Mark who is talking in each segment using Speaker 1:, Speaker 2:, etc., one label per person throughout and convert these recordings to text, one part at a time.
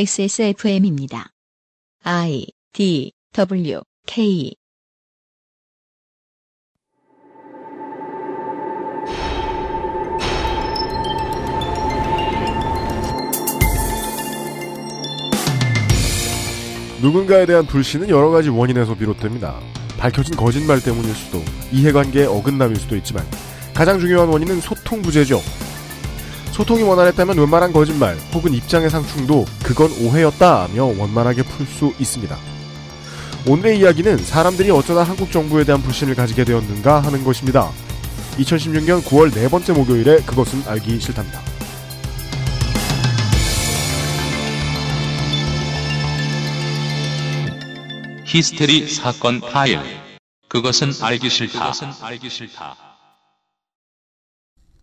Speaker 1: XSFM입니다. I D W K
Speaker 2: 누군가에 대한 불신은 여러 가지 원인에서 비롯됩니다. 밝혀진 거짓말 때문일 수도, 이해관계의 어긋남일 수도 있지만 가장 중요한 원인은 소통 부재죠. 소통이 원활했다면 웬만한 거짓말 혹은 입장의 상충도 그건 오해였다며 원만하게 풀 수 있습니다. 오늘의 이야기는 사람들이 어쩌다 한국 정부에 대한 불신을 가지게 되었는가 하는 것입니다. 2016년 9월 네 번째 목요일에 그것은 알기 싫답니다.
Speaker 3: 히스테리 사건 파일. 그것은 알기 싫다.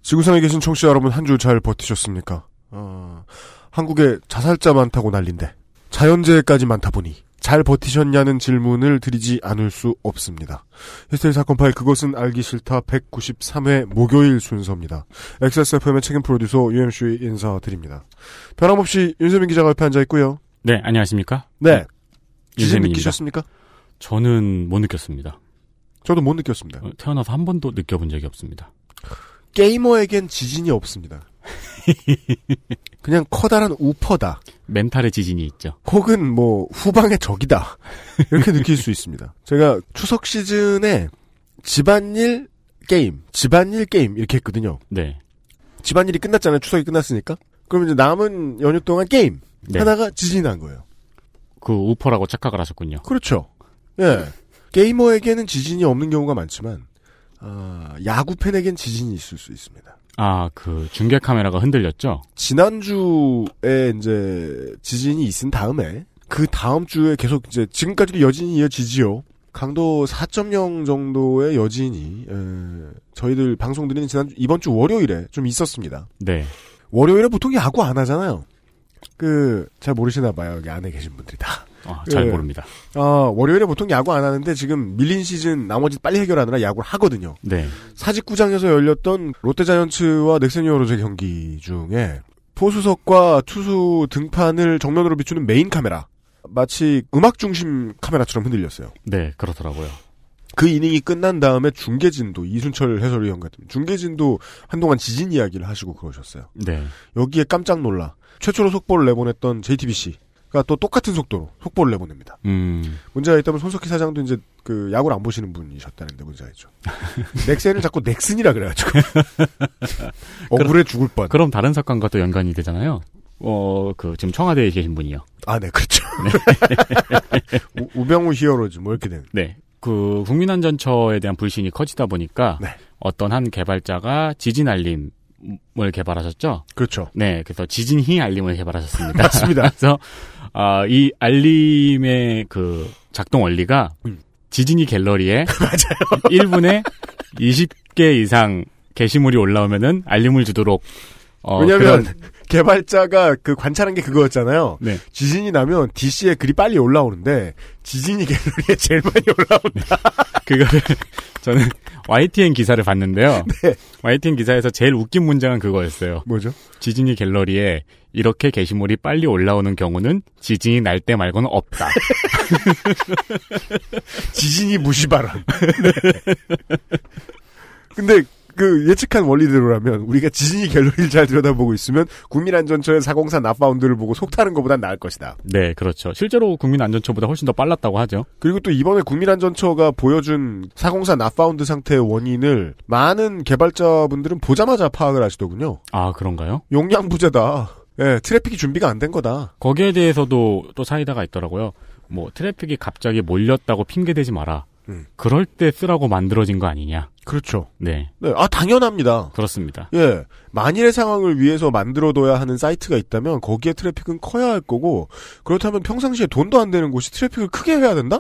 Speaker 2: 지구상에 계신 청취자 여러분 한 주 잘 버티셨습니까? 어, 한국에 자살자 많다고 난린데 자연재해까지 많다 보니 잘 버티셨냐는 질문을 드리지 않을 수 없습니다. 히스테리 사건 파일 그것은 알기 싫다 193회 목요일 순서입니다. XSFM의 책임 프로듀서 UMC 인사드립니다. 변함없이 윤세민 기자가 옆에 앉아 있고요.
Speaker 4: 네, 안녕하십니까?
Speaker 2: 네. 지진
Speaker 4: 윤세민입니다.
Speaker 2: 느끼셨습니까?
Speaker 4: 저는 못 느꼈습니다.
Speaker 2: 저도 못 느꼈습니다.
Speaker 4: 어, 태어나서 한 번도 느껴본 적이 없습니다.
Speaker 2: 게이머에겐 지진이 없습니다. 그냥 커다란 우퍼다.
Speaker 4: 멘탈의 지진이 있죠.
Speaker 2: 혹은 뭐 후방의 적이다 이렇게 느낄 수 있습니다. 제가 추석 시즌에 집안일 게임, 집안일 게임 이렇게 했거든요.
Speaker 4: 네.
Speaker 2: 집안일이 끝났잖아요. 추석이 끝났으니까. 그럼 이제 남은 연휴 동안 게임
Speaker 4: 네.
Speaker 2: 하나가 지진이 난 거예요.
Speaker 4: 그 우퍼라고 착각을 하셨군요.
Speaker 2: 그렇죠. 예. 게이머에게는 지진이 없는 경우가 많지만 아, 야구 팬에겐 지진이 있을 수 있습니다.
Speaker 4: 아, 그 중계 카메라가 흔들렸죠?
Speaker 2: 지난주에 이제 지진이 있은 다음에 그 다음 주에 계속 이제 지금까지도 여진이 이어지지요. 강도 4.0 정도의 여진이 에, 저희들 방송 드리는 지난 이번 주 월요일에 좀 있었습니다.
Speaker 4: 네.
Speaker 2: 월요일에 보통 야구 안 하잖아요. 그 잘 모르시나 봐요. 여기 안에 계신 분들이 다.
Speaker 4: 아, 잘
Speaker 2: 예.
Speaker 4: 모릅니다.
Speaker 2: 아, 월요일에 보통 야구 안 하는데 지금 밀린 시즌 나머지 빨리 해결하느라 야구를 하거든요.
Speaker 4: 네.
Speaker 2: 사직구장에서 열렸던 롯데자이언츠와 넥센이어로즈의 경기 중에 포수석과 투수 등판을 정면으로 비추는 메인 카메라 마치 음악 중심 카메라처럼 흔들렸어요.
Speaker 4: 네, 그렇더라고요.
Speaker 2: 그 이닝이 끝난 다음에 중계진도 이순철 해설위원 같은 중계진도 한동안 지진 이야기를 하시고 그러셨어요.
Speaker 4: 네.
Speaker 2: 여기에 깜짝 놀라 최초로 속보를 내보냈던 JTBC가 또 똑같은 속도로 속보를 내보냅니다.
Speaker 4: 음.
Speaker 2: 문제가 있다면 손석희 사장도 이제 그 야구를 안 보시는 분이셨다는데 문제가 있죠. 넥센을 자꾸 넥슨이라 그래가지고 억울해 죽을 뻔.
Speaker 4: 그럼 다른 사건과 또 연관이 되잖아요. 어, 그 지금 청와대에 계신 분이요.
Speaker 2: 아, 네, 그렇죠. 우, 우병우 히어로즈 뭐 이렇게 된.
Speaker 4: 네. 그 국민안전처에 대한 불신이 커지다 보니까
Speaker 2: 네.
Speaker 4: 어떤 한 개발자가 지진 알림을 개발하셨죠?
Speaker 2: 그렇죠.
Speaker 4: 네, 그래서 지진희 알림을 개발하셨습니다.
Speaker 2: 맞습니다.
Speaker 4: 그래서 아, 이 알림의 그 작동 원리가
Speaker 2: 음.
Speaker 4: 지진이 갤러리에 1분에 20개 이상 게시물이 올라오면은 알림을 주도록 어,
Speaker 2: 왜냐하면
Speaker 4: 그런-
Speaker 2: 개발자가 그 관찰한 게 그거였잖아요.
Speaker 4: 네.
Speaker 2: 지진이 나면 DC의 글이 빨리 올라오는데 지진이 갤러리에 제일 많이 올라오는.
Speaker 4: 그거를 저는 YTN 기사를 봤는데요.
Speaker 2: 네.
Speaker 4: YTN 기사에서 제일 웃긴 문장은 그거였어요.
Speaker 2: 뭐죠?
Speaker 4: 지진이 갤러리에 이렇게 게시물이 빨리 올라오는 경우는 지진이 날 때 말고는 없다.
Speaker 2: 지진이 무시바람. 네. 근데 그 예측한 원리대로라면 우리가 지진이 갤러리를 잘 들여다보고 있으면 국민안전처의 404 나파운드를 보고 속타는 것보단 나을 것이다.
Speaker 4: 네, 그렇죠. 실제로 국민안전처보다 훨씬 더 빨랐다고 하죠.
Speaker 2: 그리고 또 이번에 국민안전처가 보여준 404 나파운드 상태의 원인을 많은 개발자분들은 보자마자 파악을 하시더군요.
Speaker 4: 아, 그런가요?
Speaker 2: 용량 부재다. 예, 트래픽이 준비가 안 된 거다.
Speaker 4: 거기에 대해서도 또 사이다가 있더라고요. 뭐 트래픽이 갑자기 몰렸다고 핑계대지 마라.
Speaker 2: 음.
Speaker 4: 그럴 때 쓰라고 만들어진 거 아니냐.
Speaker 2: 그렇죠.
Speaker 4: 네,
Speaker 2: 네, 아 당연합니다.
Speaker 4: 그렇습니다.
Speaker 2: 예. 만일의 상황을 위해서 만들어둬야 하는 사이트가 있다면 거기에 트래픽은 커야 할 거고 그렇다면 평상시에 돈도 안 되는 곳이 트래픽을 크게 해야 된다?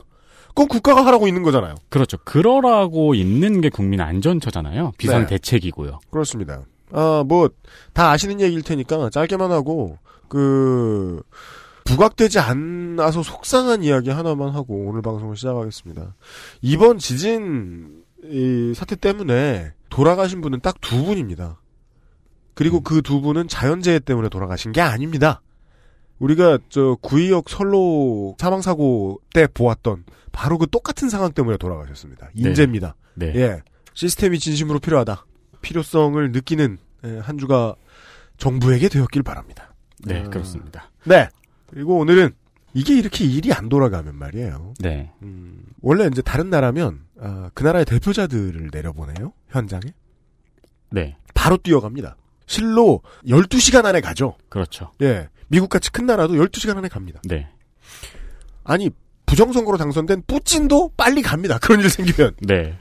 Speaker 2: 그건 국가가 하라고 있는 거잖아요.
Speaker 4: 그렇죠. 그러라고 있는 게 국민 안전처잖아요. 비상
Speaker 2: 네.
Speaker 4: 대책이고요.
Speaker 2: 그렇습니다. 아, 뭐 다 아시는 얘기일 테니까 짧게만 하고 그 부각되지 않아서 속상한 이야기 하나만 하고 오늘 방송을 시작하겠습니다. 이번 지진 이 사태 때문에 돌아가신 분은 딱 두 분입니다. 그리고 그 두 분은 자연재해 때문에 돌아가신 게 아닙니다. 우리가 저 구의역 선로 사망 사고 때 보았던 바로 그 똑같은 상황 때문에 돌아가셨습니다. 인재입니다.
Speaker 4: 네.
Speaker 2: 예. 시스템이 진심으로 필요하다. 필요성을 느끼는 예, 한 주가 정부에게 되었길 바랍니다.
Speaker 4: 네, 그렇습니다.
Speaker 2: 네. 그리고 오늘은 이게 이렇게 일이 안 돌아가면 말이에요.
Speaker 4: 네.
Speaker 2: 음, 원래 이제 다른 나라면 아, 그 나라의 대표자들을 내려보내요. 현장에.
Speaker 4: 네.
Speaker 2: 바로 뛰어갑니다. 실로 12시간 안에 가죠.
Speaker 4: 그렇죠.
Speaker 2: 예. 미국같이 큰 나라도 12시간 안에 갑니다.
Speaker 4: 네.
Speaker 2: 아니, 부정선거로 당선된 뿌찐도 빨리 갑니다. 그런 일 생기면.
Speaker 4: 네.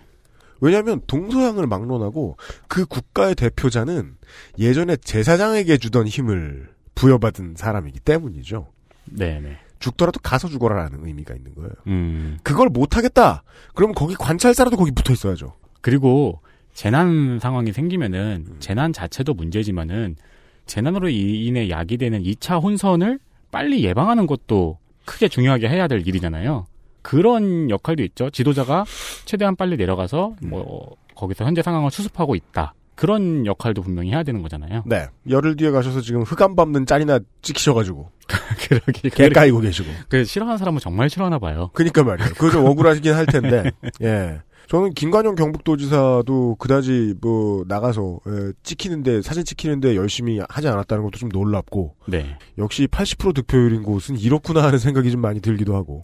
Speaker 2: 왜냐하면 동서양을 막론하고 그 국가의 대표자는 예전에 제사장에게 주던 힘을 부여받은 사람이기 때문이죠.
Speaker 4: 네, 네.
Speaker 2: 죽더라도 가서 죽어라라는 의미가 있는 거예요.
Speaker 4: 음.
Speaker 2: 그걸 못하겠다. 그러면 거기 관찰사라도 거기 붙어 있어야죠.
Speaker 4: 그리고 재난 상황이 생기면은 재난 자체도 문제지만은 재난으로 이- 인해 야기되는 2차 혼선을 빨리 예방하는 것도 크게 중요하게 해야 될 일이잖아요. 그런 역할도 있죠. 지도자가 최대한 빨리 내려가서 뭐 거기서 현재 상황을 수습하고 있다. 그런 역할도 분명히 해야 되는 거잖아요.
Speaker 2: 네. 열흘 뒤에 가셔서 지금 흑암 밟는 짤이나 찍히셔가지고
Speaker 4: 그러기
Speaker 2: 개
Speaker 4: 그,
Speaker 2: 까이고 계시고.
Speaker 4: 그 싫어하는 사람은 정말 싫어하나 봐요.
Speaker 2: 그니까 말이에요. 그거 좀 억울하시긴 할 텐데. 예. 저는 김관영 경북도지사도 그다지 뭐 나가서 예, 찍히는데 사진 찍히는데 열심히 하지 않았다는 것도 좀 놀랍고
Speaker 4: 네.
Speaker 2: 역시 80% 득표율인 곳은 이렇구나 하는 생각이 좀 많이 들기도 하고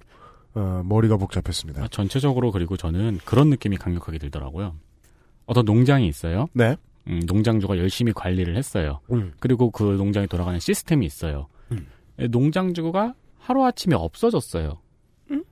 Speaker 2: 어, 머리가 복잡했습니다.
Speaker 4: 아, 전체적으로 그리고 저는 그런 느낌이 강력하게 들더라고요. 어떤 농장이 있어요.
Speaker 2: 네.
Speaker 4: 음, 농장주가 열심히 관리를 했어요.
Speaker 2: 음.
Speaker 4: 그리고 그 농장이 돌아가는 시스템이 있어요. 예, 농장주가 하루아침에 없어졌어요.
Speaker 2: 음.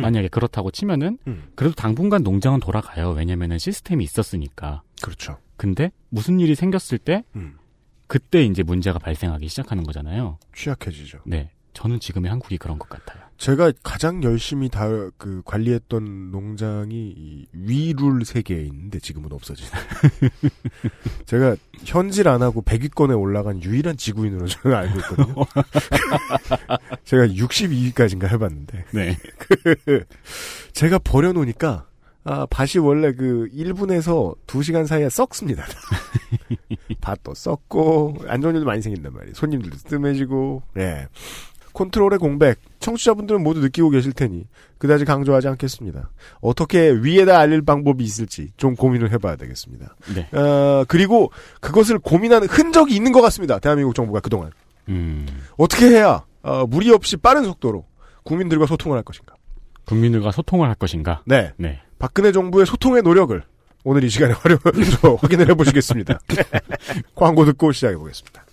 Speaker 4: 만약에 그렇다고 치면은
Speaker 2: 음.
Speaker 4: 그래도 당분간 농장은 돌아가요. 왜냐면은 시스템이 있었으니까.
Speaker 2: 그렇죠.
Speaker 4: 근데 무슨 일이 생겼을 때
Speaker 2: 음.
Speaker 4: 그때 이제 문제가 발생하기 시작하는 거잖아요.
Speaker 2: 취약해지죠.
Speaker 4: 네. 저는 지금의 한국이 그런 것 같아요.
Speaker 2: 제가 가장 열심히 다 그 관리했던 농장이 이 위룰 세계에 있는데 지금은 없어진. 제가 현질 안 하고 100위권에 올라간 유일한 지구인으로 저는 알고 있거든요. 제가 62위까지인가 해봤는데
Speaker 4: 네.
Speaker 2: 제가 버려놓으니까 아 밭이 원래 그 1분에서 2시간 사이에 썩습니다. 밭도 썩고 안 좋은 일도 많이 생긴단 말이에요. 손님들도 뜸해지고 예. 컨트롤의 공백 청취자분들은 모두 느끼고 계실 테니 그다지 강조하지 않겠습니다. 어떻게 위에다 알릴 방법이 있을지 좀 고민을 해봐야 되겠습니다.
Speaker 4: 네.
Speaker 2: 어, 그리고 그것을 고민하는 흔적이 있는 것 같습니다. 대한민국 정부가 그동안
Speaker 4: 음.
Speaker 2: 어떻게 해야 어, 무리 없이 빠른 속도로 국민들과 소통을 할 것인가.
Speaker 4: 국민들과 소통을 할 것인가?
Speaker 2: 네,
Speaker 4: 네.
Speaker 2: 박근혜 정부의 소통의 노력을 오늘 이 시간에 활용해서 확인을 해보시겠습니다. 광고 듣고 시작해보겠습니다.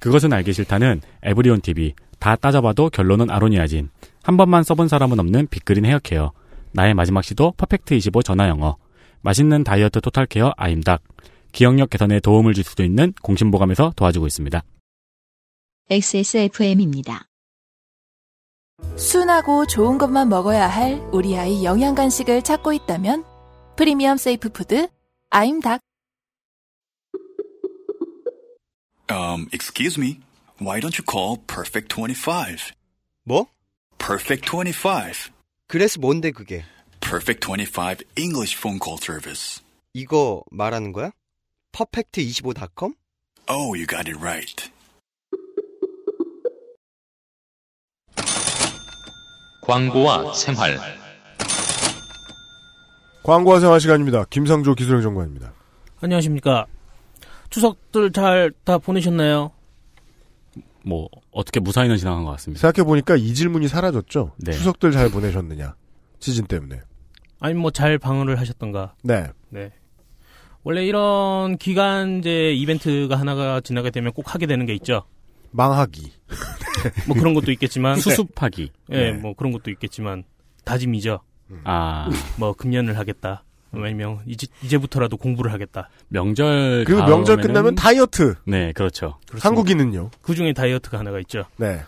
Speaker 4: 그것은 알기 싫다는 에브리온 TV. 다 따져봐도 결론은 아로니아진. 한 번만 써본 사람은 없는 빅그린 헤어케어. 나의 마지막 시도 퍼펙트25 전화영어. 맛있는 다이어트 토탈케어 아임닭. 기억력 개선에 도움을 줄 수도 있는 공신보감에서 도와주고 있습니다.
Speaker 1: XSFM입니다.
Speaker 5: 순하고 좋은 것만 먹어야 할 우리 아이 영양 간식을 찾고 있다면 프리미엄 세이프 푸드 아임닭
Speaker 6: Um, excuse me. Why don't you call Perfect 25?
Speaker 7: 뭐?
Speaker 6: Perfect 25.
Speaker 7: 그래서 뭔데 그게?
Speaker 6: Perfect 25 English phone call service.
Speaker 7: 이거 말하는 거야? 퍼펙트25.com?
Speaker 6: Oh, you got it right.
Speaker 3: 광고와 생활.
Speaker 2: 광고와 생활 시간입니다. 김상조 기술행정관입니다.
Speaker 8: 안녕하십니까. 추석들 잘 다 보내셨나요?
Speaker 4: 뭐, 어떻게 무사히는 지나간 것 같습니다.
Speaker 2: 생각해보니까 이 질문이 사라졌죠?
Speaker 4: 네.
Speaker 2: 추석들 잘 보내셨느냐? 시즌 때문에.
Speaker 8: 아니면 뭐 잘 방어를 하셨던가.
Speaker 2: 네.
Speaker 8: 네. 원래 이런 기간제 이벤트가 하나가 지나게 되면 꼭 하게 되는 게 있죠.
Speaker 2: 망하기.
Speaker 8: 뭐 그런 것도 있겠지만
Speaker 4: 수습하기.
Speaker 2: 네.
Speaker 8: 예, 뭐 그런 것도 있겠지만 다짐이죠.
Speaker 2: 음.
Speaker 4: 아,
Speaker 8: 뭐 금년을 하겠다. 아니면 이제 이제부터라도 공부를 하겠다.
Speaker 4: 명절.
Speaker 2: 그리고 명절
Speaker 4: 다음에는-
Speaker 2: 끝나면 다이어트.
Speaker 4: 네, 그렇죠.
Speaker 2: 한국인은요?
Speaker 8: 그 중에 다이어트가 하나가 있죠.
Speaker 2: 네.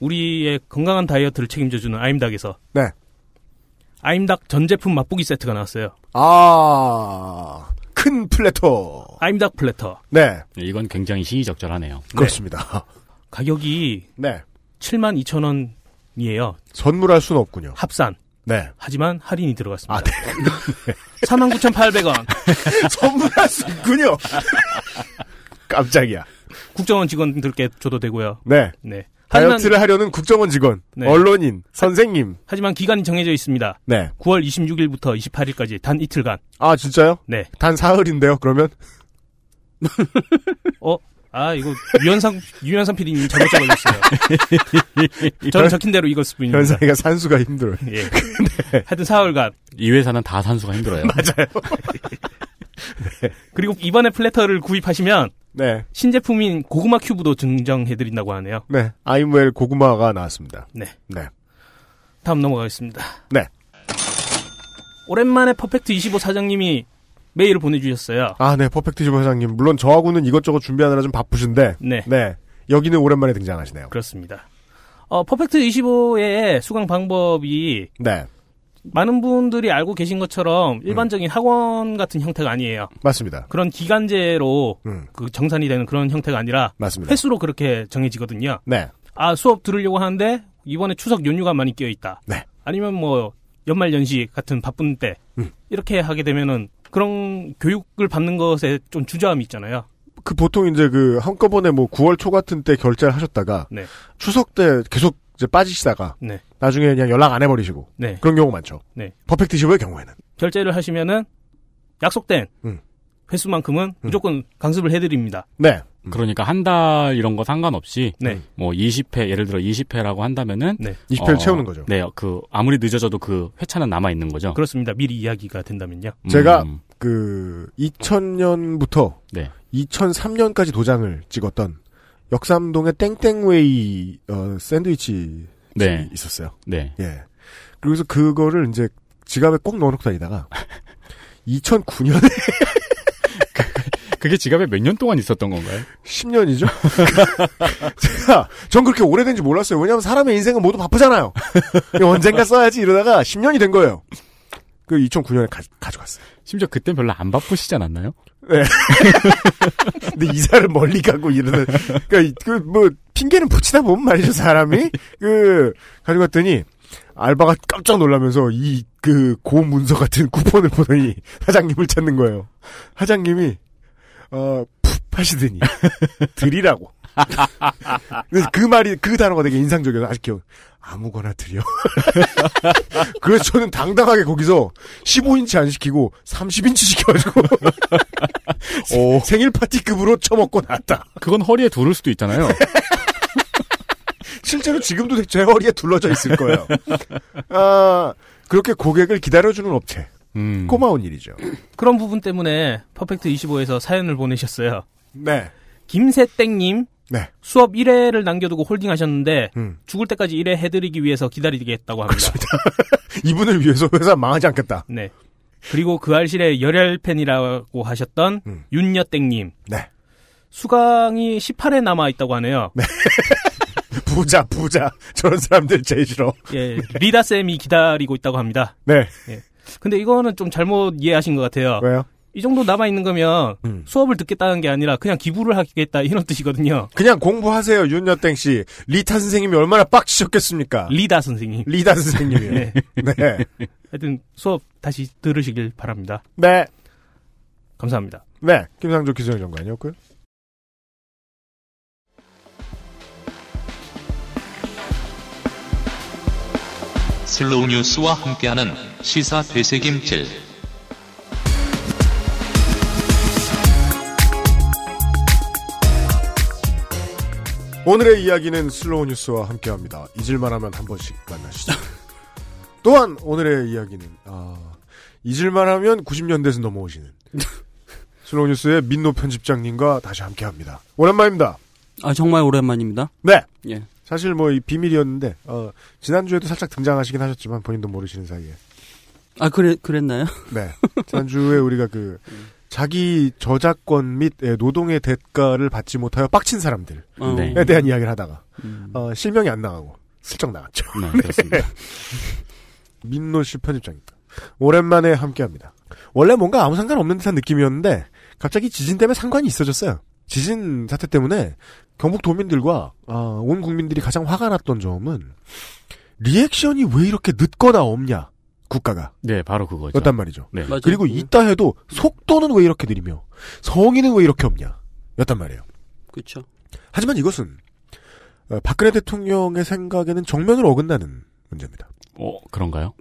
Speaker 8: 우리의 건강한 다이어트를 책임져주는 아임닭에서
Speaker 2: 네.
Speaker 8: 아임닭 전 제품 맛보기 세트가 나왔어요.
Speaker 2: 아, 큰 플래터.
Speaker 8: 아임닭 플래터
Speaker 2: 네.
Speaker 4: 네, 이건 굉장히 시의적절하네요.
Speaker 2: 그렇습니다.
Speaker 8: 가격이
Speaker 2: 네.
Speaker 8: 72,000원이에요.
Speaker 2: 선물할 순 없군요.
Speaker 8: 합산.
Speaker 2: 네.
Speaker 8: 하지만 할인이 들어갔습니다.
Speaker 2: 아,
Speaker 8: 49,800원.
Speaker 2: 선물할 수 있군요. 깜짝이야.
Speaker 8: 국정원 직원들께 줘도 되고요.
Speaker 2: 네.
Speaker 8: 네. 하지만,
Speaker 2: 다이어트를 하려는 국정원 직원,
Speaker 8: 네.
Speaker 2: 언론인, 선생님.
Speaker 8: 하지만 기간이 정해져 있습니다.
Speaker 2: 네.
Speaker 8: 9월 26일부터 28일까지 단 이틀간.
Speaker 2: 아 진짜요?
Speaker 8: 네.
Speaker 2: 단 사흘인데요. 그러면
Speaker 8: 아 이거 유현상 유현상 PD님 잘못 적어줬어요. 저는 적힌 대로 이것을 뿐입니다.
Speaker 2: 현상이가 산수가 힘들어요.
Speaker 8: 예. 하여튼 4월간
Speaker 4: 이 회사는 다 산수가 힘들어요.
Speaker 8: 그리고 이번에 플래터를 구입하시면
Speaker 2: 네.
Speaker 8: 신제품인 고구마 큐브도 증정해드린다고 하네요.
Speaker 2: 네. 아임웰 고구마가 나왔습니다.
Speaker 8: 네.
Speaker 2: 네.
Speaker 8: 다음 넘어가겠습니다.
Speaker 2: 네.
Speaker 8: 오랜만에 퍼펙트 25 사장님이 메일을 보내주셨어요.
Speaker 2: 아, 네. 퍼펙트 집 회장님. 물론 저하고는 이것저것 준비하느라 좀 바쁘신데.
Speaker 8: 네.
Speaker 2: 네. 여기는 오랜만에 등장하시네요.
Speaker 8: 그렇습니다. 어, 퍼펙트 25의 수강 방법이
Speaker 2: 네.
Speaker 8: 많은 분들이 알고 계신 것처럼 일반적인 학원 같은 형태가 아니에요.
Speaker 2: 맞습니다.
Speaker 8: 그런 기간제로
Speaker 2: 음.
Speaker 8: 그 정산이 되는 그런 형태가 아니라
Speaker 2: 맞습니다.
Speaker 8: 횟수로 그렇게 정해지거든요.
Speaker 2: 네.
Speaker 8: 아 수업 들으려고 하는데 이번에 추석 연휴가 많이 끼어 있다.
Speaker 2: 네.
Speaker 8: 아니면 뭐 연말 연시 같은 바쁜 때
Speaker 2: 음.
Speaker 8: 이렇게 하게 되면은 그런 교육을 받는 것에 좀 주저함이 있잖아요.
Speaker 2: 그 보통 이제 그 한꺼번에 뭐 9월 초 같은 때 결제를 하셨다가
Speaker 8: 네.
Speaker 2: 추석 때 계속 이제 빠지시다가
Speaker 8: 네.
Speaker 2: 나중에 그냥 연락 안 해버리시고
Speaker 8: 네.
Speaker 2: 그런 경우 많죠.
Speaker 8: 네.
Speaker 2: 퍼펙트 집의 경우에는
Speaker 8: 결제를 하시면은 약속된
Speaker 2: 음.
Speaker 8: 횟수만큼은 무조건 강습을 해드립니다.
Speaker 2: 네. 음.
Speaker 4: 그러니까 한 달 이런 거 상관없이
Speaker 8: 네.
Speaker 4: 뭐 20회 예를 들어 20회라고 한다면은
Speaker 2: 20회를
Speaker 4: 어,
Speaker 2: 채우는 거죠.
Speaker 4: 네, 그 아무리 늦어져도 그 회차는 남아 있는 거죠.
Speaker 8: 그렇습니다. 미리 이야기가 된다면요.
Speaker 4: 음,
Speaker 2: 제가- 그 2000년부터
Speaker 4: 네.
Speaker 2: 2003년까지 도장을 찍었던 역삼동의 땡땡웨이 어, 샌드위치
Speaker 4: 네.
Speaker 2: 있었어요.
Speaker 4: 네.
Speaker 2: 예. 그래서 그거를 이제 지갑에 꼭 넣어놓고 다니다가 2009년에
Speaker 4: 그게 지갑에 몇 년 동안 있었던 건가요?
Speaker 2: 10년이죠. 제가 전 그렇게 오래된지 몰랐어요. 왜냐하면 사람의 인생은 모두 바쁘잖아요. 언젠가 써야지 이러다가 10년이 된 거예요. 그 2009년에 가, 져갔어요
Speaker 4: 심지어 그땐 별로 안 바쁘시지 않았나요?
Speaker 2: 근데 이사를 멀리 가고 이러는 그러니까 그뭐 핑계는 붙이다 보면 말이죠 사람이 그 가지고 갔더니 알바가 깜짝 놀라면서 이 그 고문서 같은 쿠폰을 보더니 사장님을 찾는 거예요. 사장님이 어 푹 하시더니 드리라고. 그래서 그 말이 그 단어가 되게 인상적이어서 아직 기억. 아무거나 드려. 그래서 저는 당당하게 거기서 15인치 안 시키고 30인치 시켜가지고 오. 생일 파티급으로 처먹고 났다.
Speaker 4: 그건 허리에 두를 수도 있잖아요.
Speaker 2: 실제로 지금도 제 허리에 둘러져 있을 거예요. 아, 그렇게 고객을 기다려주는 업체.
Speaker 4: 음.
Speaker 2: 고마운 일이죠.
Speaker 8: 그런 부분 때문에 퍼펙트 25에서 사연을 보내셨어요.
Speaker 2: 네.
Speaker 8: 김세땡님
Speaker 2: 네.
Speaker 8: 수업 1회를 남겨두고 홀딩하셨는데
Speaker 2: 음.
Speaker 8: 죽을 때까지 1회 해드리기 위해서 기다리겠다고 합니다.
Speaker 2: 이분을 위해서 회사 망하지 않겠다.
Speaker 8: 네. 그리고 그 알실의 열혈 팬이라고 하셨던
Speaker 2: 음.
Speaker 8: 윤여땡님
Speaker 2: 네.
Speaker 8: 수강이 18회 남아 있다고 하네요.
Speaker 2: 부자, 부자. 저런 사람들 제일 싫어.
Speaker 8: 예, 리다 쌤이 기다리고 있다고 합니다.
Speaker 2: 네.
Speaker 8: 근데 이거는 좀 잘못 이해하신 것 같아요.
Speaker 2: 왜요?
Speaker 8: 이 정도 남아 있는 거면
Speaker 2: 음.
Speaker 8: 수업을 듣겠다는 게 아니라 그냥 기부를 하겠다 이런 뜻이거든요.
Speaker 2: 그냥 공부하세요, 윤여땡 씨. 리타 선생님이 얼마나
Speaker 9: 아.
Speaker 2: 빡치셨겠습니까?
Speaker 8: 리다 선생님.
Speaker 2: 리다 선생님이요.
Speaker 8: 예.
Speaker 2: 네.
Speaker 8: 하여튼 수업 다시 들으시길 바랍니다.
Speaker 2: 네.
Speaker 8: 감사합니다.
Speaker 2: 네. 김상조 기술의 정관이었고요.
Speaker 3: 슬로우 뉴스와 함께하는 시사 되새김질.
Speaker 2: 오늘의 이야기는 슬로우 뉴스와 함께합니다. 잊을만하면 한 번씩 만나시죠. 또한 오늘의 이야기는 아, 잊을만하면 90년대에서 넘어오시는 슬로우 뉴스의 민노 편집장님과 다시 함께합니다. 오랜만입니다.
Speaker 9: 아 정말 오랜만입니다.
Speaker 2: 네.
Speaker 9: 예.
Speaker 2: 사실 뭐 이 비밀이었는데 어, 지난주에도 살짝 등장하시긴 하셨지만 본인도 모르시는 사이에
Speaker 9: 아 그래 그랬나요?
Speaker 2: 네. 지난주에 우리가 그 자기 저작권 및 예, 노동의 대가를 받지 못하여 빡친 사람들에
Speaker 9: 어,
Speaker 4: 네.
Speaker 2: 대한 이야기를 하다가
Speaker 9: 음,
Speaker 2: 어, 실명이 안 나가고 슬쩍 나갔죠.
Speaker 4: 네, 그렇습니다.
Speaker 2: 민노 씨 편집장입니다. 오랜만에 함께합니다. 원래 뭔가 아무 상관 없는 듯한 느낌이었는데 갑자기 지진 때문에 상관이 있어졌어요. 지진 사태 때문에 경북 도민들과 아, 온 국민들이 가장 화가 났던 점은 리액션이 왜 이렇게 늦거나 없냐 국가가
Speaker 4: 네, 바로 그거죠.
Speaker 2: 였단 말이죠.
Speaker 4: 네.
Speaker 9: 맞아요.
Speaker 2: 그리고 있다 해도 속도는 왜 이렇게 느리며 성의는 왜 이렇게 없냐 였단 말이에요.
Speaker 9: 그렇죠.
Speaker 2: 하지만 이것은 어, 박근혜 대통령의 생각에는 정면으로 어긋나는 문제입니다.
Speaker 4: 어, 그런가요?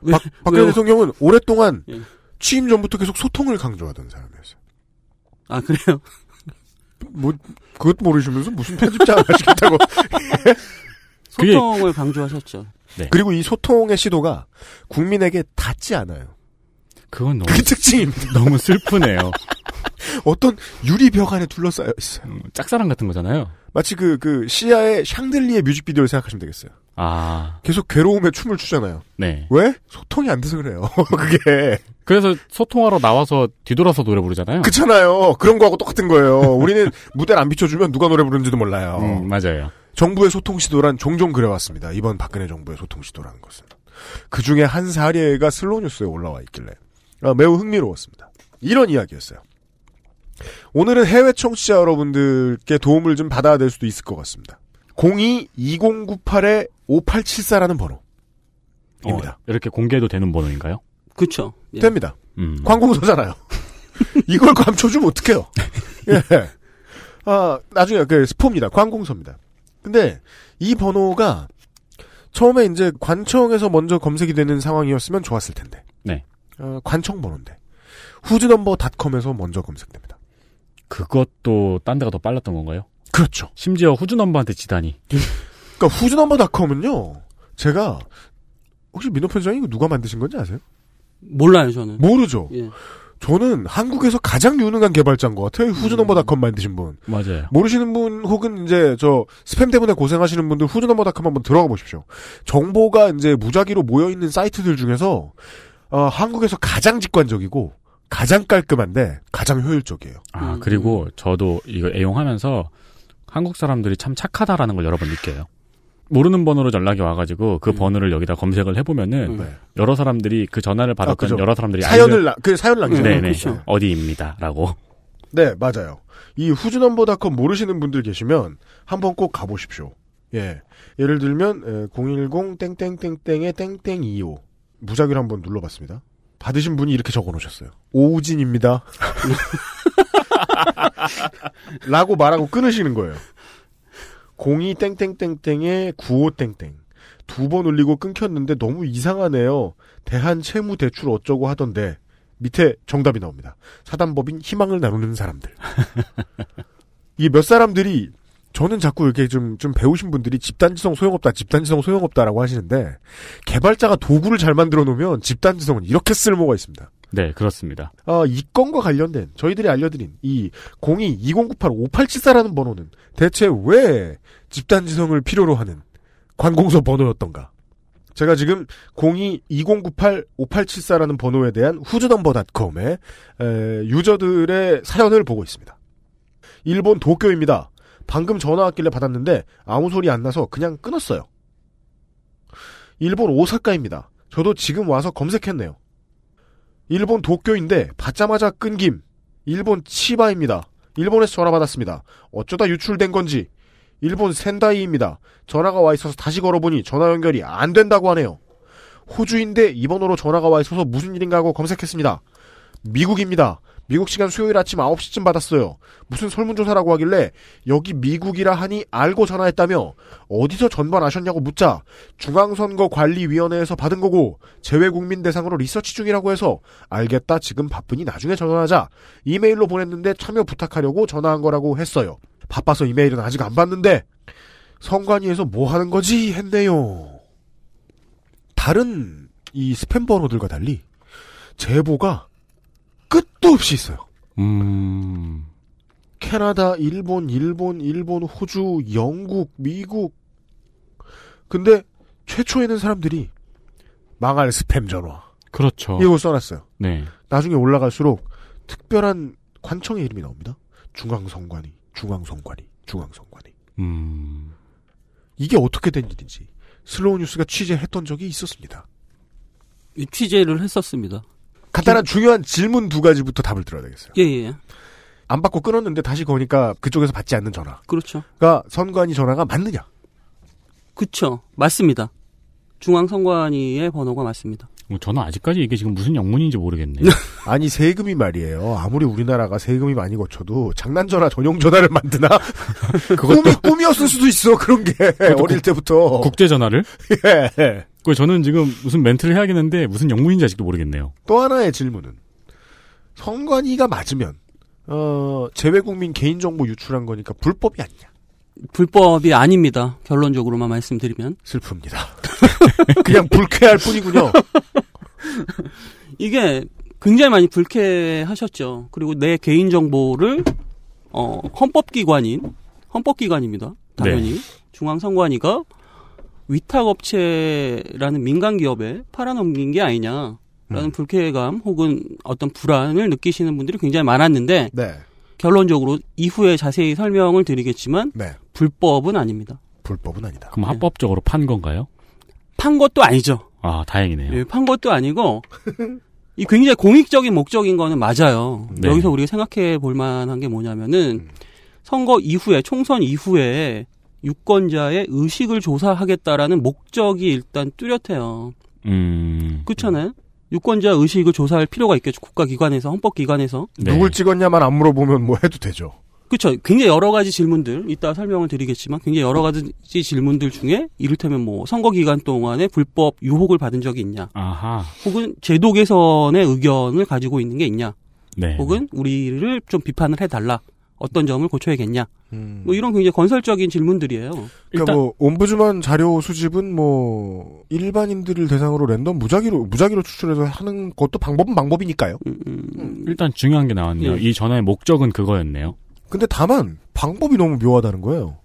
Speaker 9: 왜-
Speaker 2: 박, 박근혜
Speaker 9: 왜요?
Speaker 2: 대통령은 오랫동안
Speaker 9: 예.
Speaker 2: 취임 전부터 계속 소통을 강조하던 사람이었어요.
Speaker 9: 아 그래요?
Speaker 2: 뭐 그것 모르시면서 무슨 편집장 하시겠다고.
Speaker 4: 그게-
Speaker 9: 소통을 강조하셨죠.
Speaker 2: 그리고 이 소통의 시도가 국민에게 닿지 않아요.
Speaker 4: 그건 너무,
Speaker 2: 그게 특징입니다.
Speaker 4: 너무 슬프네요.
Speaker 2: 어떤 유리벽 안에 둘러싸여 있어요.
Speaker 4: 음, 짝사랑 같은 거잖아요.
Speaker 2: 마치 그, 그, 시아의 샹들리의 뮤직비디오를 생각하시면 되겠어요.
Speaker 4: 아,
Speaker 2: 계속 괴로움에 춤을 추잖아요.
Speaker 4: 네.
Speaker 2: 왜? 소통이 안 돼서 그래요. 그게.
Speaker 4: 그래서 소통하러 나와서 뒤돌아서 노래 부르잖아요.
Speaker 2: 그렇잖아요. 그런 거하고 똑같은 거예요. 우리는 무대를 안 비춰주면 누가 노래 부르는지도 몰라요.
Speaker 4: 음, 맞아요.
Speaker 2: 정부의 소통 시도란 종종 그래왔습니다. 이번 박근혜 정부의 소통 시도라는 것은. 그 중에 한 사례가 슬로우 뉴스에 올라와 있길래 아, 매우 흥미로웠습니다. 이런 이야기였어요. 오늘은 해외 청취자 여러분들께 도움을 좀 받아야 될 수도 있을 것 같습니다. 02-2098-5874라는 번호입니다.
Speaker 4: 어, 이렇게 공개해도 되는 번호인가요?
Speaker 9: 그렇죠. 예.
Speaker 2: 됩니다.
Speaker 4: 음.
Speaker 2: 관공서잖아요. 이걸 감춰주면 어떡해요. 예. 아, 나중에 그 스포입니다. 관공서입니다. 근데 이 번호가 처음에 이제 관청에서 먼저 검색이 되는 상황이었으면 좋았을 텐데.
Speaker 4: 네.
Speaker 2: 어, 관청 번호인데. 후즈넘버닷컴에서 먼저 검색됩니다.
Speaker 4: 그것도 딴 데가 더 빨랐던 건가요?
Speaker 2: 그렇죠.
Speaker 4: 심지어 후주 넘버한테 지다니.
Speaker 2: 그러니까 후즈넘버닷컴은요. 제가 혹시 민호 편장이 이거 누가 만드신 건지 아세요?
Speaker 9: 몰라요 저는.
Speaker 2: 모르죠.
Speaker 9: 예.
Speaker 2: 저는 한국에서 가장 유능한 개발자인 것 같아요. 후즈넘버닷컴 만드신 분.
Speaker 4: 맞아요.
Speaker 2: 모르시는 분 혹은 이제 저 스팸 때문에 고생하시는 분들 후드넘버닷컴 한번 들어가 보십시오. 정보가 이제 무작위로 모여 있는 사이트들 중에서 어, 한국에서 가장 직관적이고 가장 깔끔한데 가장 효율적이에요.
Speaker 4: 아,
Speaker 9: 음.
Speaker 4: 그리고 저도 이거 애용하면서 한국 사람들이 참 착하다라는 걸 여러 번 느껴요. 모르는 번호로 연락이 와가지고 그
Speaker 9: 음.
Speaker 4: 번호를 여기다 검색을 해보면은
Speaker 9: 음.
Speaker 2: 네.
Speaker 4: 여러 사람들이 그 전화를
Speaker 2: 아,
Speaker 4: 받았던
Speaker 2: 그죠.
Speaker 4: 여러 사람들이
Speaker 2: 사연을 나, 그 사연 남기죠.
Speaker 4: 네. 네네
Speaker 9: 그렇죠.
Speaker 4: 어디입니다라고
Speaker 2: 네, 맞아요. 이 후즈넘버닷컴 모르시는 분들 계시면 한번 꼭 가보십시오. 예. 예를 들면 010땡땡땡땡의 땡땡25 무작위로 한번 눌러봤습니다. 받으신 분이 이렇게 적어놓으셨어요. 오우진입니다. 라고 말하고 끊으시는 거예요. 02땡땡땡땡의 95땡땡 두 번 울리고 끊겼는데 너무 이상하네요. 대한채무대출 어쩌고 하던데 밑에 정답이 나옵니다. 사단법인 희망을 나누는 사람들. 이게 몇 사람들이 저는 자꾸 이렇게 좀, 좀 배우신 분들이 집단지성 소용없다, 집단지성 소용없다라고 하시는데, 개발자가 도구를 잘 만들어 놓으면 집단지성은 이렇게 쓸모가 있습니다.
Speaker 4: 네 그렇습니다
Speaker 2: 아, 이 건과 관련된 저희들이 알려드린 이 02-2098-5874라는 번호는 대체 왜 집단지성을 필요로 하는 관공서 번호였던가? 제가 지금 02-2098-5874라는 번호에 대한 후즈넘버닷컴의 유저들의 사연을 보고 있습니다. 일본 도쿄입니다. 방금 전화 왔길래 받았는데 아무 소리 안 나서 그냥 끊었어요. 일본 오사카입니다. 저도 지금 와서 검색했네요. 일본 도쿄인데 받자마자 끊김. 일본 치바입니다. 일본에서 전화 받았습니다. 어쩌다 유출된 건지. 일본 센다이입니다. 전화가 와 있어서 다시 걸어보니 전화 연결이 안 된다고 하네요. 호주인데 이 번호로 전화가 와 있어서 무슨 일인가 하고 검색했습니다. 미국입니다. 미국 시간 수요일 아침 9시쯤 받았어요. 무슨 설문조사라고 하길래 여기 미국이라 하니 알고 전화했다며 어디서 전반 아셨냐고 묻자 중앙선거관리위원회에서 받은 거고 재외국민 대상으로 리서치 중이라고 해서 알겠다 지금 바쁘니 나중에 전화하자 이메일로 보냈는데 참여 부탁하려고 전화한 거라고 했어요 바빠서 이메일은 아직 안 봤는데 성관위에서 뭐 하는 거지 했네요 다른 이 스팸 번호들과 달리 제보가 끝도 없이 있어요
Speaker 4: 음
Speaker 2: 캐나다, 일본, 일본, 일본, 호주, 영국, 미국. 근데 최초에는 사람들이 망할 스팸 전화
Speaker 4: 그렇죠
Speaker 2: 이걸 써놨어요.
Speaker 4: 네
Speaker 2: 나중에 올라갈수록 특별한 관청의 이름이 나옵니다. 중앙선관위, 중앙선관위, 중앙선관위.
Speaker 4: 음
Speaker 2: 이게 어떻게 된 일인지 슬로우 뉴스가 취재했던 적이 있었습니다.
Speaker 9: 이 취재를 했었습니다.
Speaker 2: 간단한 중요한 질문 두 가지부터 답을 들어야 되겠어요.
Speaker 9: 예 예.
Speaker 2: 안 받고 끊었는데 다시 거니까 그쪽에서 받지 않는 전화가
Speaker 9: 그렇죠.
Speaker 2: 선관위 전화가 맞느냐?
Speaker 9: 그쵸. 맞습니다. 중앙선관위의 번호가 맞습니다.
Speaker 4: 뭐 저는 아직까지 이게 지금 무슨 영문인지 모르겠네요.
Speaker 2: 아니 세금이 말이에요. 아무리 우리나라가 세금이 많이 거쳐도 장난 전화 전용 전화를 만드나? 꿈이 꿈이었을 수도 있어 그런 게 어릴 때부터.
Speaker 4: 국제 전화를?
Speaker 2: 예.
Speaker 4: 그 저는 지금 무슨 멘트를 해야겠는데 무슨 영문인지 아직도 모르겠네요.
Speaker 2: 또 하나의 질문은 선관위가 맞으면 어 재외국민 개인정보 유출한 거니까 불법이 아니냐?
Speaker 9: 불법이 아닙니다. 결론적으로만 말씀드리면.
Speaker 2: 슬픕니다. 그냥 불쾌할 뿐이군요.
Speaker 9: 이게 굉장히 많이 불쾌하셨죠. 그리고 내 개인정보를, 어, 헌법기관인, 헌법기관입니다.
Speaker 4: 네.
Speaker 9: 당연히. 중앙선관위가 위탁업체라는 민간기업에 팔아넘긴 게 아니냐라는
Speaker 2: 음.
Speaker 9: 불쾌감 혹은 어떤 불안을 느끼시는 분들이 굉장히 많았는데,
Speaker 2: 네,
Speaker 9: 결론적으로 이후에 자세히 설명을 드리겠지만,
Speaker 2: 네,
Speaker 9: 불법은 아닙니다.
Speaker 2: 불법은 아니다.
Speaker 4: 그럼 합법적으로 판 건가요?
Speaker 9: 판 것도 아니죠.
Speaker 4: 아 다행이네요.
Speaker 9: 예, 판 것도 아니고 이 굉장히 공익적인 목적인 거는 맞아요.
Speaker 4: 네.
Speaker 9: 여기서 우리가 생각해 볼 만한 게 뭐냐면은 선거 이후에 총선 이후에 유권자의 의식을 조사하겠다라는 목적이 일단 뚜렷해요.
Speaker 4: 음.
Speaker 9: 그렇잖아요. 유권자 의식을 조사할 필요가 있겠죠. 국가기관에서 헌법기관에서
Speaker 4: 네.
Speaker 2: 누굴 찍었냐만 안 물어보면 뭐 해도 되죠.
Speaker 9: 그렇죠. 굉장히 여러 가지 질문들 이따 설명을 드리겠지만 굉장히 여러 가지 질문들 중에 이를테면 뭐 선거 기간 동안에 불법 유혹을 받은 적이 있냐,
Speaker 4: 아하.
Speaker 9: 혹은 제도 개선의 의견을 가지고 있는 게 있냐,
Speaker 4: 네.
Speaker 9: 혹은 우리를 좀 비판을 해달라. 어떤 점을 고쳐야겠냐.
Speaker 2: 음.
Speaker 9: 뭐 이런 굉장히 건설적인 질문들이에요.
Speaker 2: 그러니까 뭐 옴부즈만 자료 수집은 뭐 일반인들을 대상으로 랜덤 무작위로 무작위로 추출해서 하는 것도 방법은 방법이니까요.
Speaker 9: 음, 음,
Speaker 4: 일단 중요한 게 나왔네요.
Speaker 9: 예.
Speaker 4: 이 전화의 목적은 그거였네요.
Speaker 2: 근데 다만 방법이 너무 묘하다는 거예요.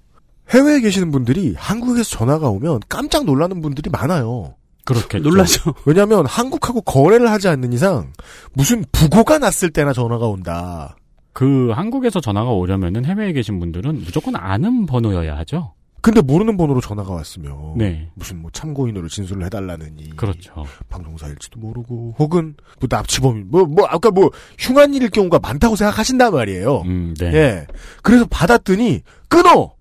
Speaker 2: 해외에 계시는 분들이 한국에서 전화가 오면 깜짝 놀라는 분들이 많아요.
Speaker 4: 그렇게
Speaker 9: 놀라죠.
Speaker 2: 왜냐하면 한국하고 거래를 하지 않는 이상 무슨 부고가 났을 때나 전화가 온다.
Speaker 4: 그 한국에서 전화가 오려면은 해외에 계신 분들은 무조건 아는 번호여야 하죠.
Speaker 2: 근데 모르는 번호로 전화가 왔으면
Speaker 4: 네.
Speaker 2: 무슨 뭐 참고인으로 진술을 해달라느니
Speaker 4: 그렇죠.
Speaker 2: 방송사일지도 모르고 혹은 뭐 납치범인 뭐뭐 아까 뭐 흉한 일일 경우가 많다고 생각하신단 말이에요.
Speaker 4: 음, 네.
Speaker 2: 예. 그래서 받았더니 끊어.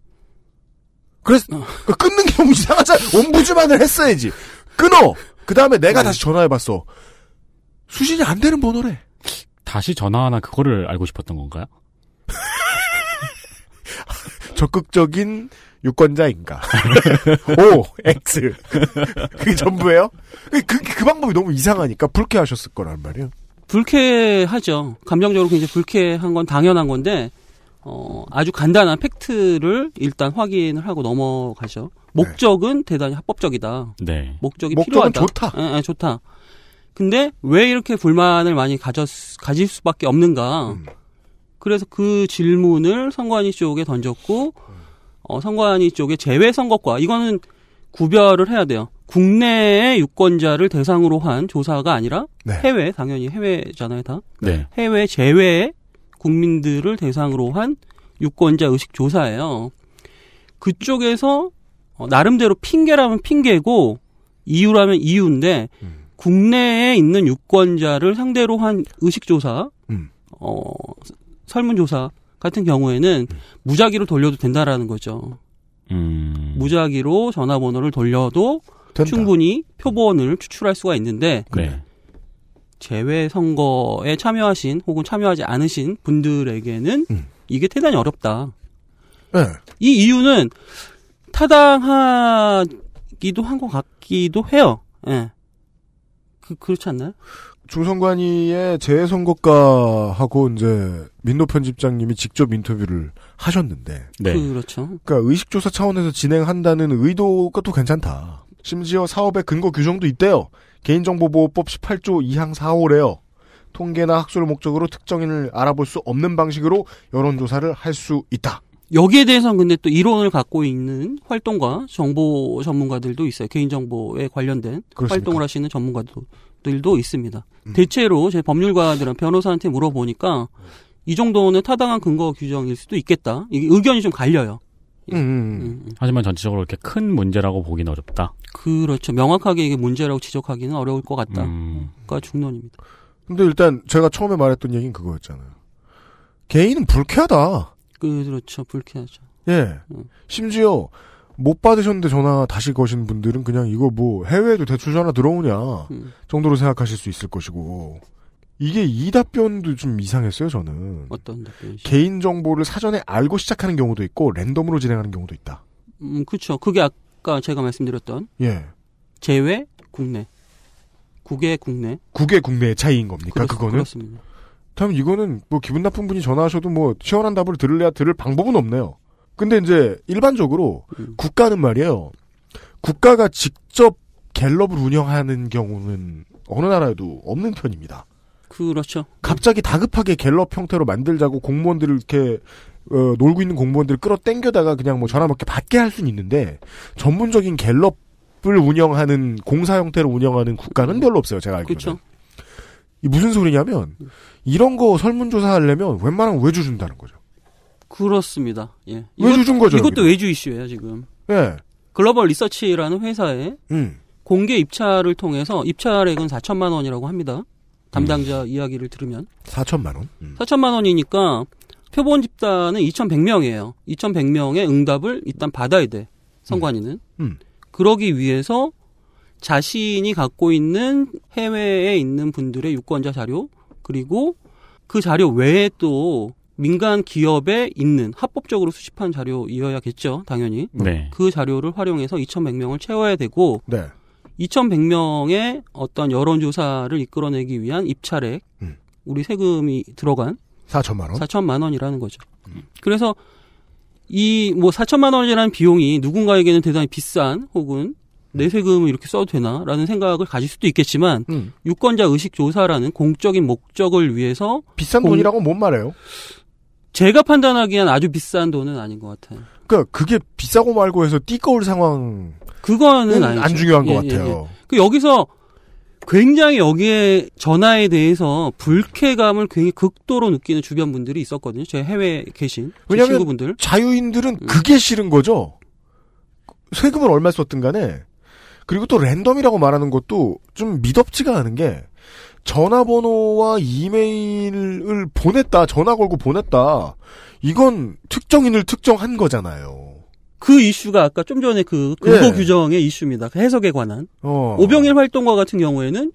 Speaker 2: 그래서
Speaker 4: 어.
Speaker 2: 그 끊는 게 너무 이상하잖아. 옴부즈만을 했어야지. 끊어. 그 다음에 내가
Speaker 4: 네.
Speaker 2: 다시 전화해봤어. 수신이 안 되는 번호래.
Speaker 4: 다시 전화하나 그거를 알고 싶었던 건가요?
Speaker 2: 적극적인 유권자인가. 오, X. 그게 전부예요? 그, 그, 그 방법이 너무 이상하니까 불쾌하셨을 거란 말이에요.
Speaker 9: 불쾌하죠. 감정적으로 굉장히 불쾌한 건 당연한 건데, 어, 아주 간단한 팩트를 일단 확인을 하고 넘어가죠. 목적은 대단히 합법적이다.
Speaker 4: 네.
Speaker 9: 목적이
Speaker 2: 목적은
Speaker 9: 필요하다.
Speaker 2: 좋다.
Speaker 9: 예, 예, 좋다. 근데 왜 이렇게 불만을 많이 가졌, 가질 수밖에 없는가.
Speaker 2: 음.
Speaker 9: 그래서 그 질문을 선관위 쪽에 던졌고, 어, 선관위 쪽에 재외선거과, 이거는 구별을 해야 돼요. 국내의 유권자를 대상으로 한 조사가 아니라
Speaker 2: 네.
Speaker 9: 해외, 당연히 해외잖아요, 다.
Speaker 4: 네.
Speaker 9: 해외 제외의 국민들을 대상으로 한 유권자 의식 조사예요. 그쪽에서 어, 나름대로 핑계라면 핑계고 이유라면 이유인데
Speaker 2: 음.
Speaker 9: 국내에 있는 유권자를 상대로 한 의식 조사,
Speaker 2: 음.
Speaker 9: 어, 설문 조사 같은 경우에는 음. 무작위로 돌려도 된다라는 거죠.
Speaker 4: 음.
Speaker 9: 무작위로 전화번호를 돌려도
Speaker 2: 된다. 음.
Speaker 9: 충분히 표본을 추출할 수가 있는데
Speaker 4: 네.
Speaker 9: 재외 선거에 참여하신 혹은 참여하지 않으신 분들에게는
Speaker 2: 음.
Speaker 9: 이게 대단히 어렵다.
Speaker 2: 예.
Speaker 9: 이 이유는 타당하기도 한 것 같기도 해요. 예. 그, 그렇지 않나요?
Speaker 2: 중선관위의 재선거가하고 이제 민노 편집장님이 직접 인터뷰를 하셨는데,
Speaker 4: 네.
Speaker 9: 그렇죠.
Speaker 2: 그러니까 의식조사 차원에서 진행한다는 의도가 또 괜찮다. 심지어 사업의 근거 규정도 있대요. 개인정보보호법 18조 2항 4호래요. 통계나 학술 목적으로 특정인을 알아볼 수 없는 방식으로 여론조사를 할 수 있다.
Speaker 9: 여기에 대해서는 근데 또 이론을 갖고 있는 활동가, 정보 전문가들도 있어요. 개인정보에 관련된
Speaker 2: 그렇습니까?
Speaker 9: 활동을 하시는 전문가들도 있습니다.
Speaker 2: 그러니까. 음.
Speaker 9: 대체로 제 법률가들은 변호사한테 물어보니까 이 정도는 타당한 근거 규정일 수도 있겠다. 이게 의견이 좀 갈려요.
Speaker 2: 음, 음.
Speaker 9: 음, 음.
Speaker 4: 하지만 전체적으로 이렇게 큰 문제라고 보긴 어렵다.
Speaker 9: 그렇죠. 명확하게 이게 문제라고 지적하기는 어려울 것 같다가
Speaker 4: 음.
Speaker 9: 중론입니다.
Speaker 2: 근데 일단 제가 처음에 말했던 얘기는 그거였잖아요. 개인은 불쾌하다.
Speaker 9: 그렇죠. 불쾌하죠.
Speaker 2: 예.
Speaker 9: 음.
Speaker 2: 심지어 못 받으셨는데 전화 다시 거신 분들은 그냥 이거 뭐 해외에도 대출 전화 들어오냐
Speaker 9: 음.
Speaker 2: 정도로 생각하실 수 있을 것이고 이게 이 답변도 좀 이상했어요 저는
Speaker 9: 어떤 답변이?
Speaker 2: 개인 정보를 사전에 알고 시작하는 경우도 있고 랜덤으로 진행하는 경우도 있다.
Speaker 9: 음, 그렇죠. 그게 아까 제가 말씀드렸던
Speaker 2: 예.
Speaker 9: 제외 국내, 국외 국내.
Speaker 2: 국외 국내의 차이인 겁니까?
Speaker 9: 그렇-
Speaker 2: 그거는
Speaker 9: 그렇습니다.
Speaker 2: 참 이거는 뭐 기분 나쁜 분이 전화하셔도 뭐 시원한 답을 들을래야 들을 방법은 없네요. 근데 이제 일반적으로
Speaker 9: 음.
Speaker 2: 국가는 말이에요. 국가가 직접 갤럽을 운영하는 경우는 어느 나라에도 없는 편입니다.
Speaker 9: 그렇죠.
Speaker 2: 갑자기 다급하게 갤럽 형태로 만들자고 공무원들을 이렇게 어, 놀고 있는 공무원들을 끌어당겨다가 그냥 뭐 전화 몇 개 받게 할 수는 있는데 전문적인 갤럽을 운영하는 공사 형태로 운영하는 국가는 별로 없어요. 제가 알기로는.
Speaker 9: 그렇죠.
Speaker 2: 이 무슨 소리냐면 이런 거 설문조사 하려면 웬만하면 외주 준다는 거죠.
Speaker 9: 그렇습니다. 예.
Speaker 2: 외주 준 거죠.
Speaker 9: 이것도
Speaker 2: 여기는.
Speaker 9: 외주 이슈예요 지금.
Speaker 2: 예.
Speaker 9: 글로벌 리서치라는 회사에
Speaker 2: 음.
Speaker 9: 공개 입찰을 통해서 입찰액은 4천만 원이라고 합니다. 담당자 이야기를 들으면
Speaker 2: 4천만 원. 음.
Speaker 9: 4천만 원이니까 표본 집단은 2,100명이에요. 2,100명의 응답을 일단 받아야 돼. 선관위는
Speaker 2: 음.
Speaker 9: 그러기 위해서 자신이 갖고 있는 해외에 있는 분들의 유권자 자료 그리고 그 자료 외에 또 민간 기업에 있는 합법적으로 수집한 자료이어야겠죠, 당연히.
Speaker 4: 네.
Speaker 9: 그 자료를 활용해서 2,100명을 채워야 되고
Speaker 2: 네.
Speaker 9: 2,100명의 어떤 여론조사를 이끌어내기 위한 입찰액,
Speaker 2: 음.
Speaker 9: 우리 세금이 들어간
Speaker 2: 4천만 원.
Speaker 9: 4천만 원이라는 거죠. 그래서 이 뭐 4천만 원이라는 비용이 누군가에게는 대단히 비싼 혹은 내 세금을 이렇게 써도 되나라는 생각을 가질 수도 있겠지만
Speaker 2: 음.
Speaker 9: 유권자 의식 조사라는 공적인 목적을 위해서
Speaker 2: 비싼
Speaker 9: 공-
Speaker 2: 돈이라고 못 말해요.
Speaker 9: 제가 판단하기엔 아주 비싼 돈은 아닌 것 같아요.
Speaker 2: 그러니까 그게 비싸고 말고 해서 띠꺼울 상황은
Speaker 9: 그거는 아니죠.
Speaker 2: 안 중요한
Speaker 9: 예,
Speaker 2: 것
Speaker 9: 예,
Speaker 2: 같아요.
Speaker 9: 예. 그 여기서 굉장히 여기에 전화에 대해서 불쾌감을 굉장히 극도로 느끼는 주변 분들이 있었거든요. 제 해외에 계신 제
Speaker 2: 왜냐면-
Speaker 9: 친구분들.
Speaker 2: 자유인들은
Speaker 9: 음.
Speaker 2: 그게 싫은 거죠. 세금을 얼마 썼든 간에. 그리고 또 랜덤이라고 말하는 것도 좀 미덥지가 않은 게 전화번호와 이메일을 보냈다, 전화 걸고 보냈다. 이건 특정인을 특정한 거잖아요.
Speaker 9: 그 이슈가 아까 좀 전에 그 근거
Speaker 2: 예.
Speaker 9: 규정의 이슈입니다. 그 해석에 관한.
Speaker 2: 어.
Speaker 9: 오병일 활동과 같은 경우에는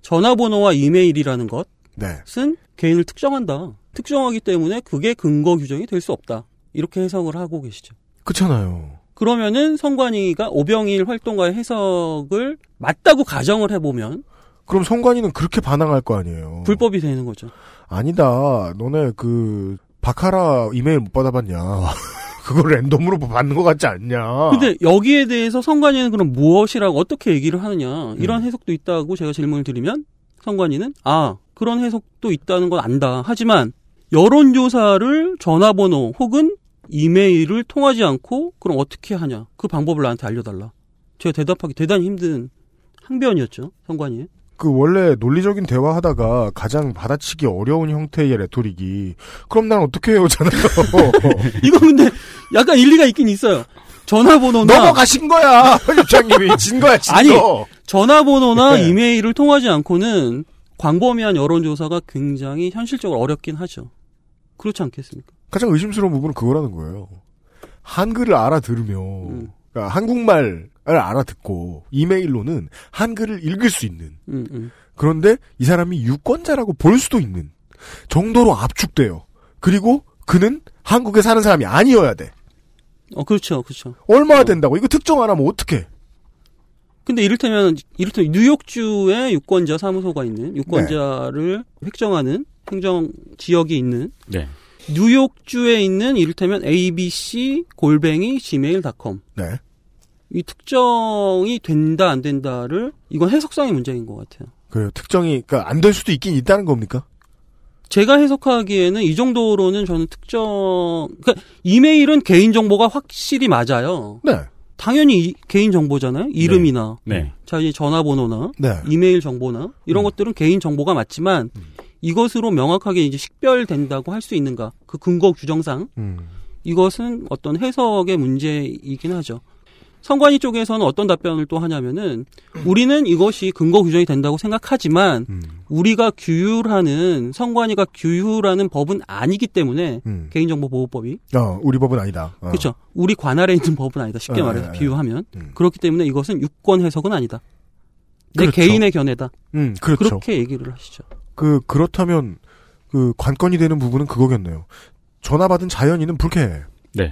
Speaker 9: 전화번호와 이메일이라는
Speaker 2: 네.
Speaker 9: 것은 개인을 특정한다. 특정하기 때문에 그게 근거 규정이 될 수 없다. 이렇게 해석을 하고 계시죠.
Speaker 2: 그렇잖아요.
Speaker 9: 그러면은 성관이가 오병일 활동가의 해석을 맞다고 가정을 해보면
Speaker 2: 그럼 성관이는 그렇게 반항할 거 아니에요.
Speaker 9: 불법이 되는 거죠.
Speaker 2: 아니다. 너네 그 바카라 이메일 못 받아봤냐? 그걸 랜덤으로 뭐 받는 것 같지 않냐?
Speaker 9: 근데 여기에 대해서 성관이는 그럼 무엇이라고 어떻게 얘기를
Speaker 2: 음.
Speaker 9: 하느냐 이런 해석도 있다고 제가 질문을 드리면 성관이는 아 그런 해석도 있다는 건 안다 하지만 여론조사를 전화번호 혹은 이메일을 통하지 않고 그럼 어떻게 하냐 그 방법을 나한테 알려달라 제가 대답하기 대단히 힘든 항변이었죠 성관이
Speaker 2: 그 원래 논리적인 대화하다가 가장 받아치기 어려운 형태의 레토릭이 그럼 난 어떻게 해요잖아요.
Speaker 9: 이거 근데 약간 일리가 있긴 있어요 전화번호나
Speaker 2: 넘어가신 거야 입장님이 진 거야 진
Speaker 9: 아니,
Speaker 2: 거.
Speaker 9: 전화번호나
Speaker 2: 네.
Speaker 9: 이메일을 통하지 않고는 광범위한 여론조사가 굉장히 현실적으로 어렵긴 하죠. 그렇지 않겠습니까?
Speaker 2: 가장 의심스러운 부분은 그거라는 거예요. 한글을 알아들으며
Speaker 9: 음.
Speaker 2: 그러니까 한국말을 알아듣고 이메일로는 한글을 읽을 수 있는
Speaker 9: 음, 음.
Speaker 2: 그런데 이 사람이 유권자라고 볼 수도 있는 정도로 압축돼요. 그리고 그는 한국에 사는 사람이 아니어야 돼.
Speaker 9: 어, 그렇죠, 그렇죠.
Speaker 2: 얼마나 된다고 이거 특정 안 하면 어떻게?
Speaker 9: 근데 이를테면, 이를테면 뉴욕주에 유권자 사무소가 있는, 유권자를 획정하는 행정 지역이 있는,
Speaker 4: 네.
Speaker 9: 뉴욕주에 있는 이를테면 abc 골뱅이 gmail.com.
Speaker 2: 네.
Speaker 9: 이 특정이 된다, 안 된다를, 이건 해석상의 문제인 것 같아요.
Speaker 2: 그래요. 특정이 그러니까 안 될 수도 있긴 있다는 겁니까?
Speaker 9: 제가 해석하기에는 이 정도로는 저는 특정 그러니까 이메일은 개인 정보가 확실히 맞아요.
Speaker 2: 네.
Speaker 9: 당연히 개인 정보잖아요. 이름이나
Speaker 4: 네.
Speaker 9: 자기 전화번호나
Speaker 2: 네.
Speaker 9: 이메일 정보나 이런
Speaker 2: 음.
Speaker 9: 것들은 개인 정보가 맞지만 이것으로 명확하게 이제 식별된다고 할 수 있는가? 그 근거 규정상
Speaker 2: 음.
Speaker 9: 이것은 어떤 해석의 문제이긴 하죠. 선관위 쪽에서는 어떤 답변을 또 하냐면은 우리는 이것이 근거 규정이 된다고 생각하지만
Speaker 2: 음.
Speaker 9: 우리가 규율하는 선관위가 규율하는 법은 아니기 때문에
Speaker 2: 음.
Speaker 9: 네. 개인정보보호법이
Speaker 2: 어, 우리 법은 아니다. 어.
Speaker 9: 그렇죠. 우리 관할에 있는 법은 아니다. 쉽게
Speaker 2: 어,
Speaker 9: 말해서
Speaker 2: 어, 어.
Speaker 9: 비유하면
Speaker 2: 음.
Speaker 9: 그렇기 때문에 이것은 유권 해석은 아니다. 내
Speaker 2: 그렇죠.
Speaker 9: 개인의 견해다.
Speaker 2: 음, 그렇죠.
Speaker 9: 그렇게 얘기를 하시죠.
Speaker 2: 그 그렇다면 그 관건이 되는 부분은 그거겠네요. 전화 받은 자연인은 불쾌해.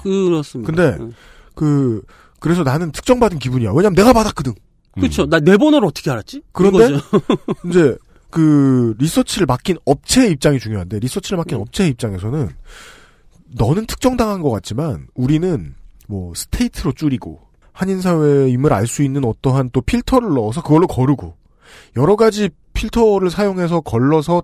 Speaker 9: 그렇습니다.
Speaker 2: 근데 그 그래서 나는 특정받은 기분이야. 왜냐면 내가 받았거든.
Speaker 4: 음.
Speaker 9: 그렇죠. 나 내 번호를 어떻게 알았지?
Speaker 2: 음. 그런데?
Speaker 9: 이거죠.
Speaker 2: 이제 그 리서치를 맡긴 업체의 입장이 중요한데 리서치를 맡긴
Speaker 9: 음.
Speaker 2: 업체의 입장에서는 너는 특정당한 것 같지만 우리는 뭐 스테이트로 줄이고 한인 사회임을 알 수 있는 어떠한 또 필터를 넣어서 그걸로 거르고 여러 가지 필터를 사용해서 걸러서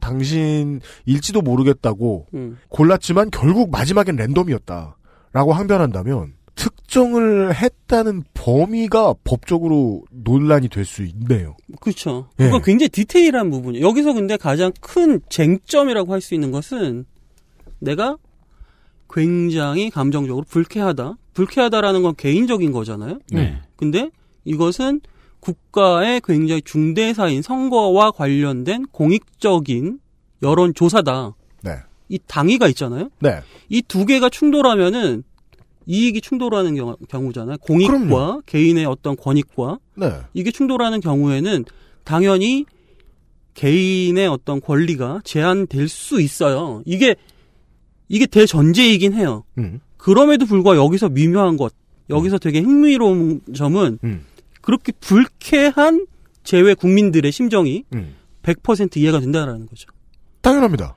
Speaker 2: 당신일지도 모르겠다고
Speaker 9: 음.
Speaker 2: 골랐지만 결국 마지막엔 랜덤이었다라고 항변한다면 특정을 했다는 범위가 법적으로 논란이 될 수 있네요.
Speaker 9: 그렇죠.
Speaker 2: 예.
Speaker 9: 그건 굉장히 디테일한 부분이에요. 여기서 근데 가장 큰 쟁점이라고 할 수 있는 것은 내가 굉장히 감정적으로 불쾌하다. 불쾌하다라는 건 개인적인 거잖아요.
Speaker 4: 네.
Speaker 9: 근데 이것은 국가의 굉장히 중대사인 선거와 관련된 공익적인 여론 조사다.
Speaker 2: 네.
Speaker 9: 이 당위가 있잖아요.
Speaker 2: 네.
Speaker 9: 이 두 개가 충돌하면은 이익이 충돌하는 경우, 경우잖아요. 공익과
Speaker 2: 그럼요.
Speaker 9: 개인의 어떤 권익과
Speaker 2: 네.
Speaker 9: 이게 충돌하는 경우에는 당연히 개인의 어떤 권리가 제한될 수 있어요. 이게 이게 대전제이긴 해요.
Speaker 2: 음.
Speaker 9: 그럼에도 불구하고 여기서 미묘한 것, 여기서 되게 흥미로운 점은
Speaker 2: 음.
Speaker 9: 그렇게 불쾌한 제외 국민들의 심정이
Speaker 2: 음.
Speaker 9: 100% 이해가 된다라는 거죠.
Speaker 2: 당연합니다.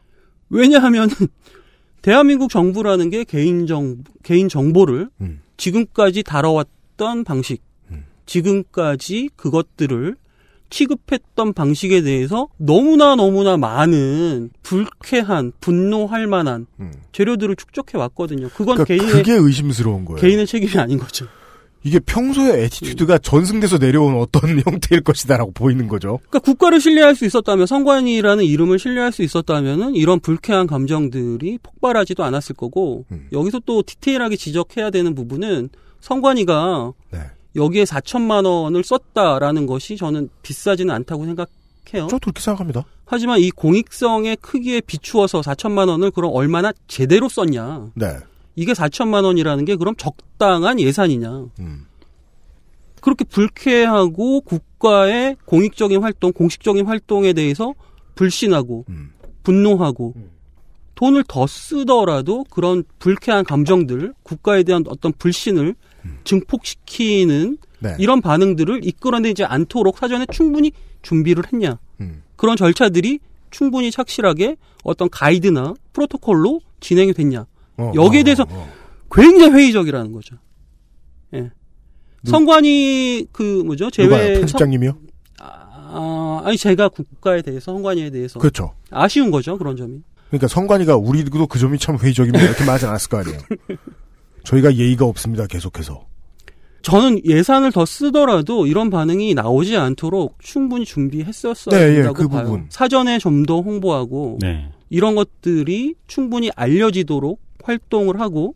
Speaker 9: 왜냐하면 대한민국 정부라는 게 개인 정 개인 정보를
Speaker 2: 음.
Speaker 9: 지금까지 다뤄왔던 방식,
Speaker 2: 음.
Speaker 9: 지금까지 그것들을 취급했던 방식에 대해서 너무나 너무나 많은 불쾌한 분노할 만한
Speaker 2: 음.
Speaker 9: 재료들을 축적해 왔거든요. 그건
Speaker 2: 그러니까
Speaker 9: 개인의
Speaker 2: 그게 의심스러운 거예요.
Speaker 9: 개인의 음. 책임이 아닌 거죠.
Speaker 2: 이게 평소의 애티튜드가 전승돼서 내려온 어떤 형태일 것이다라고 보이는 거죠.
Speaker 9: 그러니까 국가를 신뢰할 수 있었다면 선관위라는 이름을 신뢰할 수 있었다면은 이런 불쾌한 감정들이 폭발하지도 않았을 거고
Speaker 2: 음.
Speaker 9: 여기서 또 디테일하게 지적해야 되는 부분은 선관위가
Speaker 2: 네.
Speaker 9: 여기에 4천만 원을 썼다라는 것이 저는 비싸지는 않다고 생각해요.
Speaker 2: 저도 그렇게 생각합니다.
Speaker 9: 하지만 이 공익성의 크기에 비추어서 4천만 원을 그럼 얼마나 제대로 썼냐?
Speaker 2: 네.
Speaker 9: 이게 4천만 원이라는 게 그럼 적당한 예산이냐?
Speaker 2: 음.
Speaker 9: 그렇게 불쾌하고 국가의 공익적인 활동, 공식적인 활동에 대해서 불신하고
Speaker 2: 음.
Speaker 9: 분노하고 돈을 더 쓰더라도 그런 불쾌한 감정들, 국가에 대한 어떤 불신을 증폭시키는
Speaker 2: 네.
Speaker 9: 이런 반응들을 이끌어내지 않도록 사전에 충분히 준비를 했냐.
Speaker 2: 음.
Speaker 9: 그런 절차들이 충분히 착실하게 어떤 가이드나 프로토콜로 진행이 됐냐.
Speaker 2: 어,
Speaker 9: 여기에
Speaker 2: 어,
Speaker 9: 대해서
Speaker 2: 어, 어.
Speaker 9: 굉장히 회의적이라는 거죠. 예.
Speaker 2: 누-
Speaker 9: 선관위 그 뭐죠?
Speaker 2: 누가요?
Speaker 9: 제외 선-
Speaker 2: 편집장님이요?
Speaker 9: 아, 아니 제가 국가에 대해서 선관위에 대해서
Speaker 2: 그렇죠.
Speaker 9: 아쉬운 거죠 그런 점이.
Speaker 2: 그러니까 성관이가 우리도 그 점이 참 회의적이면 이렇게 말하지 않았을 거 아니에요. 저희가 예의가 없습니다. 계속해서.
Speaker 9: 저는 예산을 더 쓰더라도 이런 반응이 나오지 않도록 충분히 준비했었어야
Speaker 2: 네, 예,
Speaker 9: 된다고
Speaker 2: 그
Speaker 9: 봐요.
Speaker 2: 부분.
Speaker 9: 사전에 좀 더 홍보하고
Speaker 4: 네.
Speaker 9: 이런 것들이 충분히 알려지도록 활동을 하고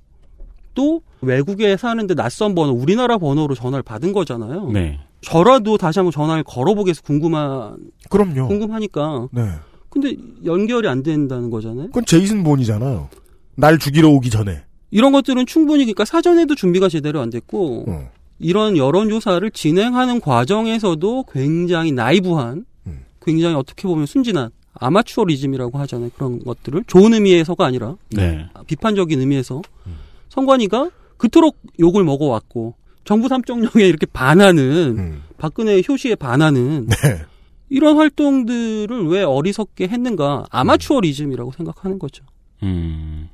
Speaker 9: 또 외국에 사는데 낯선 번호, 우리나라 번호로 전화를 받은 거잖아요.
Speaker 4: 네.
Speaker 9: 저라도 다시 한번 전화를 걸어보겠어 궁금한
Speaker 2: 그럼요.
Speaker 9: 궁금하니까.
Speaker 2: 네.
Speaker 9: 근데 연결이 안 된다는 거잖아요.
Speaker 2: 그건 제이슨 본이잖아요. 날 죽이러 오기 전에.
Speaker 9: 이런 것들은 충분히 그러니까 사전에도 준비가 제대로 안 됐고
Speaker 2: 어.
Speaker 9: 이런 여론조사를 진행하는 과정에서도 굉장히 나이브한,
Speaker 2: 음.
Speaker 9: 굉장히 어떻게 보면 순진한 아마추어리즘이라고 하잖아요. 그런 것들을 좋은 의미에서가 아니라
Speaker 4: 네.
Speaker 9: 어, 비판적인 의미에서 선관위가 그토록 욕을 먹어왔고 정부 3.0에 이렇게 반하는
Speaker 2: 음.
Speaker 9: 박근혜 효시에 반하는
Speaker 2: 네.
Speaker 9: 이런 활동들을 왜 어리석게 했는가 아마추어리즘이라고 생각하는 거죠.
Speaker 4: 음.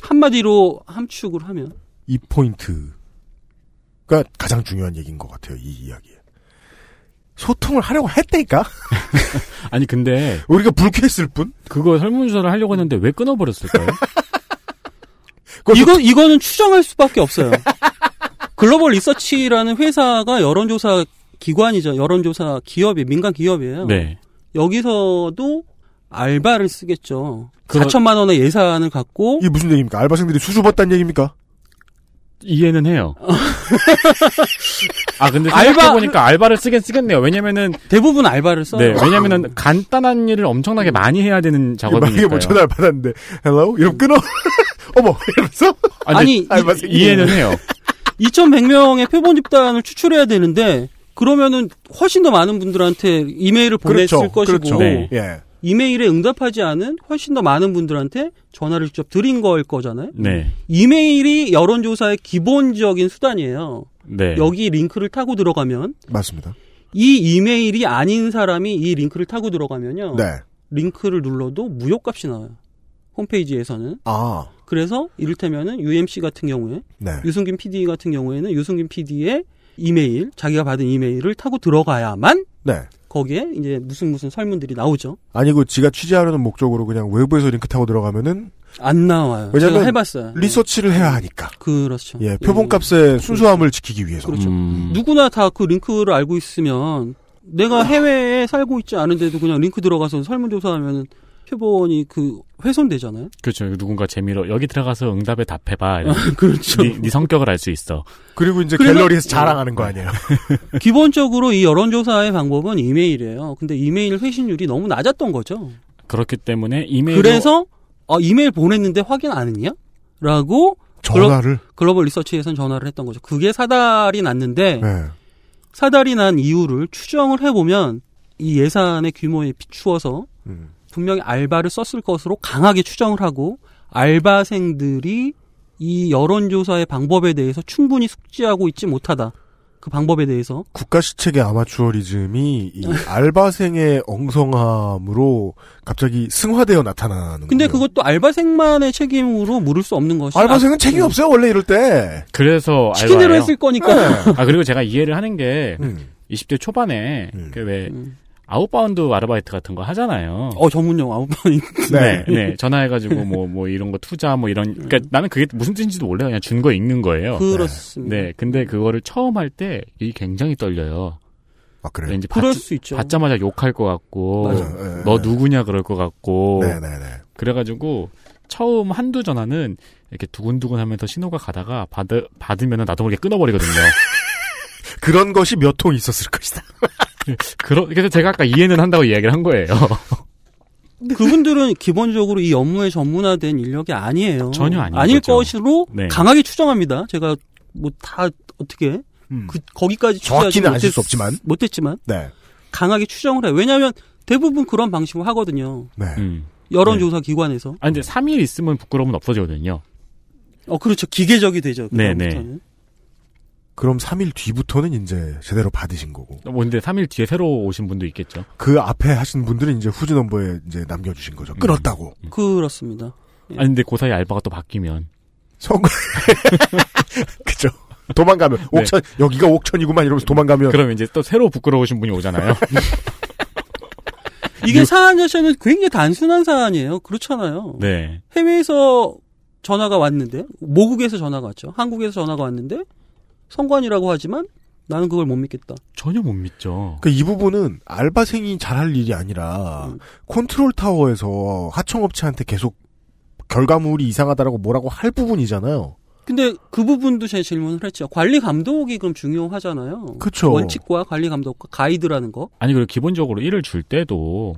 Speaker 9: 한마디로 함축을 하면
Speaker 2: 이 포인트가 그러니까 가장 중요한 얘기인 것 같아요. 이 이야기에. 소통을 하려고 했다니까?
Speaker 4: 아니 근데
Speaker 2: 우리가 불쾌했을 뿐?
Speaker 4: 그거 설문조사를 하려고 했는데 왜 끊어버렸을까요?
Speaker 2: 그것도-
Speaker 9: 이거 이거는 추정할 수밖에 없어요. 글로벌 리서치라는 회사가 여론조사 기관이죠. 여론조사 기업이 민간 기업이에요.
Speaker 4: 네.
Speaker 9: 여기서도 알바를 쓰겠죠.
Speaker 4: 그거-
Speaker 9: 4천만 원의 예산을 갖고
Speaker 2: 이게 무슨 얘기입니까? 알바생들이 수줍었단 얘기입니까?
Speaker 4: 이해는 해요. 아 근데 알바 보니까 알바를 쓰긴 쓰겠네요. 왜냐면은
Speaker 9: 대부분 알바를 써요.
Speaker 4: 네, 왜냐면은 간단한 일을
Speaker 9: 음.
Speaker 4: 엄청나게 많이 해야 되는
Speaker 2: 만약에
Speaker 9: 뭐
Speaker 4: 작업이니까요.
Speaker 2: 5천 원 받았는데 hello 이러면 끊어. 어머 이러면서
Speaker 4: 아니,
Speaker 9: 아니,
Speaker 2: 알바
Speaker 4: 이-
Speaker 2: 생기네.
Speaker 4: 이해는 해요.
Speaker 9: 2,100명의 표본 집단을 추출해야 되는데 그러면은 훨씬 더 많은 분들한테 이메일을 보냈을
Speaker 2: 그렇죠.
Speaker 9: 것이고
Speaker 2: 그렇죠.
Speaker 4: 네.
Speaker 2: 예.
Speaker 9: 이메일에 응답하지 않은 훨씬 더 많은 분들한테 전화를 직접 드린 걸 거잖아요.
Speaker 4: 네,
Speaker 9: 이메일이 여론조사의 기본적인 수단이에요.
Speaker 4: 네.
Speaker 9: 여기 링크를 타고 들어가면
Speaker 2: 맞습니다.
Speaker 9: 이 이메일이 아닌 사람이 이 링크를 타고 들어가면요.
Speaker 2: 네.
Speaker 9: 링크를 눌러도 무효값이 나와요. 홈페이지에서는.
Speaker 2: 아.
Speaker 9: 그래서 이를테면은 UMC 같은 경우에
Speaker 2: 네.
Speaker 9: 유승균 PD 같은 경우에는 유승균 PD의 이메일, 자기가 받은 이메일을 타고 들어가야만
Speaker 2: 네.
Speaker 9: 거기에 이제 무슨 무슨 설문들이 나오죠.
Speaker 2: 아니고 지가 취재하려는 목적으로 그냥 외부에서 링크 타고 들어가면은
Speaker 9: 안 나와요.
Speaker 2: 왜냐면
Speaker 9: 제가 해봤어요. 네,
Speaker 2: 리서치를 해야 하니까.
Speaker 9: 그렇죠.
Speaker 2: 예. 표본값의 순수함을 지키기 위해서.
Speaker 9: 그렇죠.
Speaker 4: 음,
Speaker 9: 누구나 다 그 링크를 알고 있으면 내가 해외에 살고 있지 않은데도 그냥 링크 들어가서 설문조사하면 표본이 그 훼손되잖아요.
Speaker 4: 그렇죠. 누군가 재미로 여기 들어가서 응답에 답해봐. 이런.
Speaker 9: 그렇죠.
Speaker 4: 네, 네 성격을 알 수 있어.
Speaker 2: 그리고 이제
Speaker 9: 그래서-
Speaker 2: 갤러리에서 자랑하는 거 아니에요. 예.
Speaker 9: 기본적으로 이 여론조사의 방법은 이메일이에요. 근데 이메일 회신율이 너무 낮았던 거죠.
Speaker 4: 그렇기 때문에
Speaker 2: 네,
Speaker 4: 이메일로
Speaker 9: 그래서 아, 이메일 보냈는데 확인 안 했냐? 라고
Speaker 2: 전화를.
Speaker 9: 글로벌 리서치에선 전화를 했던 거죠. 그게 사달이 났는데
Speaker 2: 네.
Speaker 9: 사달이 난 이유를 추정을 해보면 이 예산의 규모에 비추어서
Speaker 2: 음.
Speaker 9: 분명히 알바를 썼을 것으로 강하게 추정을 하고 알바생들이 이 여론조사의 방법에 대해서 충분히 숙지하고 있지 못하다. 그 방법에 대해서
Speaker 2: 국가 시책의 아마추어리즘이 이 알바생의 엉성함으로 갑자기 승화되어 나타나는.
Speaker 9: 근데 그것도 알바생만의 책임으로 물을 수 없는 것이
Speaker 2: 음. 알바생은 책임 없어요 원래 이럴 때. 네.
Speaker 4: 그래서
Speaker 9: 시킨 대로
Speaker 4: 알바예요.
Speaker 9: 했을 거니까
Speaker 4: 아 그리고 제가 이해를 하는 게
Speaker 2: 음.
Speaker 4: 20대 초반에
Speaker 2: 음.
Speaker 4: 그 왜
Speaker 9: 음.
Speaker 4: 아웃바운드 아르바이트 같은 거 하잖아요.
Speaker 9: 어 전문용 아웃바인
Speaker 2: 네.
Speaker 4: 네, 네. 전화해가지고 뭐뭐 이런 거 투자 뭐 이런. 그러니까 나는 그게 무슨 뜻인지도 몰라요. 그냥 준 거 읽는 거예요.
Speaker 9: 음. 그렇습니다.
Speaker 4: 네, 근데 그거를 처음 할 때 이 굉장히 떨려요.
Speaker 2: 아 그래요.
Speaker 4: 왠지 받,
Speaker 9: 네. 그럴 수 있죠.
Speaker 4: 자마자 욕할 것 같고
Speaker 9: 그렇죠. 맞아요.
Speaker 2: 네,
Speaker 4: 너 누구냐 그럴 것
Speaker 9: 뭐
Speaker 4: 같고
Speaker 2: 네네네.
Speaker 4: 그래가지고 처음 한두 전화는 이렇게 두근두근하면서 신호가 가다가 받으면 나도 모르게 끊어버리거든요.
Speaker 2: 그런 것이 몇 통 있었을 것이다.
Speaker 4: 그러, 그래서 제가 아까 이해는 한다고 이야기를 한 거예요.
Speaker 9: 그분들은 기본적으로 이 업무에 전문화된 인력이 아니에요.
Speaker 4: 전혀 아닌
Speaker 9: 아닐
Speaker 4: 거죠.
Speaker 9: 것으로
Speaker 4: 네.
Speaker 9: 강하게 추정합니다. 제가 뭐 다 어떻게 그 거기까지 취재하지
Speaker 2: 정확히는 아실
Speaker 9: 못했,
Speaker 2: 수 없지만.
Speaker 9: 못했지만
Speaker 2: 네.
Speaker 9: 강하게 추정을 해요. 왜냐하면 대부분 그런 방식으로 하거든요.
Speaker 2: 네.
Speaker 4: 음.
Speaker 9: 여론조사 기관에서.
Speaker 4: 아 근데 3일 있으면 부끄러움은 없어지거든요.
Speaker 9: 음. 어 그렇죠. 기계적이 되죠.
Speaker 4: 네, 네.
Speaker 9: 그다음부터는.
Speaker 2: 그럼 3일 뒤부터는 이제 제대로 받으신 거고.
Speaker 4: 뭐 근데 3일 뒤에 새로 오신 분도 있겠죠.
Speaker 2: 그 앞에 하신 분들은 이제 후지 넘버에 이제 남겨주신 거죠.
Speaker 9: 음.
Speaker 2: 끊었다고.
Speaker 9: 그렇습니다.
Speaker 4: 아니 근데 그 사이 알바가 또 바뀌면
Speaker 2: 성공. 그죠.
Speaker 9: 네.
Speaker 2: 도망가면 옥천 여기가 옥천이구만 이러면서
Speaker 9: 그렇죠.
Speaker 2: 도망가면
Speaker 4: 그러면 이제 또 새로 부끄러우신 분이 오잖아요.
Speaker 9: 이게 사안 자체는 굉장히 단순한 사안이에요. 그렇잖아요.
Speaker 4: 네.
Speaker 9: 해외에서 전화가 왔는데 모국에서 전화가 왔죠. 한국에서 전화가 왔는데 성관이라고 하지만 나는 그걸 못 믿겠다.
Speaker 4: 전혀 못 믿죠.
Speaker 2: 그러니까 그이 부분은 알바생이 잘할 일이 아니라
Speaker 9: 음.
Speaker 2: 컨트롤 타워에서 하청업체한테 계속 결과물이 이상하다라고 뭐라고 할 부분이잖아요.
Speaker 9: 근데 그 부분도 제 질문을 했죠. 관리 감독이 그럼 중요하잖아요.
Speaker 2: 그쵸.
Speaker 9: 원칙과 관리 감독과 가이드라는 거.
Speaker 4: 아니 그리고 기본적으로 일을 줄 때도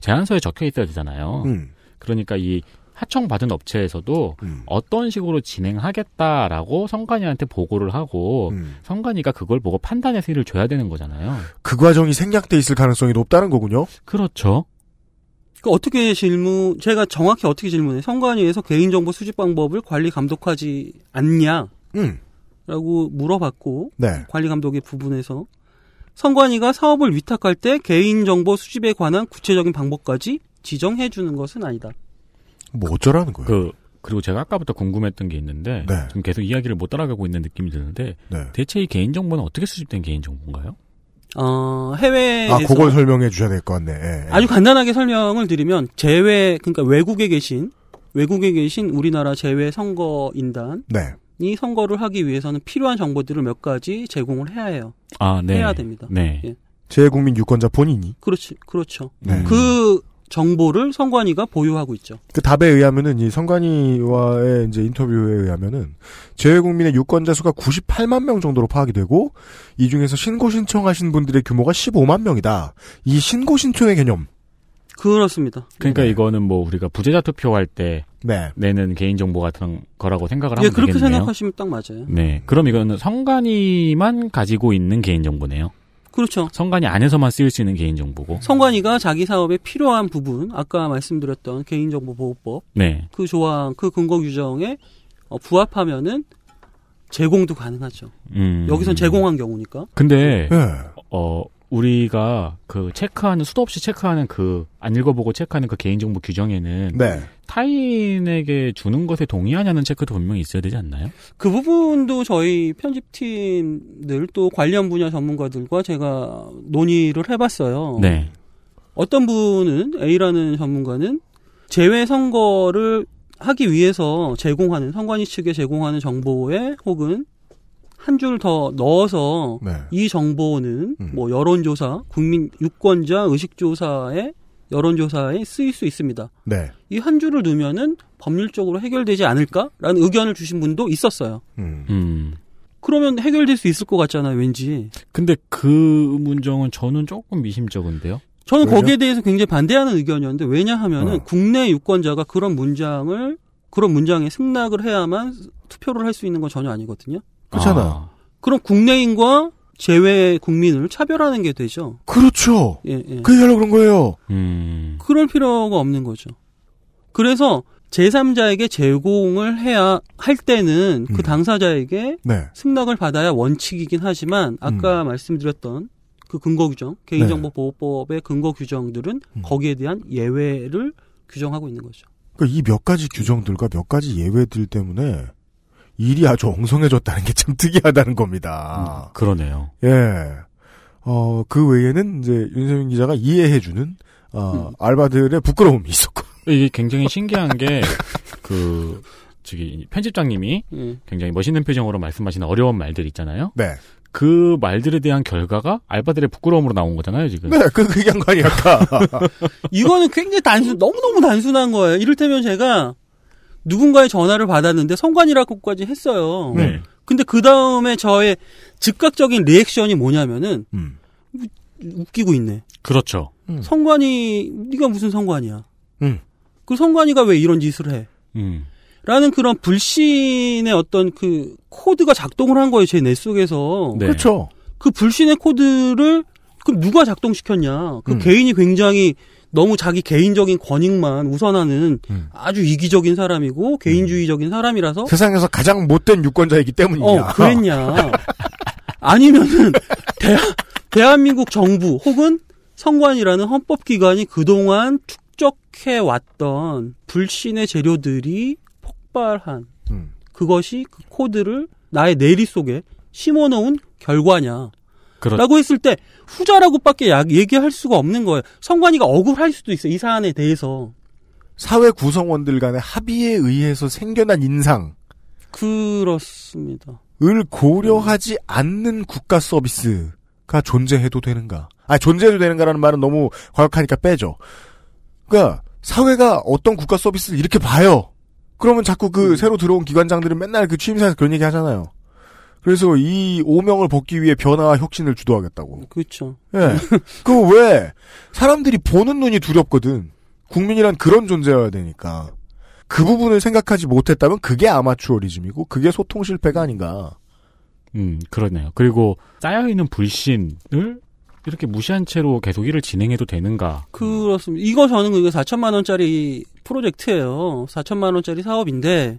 Speaker 4: 제안서에 적혀 있어야 되잖아요.
Speaker 2: 음,
Speaker 4: 그러니까 이 하청 받은 업체에서도
Speaker 2: 음,
Speaker 4: 어떤 식으로 진행하겠다라고 성관이한테 보고를 하고
Speaker 2: 음.
Speaker 4: 성관이가 그걸 보고 판단해서 일을 줘야 되는 거잖아요.
Speaker 2: 그 과정이 생략돼 있을 가능성이 높다는 거군요.
Speaker 4: 그렇죠.
Speaker 9: 그 어떻게 질문 제가 정확히 어떻게 질문해? 성관위에서 개인정보 수집 방법을 관리 감독하지 않냐라고
Speaker 2: 음,
Speaker 9: 물어봤고
Speaker 2: 네,
Speaker 9: 관리 감독의 부분에서 선관위가 사업을 위탁할 때 개인정보 수집에 관한 구체적인 방법까지 지정해 주는 것은 아니다.
Speaker 2: 뭐 어쩌라는 거예요.
Speaker 4: 그 그리고 제가 아까부터 궁금했던 게 있는데
Speaker 2: 네.
Speaker 4: 지금 계속 이야기를 못 따라가고 있는 느낌이 드는데
Speaker 2: 네.
Speaker 4: 대체 이 개인 정보는 어떻게 수집된 개인 정보인가요?
Speaker 9: 어, 해외에서
Speaker 2: 아, 그걸 설명해 주셔야 될 것 같네. 예, 예.
Speaker 9: 아주 간단하게 설명을 드리면 제외 그러니까 외국에 계신 외국에 계신 우리나라 제외 선거인단이
Speaker 2: 네,
Speaker 9: 선거를 하기 위해서는 필요한 정보들을 몇 가지 제공을 해야 해요.
Speaker 4: 아, 네.
Speaker 9: 해야 됩니다.
Speaker 4: 네.
Speaker 9: 예.
Speaker 2: 재외국민 유권자 본인이
Speaker 9: 그렇지, 그렇죠.
Speaker 2: 네.
Speaker 4: 음.
Speaker 9: 그 정보를 선관위가 보유하고 있죠.
Speaker 2: 그 답에 의하면은 이 선관위와의 이제 인터뷰에 의하면은 재외국민의 유권자 수가 98만 명 정도로 파악이 되고 이 중에서 신고 신청하신 분들의 규모가 15만 명이다. 이 신고 신청의 개념.
Speaker 9: 그렇습니다.
Speaker 4: 그러니까 이거는 뭐 우리가 부재자 투표할 때
Speaker 2: 네.
Speaker 4: 내는 개인정보 같은 거라고 생각을 하면
Speaker 9: 예, 그렇게
Speaker 4: 되겠네요.
Speaker 9: 생각하시면 딱 맞아요.
Speaker 4: 네. 그럼 이거는 선관위만 가지고 있는 개인정보네요.
Speaker 9: 그렇죠.
Speaker 4: 선관위 안에서만 쓰일 수 있는 개인정보고.
Speaker 9: 선관위가 자기 사업에 필요한 부분, 아까 말씀드렸던 개인정보보호법
Speaker 4: 네.
Speaker 9: 그 조항, 그 근거 규정에 어, 부합하면은 제공도 가능하죠.
Speaker 4: 음.
Speaker 9: 여기선 제공한 경우니까. 네.
Speaker 4: 근데
Speaker 2: 예.
Speaker 4: 어 우리가 그 체크하는 수도 없이 체크하는 그 안 읽어보고 체크하는 그 개인정보 규정에는
Speaker 2: 네.
Speaker 4: 타인에게 주는 것에 동의하냐는 체크도 분명히 있어야 되지 않나요?
Speaker 9: 그 부분도 저희 편집팀들 또 관련 분야 전문가들과 제가 논의를 해봤어요.
Speaker 4: 네.
Speaker 9: 어떤 분은 A라는 전문가는 재외 선거를 하기 위해서 제공하는 선관위 측에 제공하는 정보에 혹은 한 줄 더 넣어서
Speaker 2: 네.
Speaker 9: 이 정보는
Speaker 2: 음.
Speaker 9: 뭐 여론조사, 국민 유권자 의식조사에 여론조사에 쓰일 수 있습니다.
Speaker 2: 네.
Speaker 9: 이 한 줄을 넣으면은 법률적으로 해결되지 않을까라는 의견을 주신 분도 있었어요.
Speaker 2: 음.
Speaker 4: 음.
Speaker 9: 그러면 해결될 수 있을 것 같잖아요, 왠지.
Speaker 4: 근데 그 문정은 저는 조금 미심쩍은데요.
Speaker 9: 저는
Speaker 2: 왜죠?
Speaker 9: 거기에 대해서 굉장히 반대하는 의견이었는데 왜냐하면은
Speaker 2: 어.
Speaker 9: 국내 유권자가 그런 문장을 그런 문장에 승낙을 해야만 투표를 할 수 있는 건 전혀 아니거든요.
Speaker 2: 그렇잖아.
Speaker 4: 아,
Speaker 9: 그럼 국내인과 제외 국민을 차별하는 게 되죠.
Speaker 2: 그렇죠.
Speaker 9: 예, 예.
Speaker 2: 그게 바로 그런 거예요.
Speaker 4: 음.
Speaker 9: 그럴 필요가 없는 거죠. 그래서 제3자에게 제공을 해야 할 때는
Speaker 2: 음.
Speaker 9: 그 당사자에게
Speaker 2: 네.
Speaker 9: 승낙을 받아야 원칙이긴 하지만 아까
Speaker 2: 음.
Speaker 9: 말씀드렸던 그 근거 규정 개인정보보호법의 근거 규정들은
Speaker 2: 네. 음.
Speaker 9: 거기에 대한 예외를 규정하고 있는 거죠.
Speaker 2: 그러니까 이 몇 가지 규정들과 몇 가지 예외들 때문에 일이 아주 엉성해졌다는 게 참 특이하다는 겁니다.
Speaker 4: 음, 그러네요.
Speaker 2: 예. 어, 그 외에는 이제 윤세민 기자가 이해해주는, 어,
Speaker 9: 음.
Speaker 2: 알바들의 부끄러움이 있었고.
Speaker 4: 이게 굉장히 신기한 게 그 저기 편집장님이
Speaker 9: 예.
Speaker 4: 굉장히 멋있는 표정으로 말씀하시는 어려운 말들 있잖아요.
Speaker 2: 네.
Speaker 4: 그 말들에 대한 결과가 알바들의 부끄러움으로 나온 거잖아요, 지금.
Speaker 2: 네, 그, 그 양반이 아까.
Speaker 9: 이거는 굉장히 단순 너무 너무 단순한 거예요. 이를테면 제가 누군가의 전화를 받았는데 성관이라고까지 했어요.
Speaker 4: 네.
Speaker 9: 근데 그 다음에 저의 즉각적인 리액션이 뭐냐면은
Speaker 2: 음.
Speaker 9: 웃기고 있네.
Speaker 4: 그렇죠.
Speaker 2: 음.
Speaker 9: 성관이 네가 무슨 성관이야?
Speaker 2: 음.
Speaker 9: 그 성관이가 왜 이런 짓을 해?
Speaker 4: 음.
Speaker 9: 라는 그런 불신의 어떤 그 코드가 작동을 한 거예요, 제 뇌 속에서.
Speaker 4: 네.
Speaker 2: 그렇죠.
Speaker 9: 그 불신의 코드를 그럼 누가 작동시켰냐? 그
Speaker 2: 음.
Speaker 9: 개인이 굉장히 너무 자기 개인적인 권익만 우선하는
Speaker 2: 음.
Speaker 9: 아주 이기적인 사람이고 개인주의적인 사람이라서
Speaker 2: 세상에서 가장 못된 유권자이기 때문이야.
Speaker 9: 어, 그랬냐? 아니면은 대한 대한민국 정부 혹은 선관이라는 헌법 기관이 그동안 축적해 왔던 불신의 재료들이 폭발한
Speaker 2: 음.
Speaker 9: 그것이 그 코드를 나의 내리 속에 심어놓은 결과냐라고
Speaker 4: 그렇
Speaker 9: 했을 때 후자라고밖에 야- 얘기할 수가 없는 거예요. 선관위가 억울할 수도 있어 요이 사안에 대해서
Speaker 2: 사회 구성원들 간의 합의에 의해서 생겨난 인상을
Speaker 9: 그렇습니다.
Speaker 2: 고려하지 않는 국가 서비스가 존재해도 되는가. 아, 존재해도 되는가라는 말은 너무 과격하니까 빼죠. 그러니까, 사회가 어떤 국가 서비스를 이렇게 봐요. 그러면 자꾸 그
Speaker 9: 음.
Speaker 2: 새로 들어온 기관장들은 맨날 그 취임사에서 그런 얘기 하잖아요. 그래서 이 오명을 벗기 위해 변화와 혁신을 주도하겠다고.
Speaker 9: 그렇죠.
Speaker 2: 예. 그 왜 사람들이 보는 눈이 두렵거든. 국민이란 그런 존재여야 되니까. 그 부분을 생각하지 못했다면 그게 아마추어리즘이고 그게 소통 실패가 아닌가.
Speaker 4: 음, 그러네요. 그리고 쌓여있는 불신을 이렇게 무시한 채로 계속 일을 진행해도 되는가.
Speaker 9: 그렇습니다. 이거 저는 이거 4천만 원짜리 프로젝트예요. 4천만 원짜리 사업인데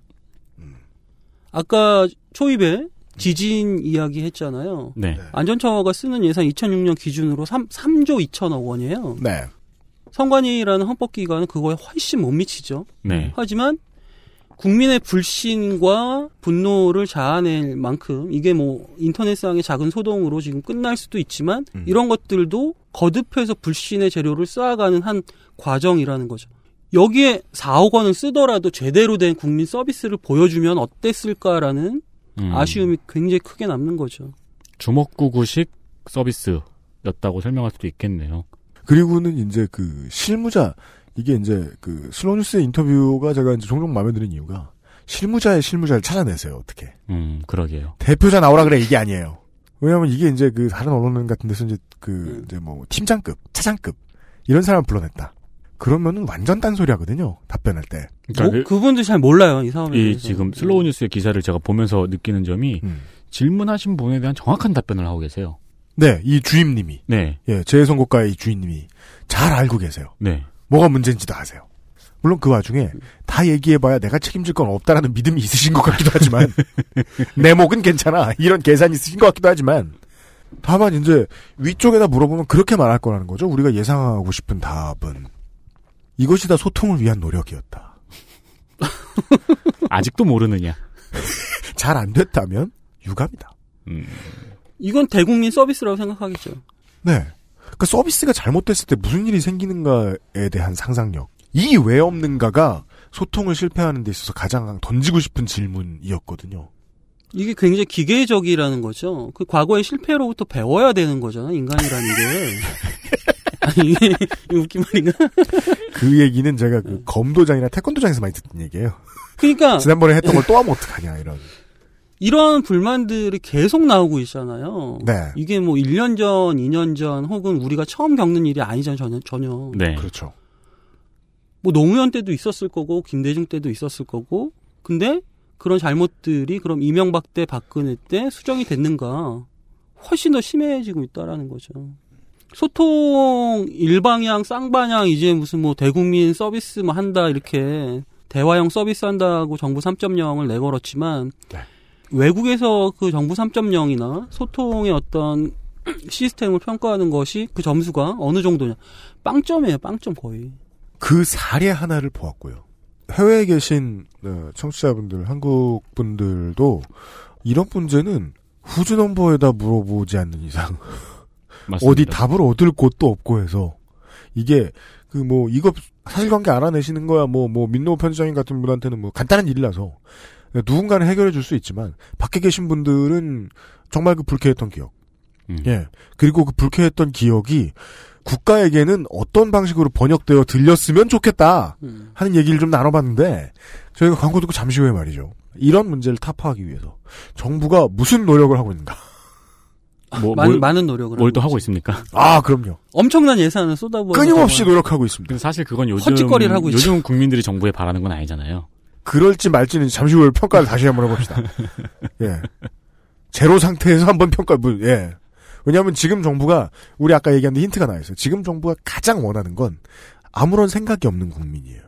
Speaker 9: 아까 초입에 지진 이야기 했잖아요.
Speaker 4: 네.
Speaker 9: 안전처가 쓰는 예산 2006년 기준으로 3, 3조 2천억 원이에요.
Speaker 2: 네.
Speaker 9: 선관위라는 헌법기관은 그거에 훨씬 못 미치죠.
Speaker 4: 네.
Speaker 9: 하지만 국민의 불신과 분노를 자아낼 만큼 이게 뭐 인터넷상의 작은 소동으로 지금 끝날 수도 있지만
Speaker 2: 음.
Speaker 9: 이런 것들도 거듭해서 불신의 재료를 쌓아가는 한 과정이라는 거죠. 여기에 4억 원을 쓰더라도 제대로 된 국민 서비스를 보여주면 어땠을까라는
Speaker 4: 음,
Speaker 9: 아쉬움이 굉장히 크게 남는 거죠.
Speaker 4: 주먹구구식 서비스였다고 설명할 수도 있겠네요.
Speaker 2: 그리고는 이제 그 실무자 이게 이제 그 슬로우뉴스의 인터뷰가 제가 이제 종종 마음에 드는 이유가 실무자의 실무자를 찾아내세요. 어떻게?
Speaker 4: 음, 그러게요.
Speaker 2: 대표자 나오라 그래 이게 아니에요. 왜냐하면 이게 이제 그 다른 언론 같은 데서 이제 그 이제 뭐 팀장급, 차장급 이런 사람 불러냈다. 그러면은 완전 딴소리하거든요. 답변할 때.
Speaker 4: 그러니까 그-
Speaker 9: 분들잘 몰라요 이 사업에
Speaker 4: 이
Speaker 9: 뭐 대해서.
Speaker 4: 지금 슬로우 뉴스의 기사를 제가 보면서 느끼는 점이
Speaker 2: 음.
Speaker 4: 질문하신 분에 대한 정확한 답변을 하고 계세요.
Speaker 2: 네, 이 주임님이
Speaker 4: 네,
Speaker 2: 예, 재선고가의 이 주임님이 잘 알고 계세요.
Speaker 4: 네.
Speaker 2: 뭐가 문제인지도 아세요. 물론 그 와중에 다 얘기해봐야 내가 책임질 건 없다라는 믿음이 있으신 것 같기도 하지만 내 목은 괜찮아 이런 계산이 있으신 것 같기도 하지만 다만 이제 위쪽에다 물어보면 그렇게 말할 거라는 거죠. 우리가 예상하고 싶은 답은 이것이 다 소통을 위한 노력이었다.
Speaker 4: 아직도 모르느냐.
Speaker 2: 잘 안 됐다면 유감이다.
Speaker 4: 음,
Speaker 9: 이건 대국민 서비스라고 생각하겠죠.
Speaker 2: 네. 그러니까 서비스가 잘못됐을 때 무슨 일이 생기는가에 대한 상상력. 이 왜 없는가가 소통을 실패하는 데 있어서 가장 던지고 싶은 질문이었거든요.
Speaker 9: 이게 굉장히 기계적이라는 거죠. 그 과거의 실패로부터 배워야 되는 거잖아 인간이라는 게. 아니, 이게 이게 웃긴 말인가?
Speaker 2: 그 얘기는 제가
Speaker 9: 네.
Speaker 2: 그 검도장이나 태권도장에서 많이 듣던 얘기예요.
Speaker 9: 그러니까
Speaker 2: 지난번에 했던 걸 또 하면 어떡하냐 이런.
Speaker 9: 이런 불만들이 계속 나오고 있잖아요.
Speaker 2: 네.
Speaker 9: 이게 뭐 1년 전, 2년 전 혹은 우리가 처음 겪는 일이 아니잖아요. 전혀. 전혀.
Speaker 4: 네.
Speaker 2: 그렇죠.
Speaker 9: 뭐 노무현 때도 있었을 거고 김대중 때도 있었을 거고. 근데 그런 잘못들이 그럼 이명박 때, 박근혜 때 수정이 됐는가? 훨씬 더 심해지고 있다라는 거죠. 소통 일방향, 쌍방향 이제 무슨 뭐 대국민 서비스 뭐 한다 이렇게 대화형 서비스 한다고 정부 3.0을 내걸었지만
Speaker 2: 네.
Speaker 9: 외국에서 그 정부 3.0이나 소통의 어떤 시스템을 평가하는 것이 그 점수가 어느 정도냐? 빵점이에요, 빵점 거의.
Speaker 2: 그 사례 하나를 보았고요. 해외에 계신 어, 청취자분들, 한국 분들도 이런 문제는 후즈 넘버에다 물어보지 않는 이상
Speaker 4: 맞습니다.
Speaker 2: 어디 답을 얻을 곳도 없고 해서 이게 그 뭐 이거 사실관계 알아내시는 거야 뭐 뭐 민노 편집장님 같은 분한테는 뭐 간단한 일이라서 누군가는 해결해 줄 수 있지만 밖에 계신 분들은 정말 그 불쾌했던 기억
Speaker 4: 음.
Speaker 2: 예 그리고 그 불쾌했던 기억이 국가에게는 어떤 방식으로 번역되어 들렸으면 좋겠다
Speaker 9: 음.
Speaker 2: 하는 얘기를 좀 나눠봤는데 저희가 광고 듣고 잠시 후에 말이죠 이런 문제를 타파하기 위해서 정부가 무슨 노력을 하고 있는가
Speaker 4: 뭐,
Speaker 9: 많은,
Speaker 4: 뭘,
Speaker 9: 많은 노력을
Speaker 4: 뭘 또
Speaker 9: 하고
Speaker 4: 하고 그러니까.
Speaker 9: 있죠.
Speaker 4: 있습니까?
Speaker 2: 아 그럼요
Speaker 9: 엄청난 예산을 뭐 쏟아부어
Speaker 2: 끊임없이 노력하고 있습니다.
Speaker 4: 근데 사실 그건 요즘
Speaker 9: 헛짓거리를 하고 있죠.
Speaker 4: 요즘 국민들이 정부에 바라는 건 아니잖아요.
Speaker 2: 그럴지 말지는 잠시 후에 평가를 다시 한번 해봅시다. 예. 제로 상태에서 한번 평가, 뭐, 예. 왜냐하면 지금 정부가 우리 아까 얘기한 데 힌트가 나와 있어요. 지금 정부가 가장 원하는 건 아무런 생각이 없는 국민이에요.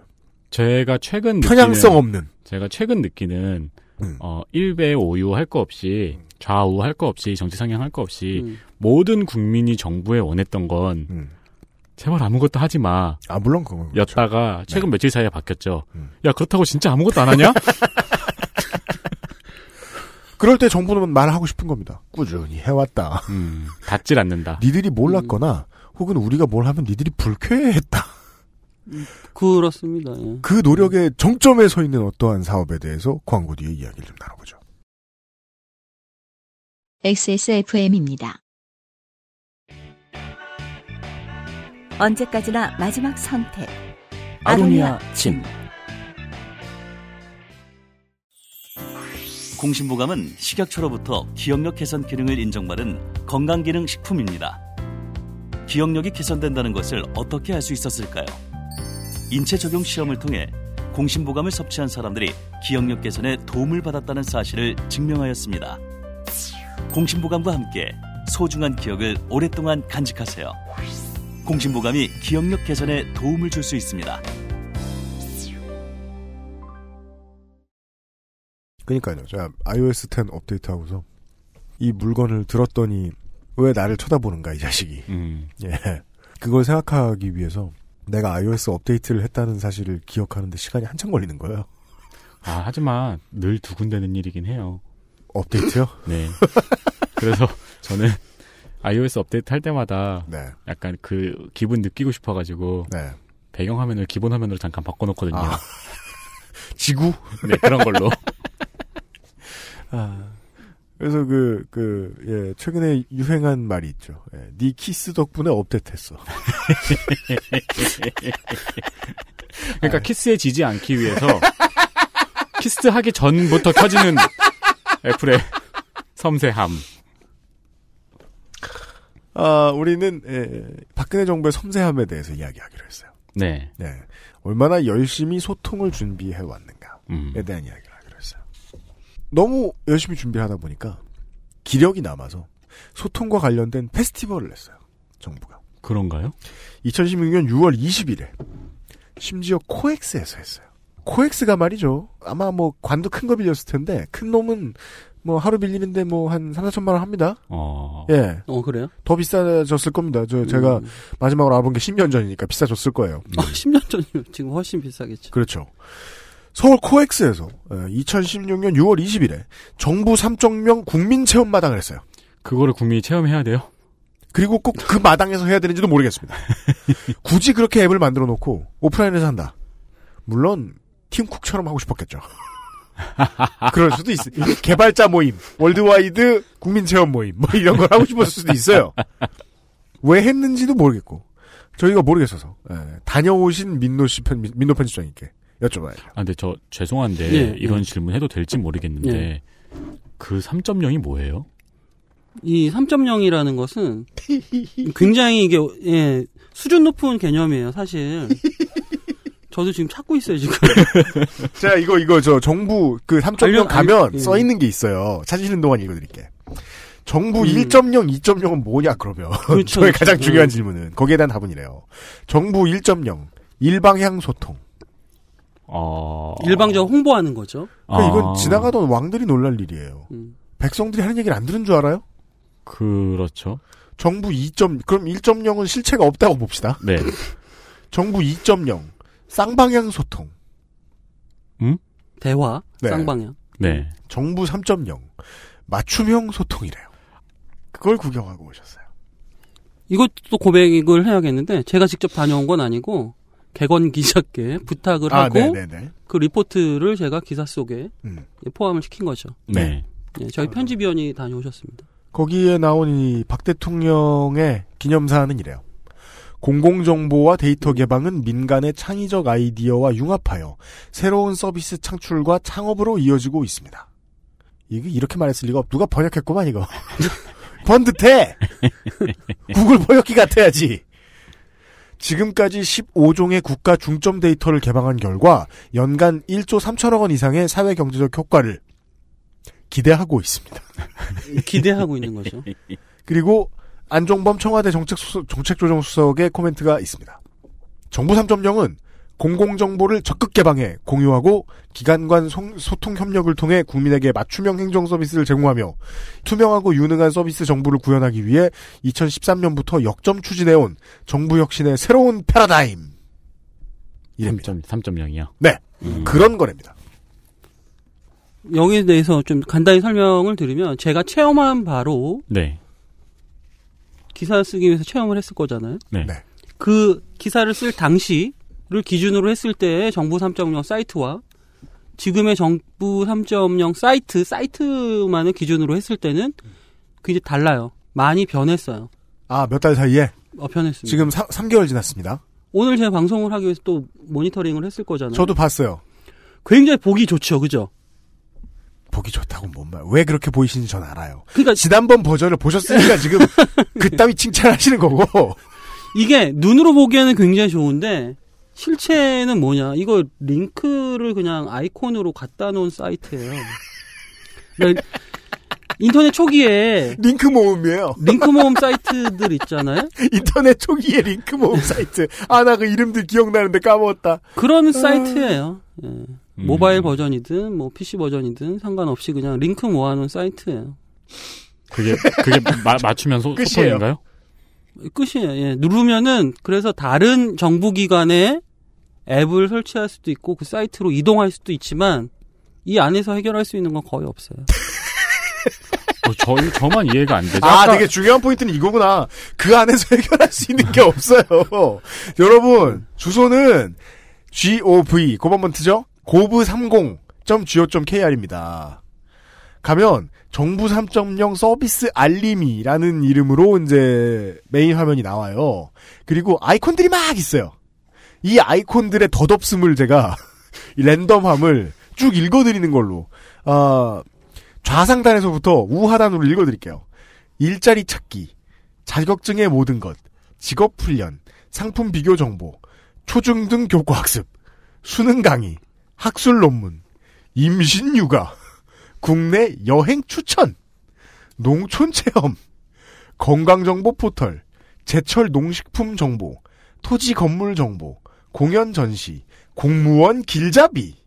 Speaker 4: 제가 최근
Speaker 2: 편향성
Speaker 4: 느끼는,
Speaker 2: 없는.
Speaker 4: 제가 최근 느끼는
Speaker 2: 음.
Speaker 4: 어 일배 오유 할 거 없이 좌우 할 거 없이 정치 상향 할 거 없이
Speaker 9: 음.
Speaker 4: 모든 국민이 정부에 원했던 건
Speaker 2: 음.
Speaker 4: 제발 아무것도 하지 마.
Speaker 2: 아 물론 그건 그렇죠.
Speaker 4: 였다가 최근 며칠 사이에 바뀌었죠.
Speaker 2: 음.
Speaker 4: 야 그렇다고 진짜 아무것도 안 하냐?
Speaker 2: 그럴 때 정부는 말하고 싶은 겁니다. 꾸준히 해왔다.
Speaker 4: 음, 닿질 않는다.
Speaker 2: 니들이 몰랐거나 혹은 우리가 뭘 하면 니들이 불쾌했다.
Speaker 9: 그렇습니다. 예.
Speaker 2: 그 노력의 정점에 서 있는 어떠한 사업에 대해서 광고 뒤에 이야기를 좀 나눠보죠.
Speaker 10: XSFM입니다.
Speaker 1: 언제까지나 마지막 선택.
Speaker 11: 아로니아 침.
Speaker 12: 공신보감은 식약처로부터 기억력 개선 기능을 인정받은 건강기능식품입니다. 기억력이 개선된다는 것을 어떻게 알 수 있었을까요? 인체 적용 시험을 통해 공신보감을 섭취한 사람들이 기억력 개선에 도움을 받았다는 사실을 증명하였습니다. 공신보감과 함께 소중한 기억을 오랫동안 간직하세요. 공신보감이 기억력 개선에 도움을 줄 수 있습니다.
Speaker 2: 그러니까요. 제가 iOS 10 업데이트하고서 이 물건을 들었더니 왜 나를 쳐다보는가 이 자식이.
Speaker 4: 음.
Speaker 2: 예. 그걸 생각하기 위해서 내가 iOS 업데이트를 했다는 사실을 기억하는데 시간이 한참 걸리는 거예요.
Speaker 4: 아 하지만 늘 두근대는 일이긴 해요.
Speaker 2: 업데이트요?
Speaker 4: 네. 그래서 저는 iOS 업데이트 할 때마다
Speaker 2: 네.
Speaker 4: 약간 그 기분 느끼고 싶어가지고
Speaker 2: 네.
Speaker 4: 배경 화면을 기본 화면으로 잠깐 바꿔놓거든요.
Speaker 2: 아. 지구?
Speaker 4: 네 그런 걸로.
Speaker 2: 그래서 그, 그, 예, 최근에 유행한 말이 있죠. 예, 니 키스 덕분에 업데이트했어.
Speaker 4: 그러니까 키스에 지지 않기 위해서 키스하기 전부터 켜지는 애플의 섬세함.
Speaker 2: 아, 우리는, 예, 박근혜 정부의 섬세함에 대해서 이야기하기로 했어요.
Speaker 4: 네.
Speaker 2: 네. 얼마나 열심히 소통을 준비해 왔는가에
Speaker 4: 음.
Speaker 2: 대한 이야기를 하기로 했어요. 너무 열심히 준비하다 보니까 기력이 남아서 소통과 관련된 페스티벌을 했어요. 정부가.
Speaker 4: 그런가요?
Speaker 2: 2016년 6월 20일에 심지어 코엑스에서 했어요. 코엑스가 말이죠. 아마 뭐 관도 큰 거 빌렸을 텐데 큰 놈은 뭐 하루 빌리는데 뭐 한 3, 4천만 원 합니다.
Speaker 4: 어.
Speaker 2: 예.
Speaker 9: 어, 그래요?
Speaker 2: 더 비싸졌을 겁니다. 저 제가 마지막으로 알아본 게 10년 전이니까 비싸졌을 거예요.
Speaker 9: 아, 10년 전이면 지금 훨씬 비싸겠죠.
Speaker 2: 그렇죠. 서울 코엑스에서 예, 2016년 6월 20일에 정부 3정명 국민 체험 마당을 했어요.
Speaker 4: 그거를 국민이 체험해야 돼요?
Speaker 2: 그리고 꼭 그 마당에서 해야 되는지도 모르겠습니다. 굳이 그렇게 앱을 만들어 놓고 오프라인에서 한다. 물론 팀쿡처럼 하고 싶었겠죠. 그럴 수도 있어요. 개발자 모임, 월드와이드 국민 체험 모임 뭐 이런 걸 하고 싶었을 수도 있어요. 왜 했는지도 모르겠고 저희가 모르겠어서 예, 다녀오신 민노 씨 편, 민노 편집장님께 여쭤봐요.
Speaker 4: 아, 근데 저 죄송한데
Speaker 2: 예,
Speaker 4: 이런 질문 해도 될지 모르겠는데
Speaker 9: 예.
Speaker 4: 그 3.0이 뭐예요?
Speaker 9: 이 3.0이라는 것은 굉장히 이게 예, 수준 높은 개념이에요, 사실. 저도 지금 찾고 있어요, 지금.
Speaker 2: 자, 이거, 이거, 저, 정부, 그, 3.0
Speaker 9: 관련-
Speaker 2: 가면,
Speaker 9: 예.
Speaker 2: 써 있는 게 있어요. 찾으시는 동안 읽어드릴게. 정부 1.0, 2.0은 뭐냐, 그러면.
Speaker 9: 음. 그렇죠,
Speaker 2: 저의
Speaker 9: 그렇죠.
Speaker 2: 가장 중요한
Speaker 9: 음.
Speaker 2: 질문은, 거기에 대한 답은 이래요. 정부 1.0, 일방향 소통.
Speaker 4: 어. 아,
Speaker 9: 일방적으로 홍보하는 거죠.
Speaker 2: 그러니까 이건 지나가던 왕들이 놀랄 일이에요.
Speaker 9: 음.
Speaker 2: 백성들이 하는 얘기를 안 들은 줄 알아요?
Speaker 4: 그렇죠.
Speaker 2: 정부 2. 그럼 1.0은 실체가 없다고 봅시다.
Speaker 4: 네.
Speaker 2: 정부 2.0, 쌍방향 소통.
Speaker 9: 대화,
Speaker 2: 네.
Speaker 9: 쌍방향.
Speaker 4: 네.
Speaker 2: 정부 3.0, 맞춤형 소통이래요. 그걸 구경하고 오셨어요.
Speaker 9: 이것도 고백을 해야겠는데 제가 직접 다녀온 건 아니고 개건 기자께 부탁을
Speaker 2: 아,
Speaker 9: 하고
Speaker 2: 네네네.
Speaker 9: 그 리포트를 제가 기사 속에
Speaker 2: 음.
Speaker 9: 예, 포함을 시킨 거죠.
Speaker 4: 네.
Speaker 9: 예, 저희 편집위원이 다녀오셨습니다.
Speaker 2: 거기에 나온 이 박 대통령의 기념사는 이래요. 공공정보와 데이터 개방은 민간의 창의적 아이디어와 융합하여 새로운 서비스 창출과 창업으로 이어지고 있습니다. 이게 이렇게 말했을 리가 없. 누가 번역했구만 이거. 번듯해. 구글 번역기 같아야지. 지금까지 15종의 국가 중점 데이터를 개방한 결과 연간 1조 3천억 원 이상의 사회 경제적 효과를 기대하고 있습니다.
Speaker 9: 기대하고 있는 거죠.
Speaker 2: 그리고 안종범 청와대 정책 수- 정책조정 수석의 코멘트가 있습니다. 정부 3.0은 공공정보를 적극 개방해 공유하고 기관 간 송- 소통 협력을 통해 국민에게 맞춤형 행정 서비스를 제공하며 투명하고 유능한 서비스 정부를 구현하기 위해 2013년부터 역점 추진해온 정부 혁신의 새로운 패러다임.
Speaker 4: 3.0이요.
Speaker 2: 네. 그런 거랍니다.
Speaker 9: 여기에 대해서 좀 간단히 설명을 드리면 제가 체험한 바로
Speaker 4: 네.
Speaker 9: 기사 쓰기 위해서 체험을 했을 거잖아요.
Speaker 4: 네.
Speaker 9: 그 기사를 쓸 당시를 기준으로 했을 때 정부 3.0 사이트와 지금의 정부 3.0 사이트 사이트만을 기준으로 했을 때는 굉장히 달라요. 많이 변했어요.
Speaker 2: 아, 몇 달 사이에
Speaker 9: 어, 변했습니다.
Speaker 2: 지금 3, 개월 지났습니다.
Speaker 9: 오늘 제가 방송을 하기 위해서 또 모니터링을 했을 거잖아요.
Speaker 2: 저도 봤어요.
Speaker 9: 굉장히 보기 좋죠, 그죠?
Speaker 2: 보기 좋다고 뭔 말? 왜 그렇게 보이시는지 전 알아요.
Speaker 9: 그러니까
Speaker 2: 지난번 버전을 보셨으니까 지금 그 따위 칭찬하시는 거고.
Speaker 9: 이게 눈으로 보기에는 굉장히 좋은데 실체는 뭐냐? 이거 링크를 그냥 아이콘으로 갖다 놓은 사이트예요. 그러니까 인터넷 초기에
Speaker 2: 링크 모음이에요.
Speaker 9: 링크 모음 사이트들 있잖아요.
Speaker 2: 인터넷 초기에 링크 모음 사이트. 아, 나 그 이름들 기억나는데 까먹었다.
Speaker 9: 그런 사이트예요. 예. 모바일 버전이든 뭐 PC 버전이든 상관없이 그냥 링크 모아놓은 사이트예요.
Speaker 4: 그게 그게 마- 맞추면 소,
Speaker 9: 끝이에요.
Speaker 4: 통인가요
Speaker 9: 끝이에요. 예. 누르면은 그래서 다른 정부 기관의 앱을 설치할 수도 있고 그 사이트로 이동할 수도 있지만 이 안에서 해결할 수 있는 건 거의 없어요.
Speaker 4: 어, 저 저만 이해가 안 되죠.
Speaker 2: 아,
Speaker 4: 아까-
Speaker 2: 되게 중요한 포인트는 이거구나. 그 안에서 해결할 수 있는 게 없어요. 여러분, 주소는 gov, 고번번트죠? gov30.go.kr입니다. 가면 정부 3.0 서비스 알림이라는 이름으로 이제 메인 화면이 나와요. 그리고 아이콘들이 막 있어요. 이 아이콘들의 덧없음을 제가 이 랜덤함을 쭉 읽어드리는 걸로 아, 좌상단에서부터 우하단으로 읽어드릴게요. 일자리 찾기, 자격증의 모든 것, 직업 훈련, 상품 비교 정보, 초중등 교과 학습, 수능 강의, 학술 논문, 임신 육아, 국내 여행 추천, 농촌 체험, 건강 정보 포털, 제철 농식품 정보, 토지 건물 정보, 공연 전시, 공무원 길잡이,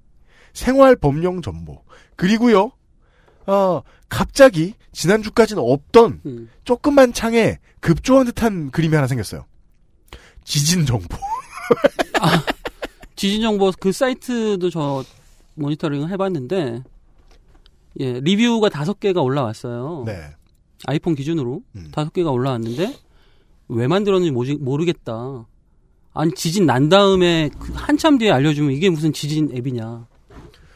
Speaker 2: 생활 법령 정보, 그리고요, 어, 갑자기 지난주까지는 없던 조그만 창에 급조한 듯한 그림이 하나 생겼어요. 지진 정보.
Speaker 9: 지진 정보 그 사이트도 저 모니터링을 해봤는데 예 리뷰가 다섯 개가 올라왔어요.
Speaker 2: 네.
Speaker 9: 아이폰 기준으로
Speaker 2: 음.
Speaker 9: 다섯 개가 올라왔는데 왜 만들었는지 모지, 모르겠다. 아니 지진 난 다음에 그 한참 뒤에 알려주면 이게 무슨 지진 앱이냐.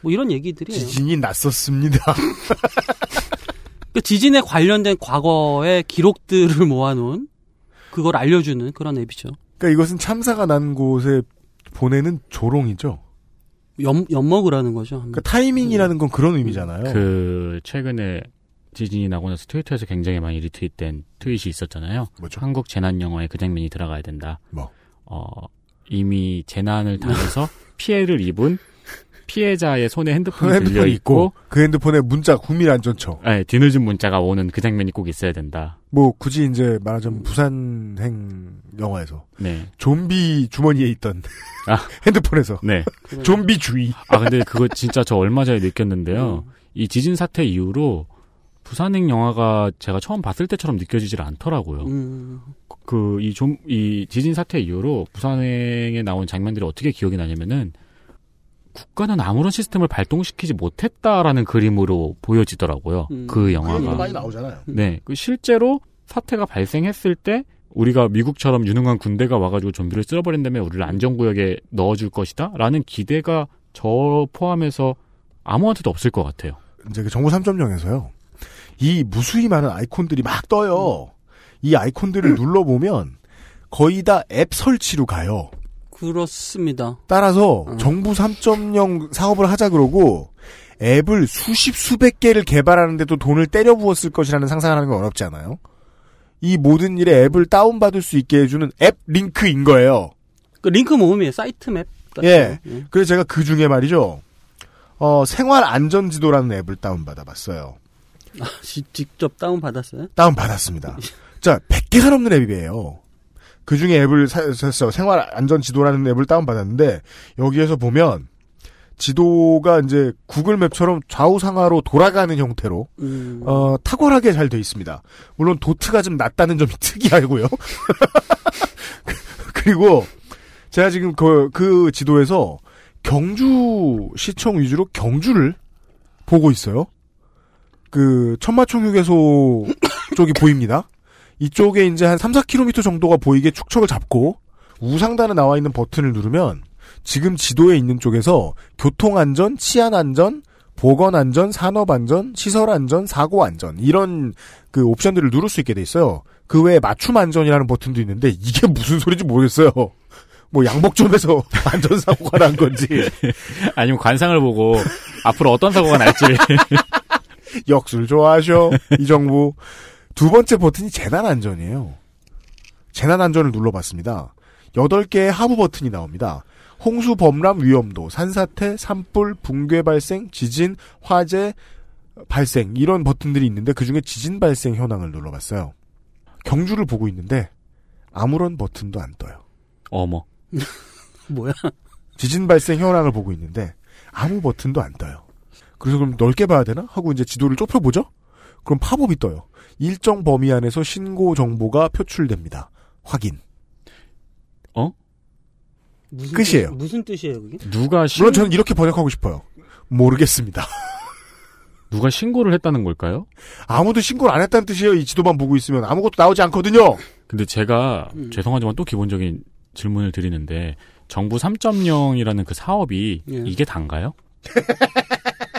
Speaker 9: 뭐 이런 얘기들이에요.
Speaker 2: 지진이 났었습니다.
Speaker 9: 그 지진에 관련된 과거의 기록들을 모아놓은 그걸 알려주는 그런 앱이죠.
Speaker 2: 그러니까 이것은 참사가 난 곳에 보내는 조롱이죠.
Speaker 9: 엿, 엿먹으라는 거죠.
Speaker 2: 그러니까 타이밍이라는 건 그런 의미잖아요.
Speaker 4: 그 최근에 지진이 나고 나서 트위터에서 굉장히 많이 리트윗된 트윗이 있었잖아요. 한국 재난 영화에 그 장면이 들어가야 된다.
Speaker 2: 뭐?
Speaker 4: 어, 이미 재난을 당해서 피해를 입은 피해자의 손에 핸드폰이 들려
Speaker 2: 핸드폰이
Speaker 4: 있고,
Speaker 2: 있고 그 핸드폰에 문자 국민 안전처.
Speaker 4: 예, 뒤늦은 문자가 오는 그 장면이 꼭 있어야 된다.
Speaker 2: 뭐 굳이 이제 말하자면 부산행 영화에서
Speaker 4: 네.
Speaker 2: 좀비 주머니에 있던
Speaker 4: 아.
Speaker 2: 핸드폰에서
Speaker 4: 네.
Speaker 2: 좀비 주의.
Speaker 4: 아 근데 그거 진짜 저 얼마 전에
Speaker 2: 음.
Speaker 4: 느꼈는데요. 이 지진 사태 이후로 부산행 영화가 제가 처음 봤을 때처럼 느껴지질 않더라고요.
Speaker 2: 음.
Speaker 4: 그 이 좀 이 지진 사태 이후로 부산행에 나온 장면들이 어떻게 기억이 나냐면은 국가는 아무런 시스템을 발동시키지 못했다라는 그림으로 보여지더라고요.
Speaker 2: 음.
Speaker 4: 그
Speaker 2: 그림도
Speaker 4: 영화가
Speaker 2: 많이 나오잖아요.
Speaker 4: 네, 그 실제로 사태가 발생했을 때 우리가 미국처럼 유능한 군대가 와가지고 좀비를 쓸어버린 다음에 우리를 안전구역에 넣어줄 것이다라는 기대가 저 포함해서 아무한테도 없을 것 같아요.
Speaker 2: 이제 그 정부 3.0에서요. 이 무수히 많은 아이콘들이 막 떠요. 이 아이콘들을 눌러보면 거의 다 앱 설치로 가요.
Speaker 9: 그렇습니다.
Speaker 2: 따라서 정부 3.0 사업을 하자 그러고 앱을 수십 수백 개를 개발하는데도 돈을 때려 부었을 것이라는 상상을 하는 건 어렵지 않아요. 이 모든 일에 앱을 다운받을 수 있게 해주는 앱 링크인 거예요.
Speaker 9: 그 링크 모음이에요. 사이트 맵. 같은
Speaker 2: 예.
Speaker 9: 거. 예.
Speaker 2: 그래서 제가 그 중에 말이죠. 어, 생활 안전 지도라는 앱을 다운받아 봤어요.
Speaker 9: 아, 지- 직접 다운 받았어요?
Speaker 2: 다운받았습니다. 자, 100개가 넘는 앱이에요. 그 중에 앱을 사- 샀어요. 생활 안전 지도라는 앱을 다운받았는데, 여기에서 보면, 지도가 이제 구글 맵처럼 좌우상하로 돌아가는 형태로, 어, 탁월하게 잘 돼 있습니다. 물론 도트가 좀 낮다는 점이 특이하고요. 그리고, 제가 지금 그, 그 지도에서 경주 시청 위주로 경주를 보고 있어요. 그 천마총 휴게소 쪽이 보입니다. 이쪽에 이제 한 3, 4km 정도가 보이게 축척을 잡고 우상단에 나와 있는 버튼을 누르면 지금 지도에 있는 쪽에서 교통안전, 치안안전, 보건안전, 산업안전, 시설안전, 사고안전 이런 그 옵션들을 누를 수 있게 돼 있어요. 그 외에 맞춤안전이라는 버튼도 있는데 이게 무슨 소리인지 모르겠어요. 뭐 양복점에서 안전사고가 난 건지
Speaker 4: 아니면 관상을 보고 앞으로 어떤 사고가 날지
Speaker 2: 역술 좋아하셔 이 정부 두 번째 버튼이 재난 안전이에요. 재난 안전을 눌러봤습니다. 8개의 하부 버튼이 나옵니다. 홍수 범람 위험도, 산사태, 산불, 붕괴 발생, 지진, 화재 발생 이런 버튼들이 있는데 그중에 지진 발생 현황을 눌러봤어요. 경주를 보고 있는데 아무런 버튼도 안 떠요.
Speaker 4: 어머.
Speaker 9: 뭐야?
Speaker 2: 지진 발생 현황을 보고 있는데 아무 버튼도 안 떠요. 그래서 그럼 넓게 봐야 되나 하고 이제 지도를 좁혀보죠. 그럼 팝업이 떠요. 일정 범위 안에서 신고 정보가 표출됩니다. 확인.
Speaker 4: 어?
Speaker 9: 무슨
Speaker 2: 끝이에요.
Speaker 9: 뜻- 무슨 뜻이에요, 그게?
Speaker 4: 누가
Speaker 2: 물론 저는 이렇게 번역하고 싶어요. 모르겠습니다.
Speaker 4: 누가 신고를 했다는 걸까요?
Speaker 2: 아무도 신고를 안 했다는 뜻이에요. 이 지도만 보고 있으면 아무것도 나오지 않거든요.
Speaker 4: 근데 제가 죄송하지만 또 기본적인 질문을 드리는데 정부 3.0이라는 그 사업이
Speaker 9: 예.
Speaker 4: 이게 단가요?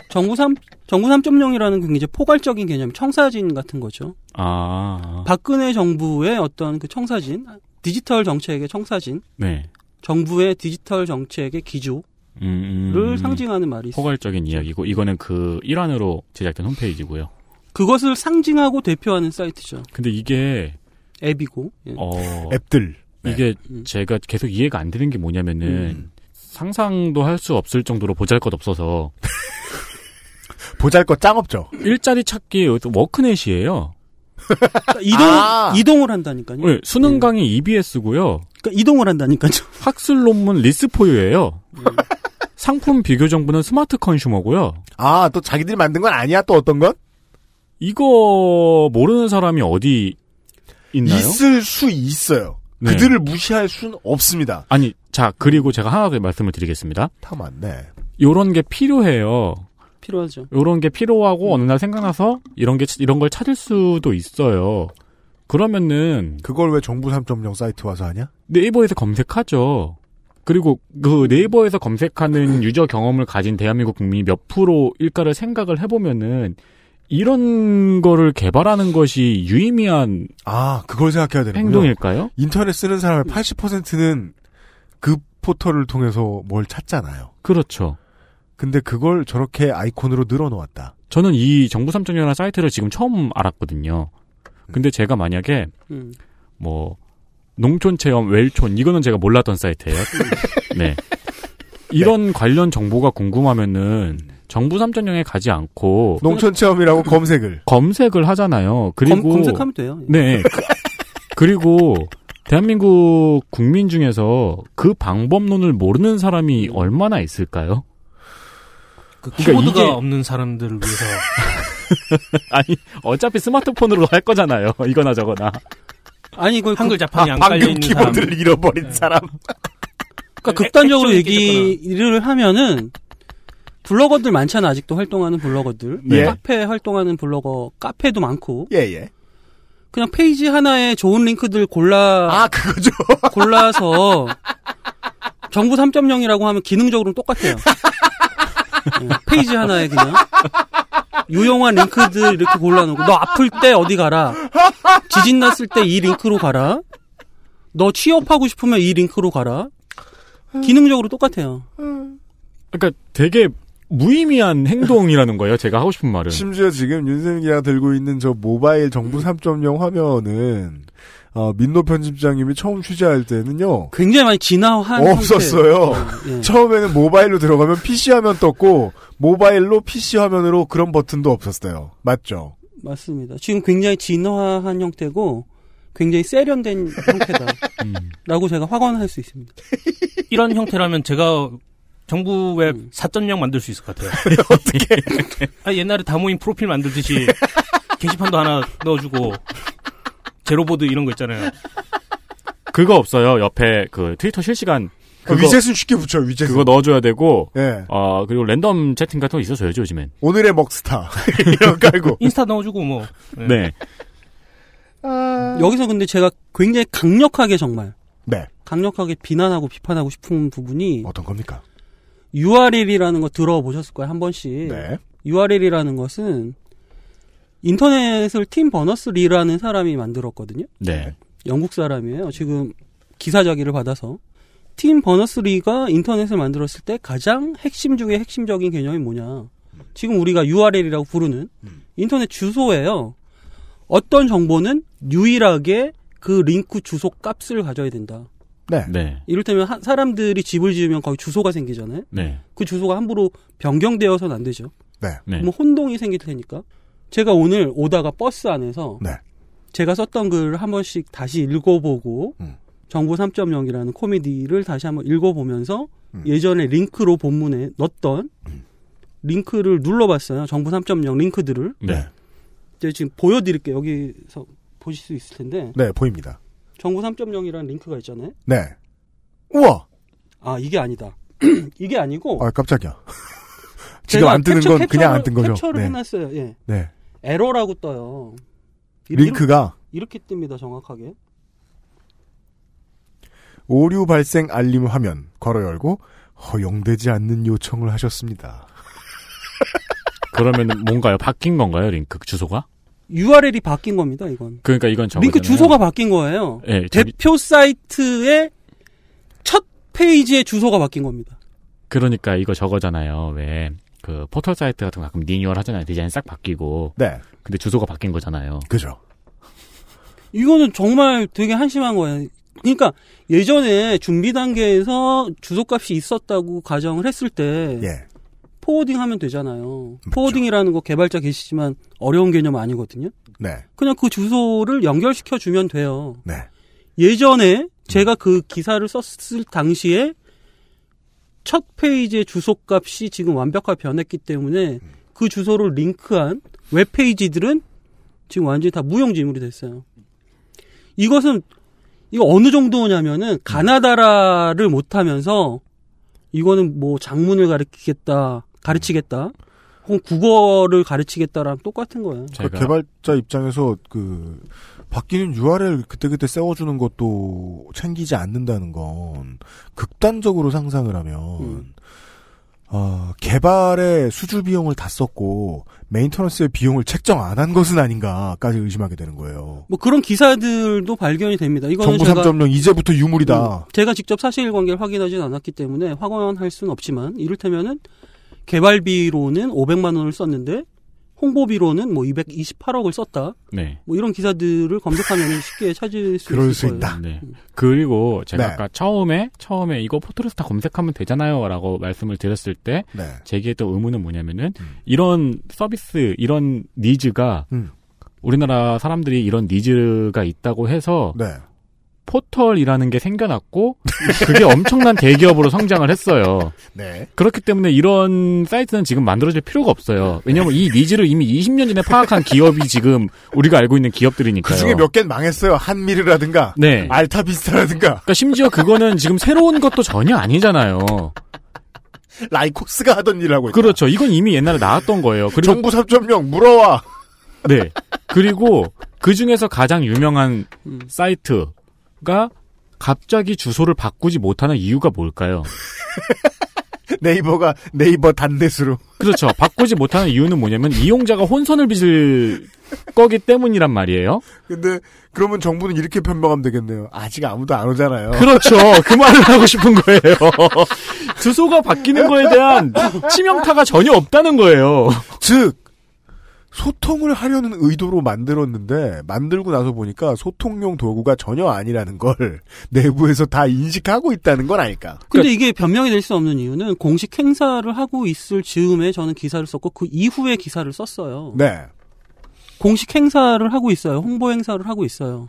Speaker 9: 정부 3 정부 3.0이라는 굉장히 포괄적인 개념, 청사진 같은 거죠.
Speaker 4: 아.
Speaker 9: 박근혜 정부의 어떤 그 청사진, 디지털 정책의 청사진,
Speaker 4: 네.
Speaker 9: 정부의 디지털 정책의 기조를
Speaker 4: 음, 음.
Speaker 9: 상징하는 말이 있어요.
Speaker 4: 포괄적인 이야기고 이거는 그 일환으로 제작된 홈페이지고요.
Speaker 9: 그것을 상징하고 대표하는 사이트죠.
Speaker 4: 근데 이게
Speaker 9: 앱이고 네. 예.
Speaker 4: 어,
Speaker 2: 앱들
Speaker 4: 이게 제가 계속 이해가 안 되는 게 뭐냐면은
Speaker 9: 음.
Speaker 4: 상상도 할 수 없을 정도로 보잘것없어서
Speaker 2: 보잘것 짱 없죠.
Speaker 4: 일자리 찾기 워크넷이에요.
Speaker 9: 이동
Speaker 2: 아.
Speaker 4: 아.
Speaker 9: 이동을 한다니까요. 음. 그러니까
Speaker 4: 네, 수능 강의 EBS고요.
Speaker 9: 이동을 한다니까요.
Speaker 4: 학술 논문 리스포유예요.
Speaker 9: 음.
Speaker 4: 상품 비교 정보는 스마트 컨슈머고요.
Speaker 2: 아, 또 자기들이 만든 건 아니야? 또 어떤 건?
Speaker 4: 이거 모르는 사람이 어디 있나요?
Speaker 2: 있을 수 있어요.
Speaker 4: 네.
Speaker 2: 그들을 무시할 수는 없습니다.
Speaker 4: 아니, 자, 그리고 제가 하나 더 말씀을 드리겠습니다.
Speaker 2: 다 맞네.
Speaker 4: 요런 게 필요해요.
Speaker 9: 필요하죠.
Speaker 4: 요런 게 필요하고 어느 날 생각나서 이런 게 이런 걸 찾을 수도 있어요. 그러면은
Speaker 2: 그걸 왜 정부 3.0 사이트 와서 하냐?
Speaker 4: 네이버에서 검색하죠. 그리고 그 네이버에서 검색하는 유저 경험을 가진 대한민국 국민이 몇 프로일까를 생각을 해보면은 이런 거를 개발하는 것이 유의미한
Speaker 2: 아, 그걸 생각해야 되는군요.
Speaker 4: 행동일까요? 음.
Speaker 2: 인터넷 쓰는 사람의 80%는 그 포털을 통해서 뭘 찾잖아요.
Speaker 4: 그렇죠.
Speaker 2: 근데 그걸 저렇게 아이콘으로 늘어놓았다.
Speaker 4: 저는 이 정부 3.0이라는 사이트를 지금 처음 알았거든요. 근데 제가 만약에
Speaker 9: 음.
Speaker 4: 뭐 농촌 체험 웰촌 이거는 제가 몰랐던 사이트예요. 네. 이런 관련 정보가 궁금하면은 정부 3.0에 가지 않고
Speaker 2: 농촌 체험이라고 검색을
Speaker 4: 검색을 하잖아요. 그리고
Speaker 9: 검, 색하면 돼요. 예.
Speaker 4: 네. 그- 그리고 대한민국 국민 중에서 그 방법론을 모르는 사람이 얼마나 있을까요?
Speaker 8: 그
Speaker 4: 그러니까
Speaker 8: 키보드가
Speaker 4: 이게-
Speaker 8: 없는 사람들을 위해서
Speaker 4: 아니 어차피 스마트폰으로 할 거잖아요. 이거나 저거나.
Speaker 9: 아니 그
Speaker 8: 한글 자판이 안 깔려 있는 사람.
Speaker 2: 잃어버린 사람.
Speaker 9: 그러니까 극단적으로
Speaker 8: 액션이 있겠구나.
Speaker 9: 얘기를 하면은 블로거들 많잖아 아직도 활동하는 블로거들
Speaker 4: 네.
Speaker 9: 카페 활동하는 블로거 카페도 많고
Speaker 2: 예, 예.
Speaker 9: 그냥 페이지 하나에 좋은 링크들 골라
Speaker 2: 아, 그거죠.
Speaker 9: 골라서 정부 3.0이라고 하면 기능적으로는 똑같아요 예, 페이지 하나에 그냥 유용한 링크들 이렇게 골라놓고 너 아플 때 어디 가라 지진 났을 때 이 링크로 가라 너 취업하고 싶으면 이 링크로 가라 기능적으로 똑같아요.
Speaker 4: 그러니까 되게 무의미한 행동이라는 거예요. 제가 하고 싶은 말은.
Speaker 2: 심지어 지금 윤세민이가 들고 있는 저 모바일 정부 3.0 화면은 어, 민노 편집장님이 처음 취재할 때는요.
Speaker 4: 그
Speaker 9: 굉장히 많이 진화한
Speaker 2: 없었어요.
Speaker 9: 상태.
Speaker 4: 네.
Speaker 9: 예.
Speaker 2: 처음에는 모바일로 들어가면 PC 화면 떴고 모바일로 PC 화면으로 그런 버튼도 없었어요. 맞죠?
Speaker 9: 맞습니다. 지금 굉장히 진화한 형태고 굉장히 세련된 형태다라고
Speaker 4: 음.
Speaker 9: 제가 확언할 수 있습니다.
Speaker 8: 이런 형태라면 제가 정부 웹
Speaker 9: 음.
Speaker 8: 4.0 만들 수 있을 것 같아요. 어떻게? 아, 옛날에 다모임 프로필 만들듯이 게시판도 하나 넣어주고 제로보드 이런 거 있잖아요.
Speaker 4: 그거 없어요. 옆에 그 트위터 실시간 그거,
Speaker 2: 위젯은 쉽게 붙여요. 위젯은.
Speaker 4: 그거 넣어줘야 되고
Speaker 9: 네.
Speaker 2: 예.
Speaker 4: 어, 그리고 랜덤 채팅 같은 거 있었어야죠 요즘엔.
Speaker 2: 오늘의 먹스타 이런 거 깔고
Speaker 8: 인스타 넣어주고 뭐.
Speaker 4: 네.
Speaker 9: 여기서 근데 제가 굉장히 강력하게 정말
Speaker 2: 네
Speaker 9: 강력하게 비난하고 비판하고 싶은 부분이
Speaker 2: 어떤 겁니까?
Speaker 9: URL이라는 거 들어보셨을 거예요 한 번씩.
Speaker 2: 네
Speaker 9: URL이라는 것은 인터넷을 팀 버너스리라는 사람이 만들었거든요.
Speaker 4: 네.
Speaker 9: 영국 사람이에요. 지금 기사자기를 받아서 팀 버너스리가 인터넷을 만들었을 때 가장 핵심 중에 핵심적인 개념이 뭐냐? 지금 우리가 URL이라고 부르는 인터넷 주소예요. 어떤 정보는 유일하게 그 링크 주소 값을 가져야 된다.
Speaker 2: 네.
Speaker 4: 네.
Speaker 9: 이를테면 하- 사람들이 집을 지으면 거기 주소가 생기잖아요.
Speaker 4: 네.
Speaker 9: 그 주소가 함부로 변경되어서는 안 되죠.
Speaker 4: 네.
Speaker 9: 뭐 혼동이 생길 테니까. 제가 오늘 오다가 버스 안에서
Speaker 2: 네.
Speaker 9: 제가 썼던 글을 한 번씩 다시 읽어보고
Speaker 2: 음.
Speaker 9: 정보 3.0이라는 코미디를 다시 한번 읽어보면서
Speaker 2: 음.
Speaker 9: 예전에 링크로 본문에 넣었던 링크를 눌러봤어요. 정보 3.0 링크들을.
Speaker 4: 네.
Speaker 9: 제가 지금 보여드릴게요. 여기서 보실 수 있을 텐데
Speaker 2: 네 보입니다.
Speaker 9: 정보 3.0이라는 링크가 있잖아요.
Speaker 2: 네 우와
Speaker 9: 아 이게 아니다. 이게 아니고
Speaker 2: 아 깜짝이야. 지금
Speaker 9: 제가
Speaker 2: 안 뜨는
Speaker 9: 캡처-
Speaker 2: 건 그냥 안 뜬
Speaker 9: 캡처를-
Speaker 2: 거죠.
Speaker 9: 캡처를
Speaker 2: 네.
Speaker 9: 해놨어요. 예.
Speaker 2: 네.
Speaker 9: 에러라고 떠요. 이-
Speaker 2: 링크가
Speaker 9: 이렇게 뜹니다 정확하게
Speaker 2: 오류 발생 알림 화면 걸어 열고 허용되지 않는 요청을 하셨습니다.
Speaker 4: 그러면 뭔가요? 바뀐 건가요, 링크 그 주소가?
Speaker 9: URL이 바뀐 겁니다, 이건.
Speaker 4: 그러니까 이건 저
Speaker 9: 링크 주소가 바뀐 거예요.
Speaker 4: 예, 저기-
Speaker 9: 대표 사이트의 첫 페이지의 주소가 바뀐 겁니다.
Speaker 4: 그러니까 이거 저거잖아요. 왜 그 포털 사이트 같은 거 가끔 리뉴얼 하잖아요. 디자인 싹 바뀌고.
Speaker 2: 네.
Speaker 4: 근데 주소가 바뀐 거잖아요.
Speaker 2: 그죠.
Speaker 9: 이거는 정말 되게 한심한 거예요. 그러니까 예전에 준비 단계에서 주소값이 있었다고 가정을 했을 때
Speaker 2: 예.
Speaker 9: 포워딩 하면 되잖아요. 포워딩이라는 거 개발자 계시지만 어려운 개념 아니거든요.
Speaker 2: 네.
Speaker 9: 그냥 그 주소를 연결시켜 주면 돼요.
Speaker 2: 네.
Speaker 9: 예전에 제가 그 기사를 썼을 당시에 첫 페이지의 주소값이 지금 완벽하게 변했기 때문에 그 주소를 링크한 웹페이지들은 지금 완전히 다 무용지물이 됐어요. 이것은 이거 어느 정도냐면은 가나다라를 못하면서 이거는 뭐 장문을 가르치겠다, 가르치겠다, 혹은 국어를 가르치겠다랑 똑같은 거예요.
Speaker 2: 그러니까 개발자 입장에서 그 바뀌는 URL 그때그때 세워주는 것도 챙기지 않는다는 건 극단적으로 상상을 하면
Speaker 9: 음.
Speaker 2: 어, 개발의 수주 비용을 다 썼고 메인터넌스의 비용을 책정 안 한 것은 아닌가까지 의심하게 되는 거예요.
Speaker 9: 뭐 그런 기사들도 발견이 됩니다. 이거는
Speaker 2: 정부
Speaker 9: 제가 음,
Speaker 2: 3.0 이제부터 유물이다.
Speaker 9: 제가 직접 사실관계를 확인하진 않았기 때문에 확언할 수는 없지만 이를테면은 개발비로는 500만 원을 썼는데 홍보비로는 뭐 228억을 썼다.
Speaker 4: 네.
Speaker 9: 뭐 이런 기사들을 검색하면 쉽게 찾을 수 있을 거예요. 음.
Speaker 4: 네. 그리고 제가
Speaker 9: 네.
Speaker 4: 아까 처음에 처음에 이거 포털에서 다 검색하면 되잖아요라고 말씀을 드렸을 때
Speaker 2: 네.
Speaker 4: 제기했던 의문은 뭐냐면은 이런 서비스 이런 니즈가
Speaker 2: 음.
Speaker 4: 우리나라 사람들이 이런 니즈가 있다고 해서
Speaker 2: 네.
Speaker 4: 포털이라는 게 생겨났고 그게 엄청난 대기업으로 성장을 했어요.
Speaker 2: 네.
Speaker 4: 그렇기 때문에 이런 사이트는 지금 만들어질 필요가 없어요.
Speaker 2: 네.
Speaker 4: 왜냐면 이 니즈를 이미 20년 전에 파악한 기업이 지금 우리가 알고 있는 기업들이니까요.
Speaker 2: 그 중에 몇 개는 망했어요. 한미르라든가
Speaker 4: 네.
Speaker 2: 알타비스타라든가
Speaker 4: 그러니까 심지어 그거는 지금 새로운 것도 전혀 아니잖아요.
Speaker 2: 라이콕스가 하던 일을 하고 있다.
Speaker 4: 그렇죠. 이건 이미 옛날에 나왔던 거예요. 그리고
Speaker 2: 정부 3.0 물어와.
Speaker 4: 네. 그리고 그 중에서 가장 유명한 사이트가 갑자기 주소를 바꾸지 못하는 이유가 뭘까요?
Speaker 2: 네이버가 네이버 단대수로.
Speaker 4: 그렇죠. 바꾸지 못하는 이유는 뭐냐면 이용자가 혼선을 빚을 거기 때문이란 말이에요.
Speaker 2: 근데 그러면 정부는 이렇게 변명하면 되겠네요. 아직 아무도 안 오잖아요.
Speaker 4: 그렇죠. 그 말을 하고 싶은 거예요. 주소가 바뀌는 거에 대한 치명타가 전혀 없다는 거예요.
Speaker 2: 즉 소통을 하려는 의도로 만들었는데 만들고 나서 보니까 소통용 도구가 전혀 아니라는 걸 내부에서 다 인식하고 있다는 건 아닐까.
Speaker 9: 근데 이게 변명이 될 수 없는 이유는 공식 행사를 하고 있을 즈음에 저는 기사를 썼고 그 이후에 기사를 썼어요.
Speaker 2: 네.
Speaker 9: 공식 행사를 하고 있어요. 홍보 행사를 하고 있어요.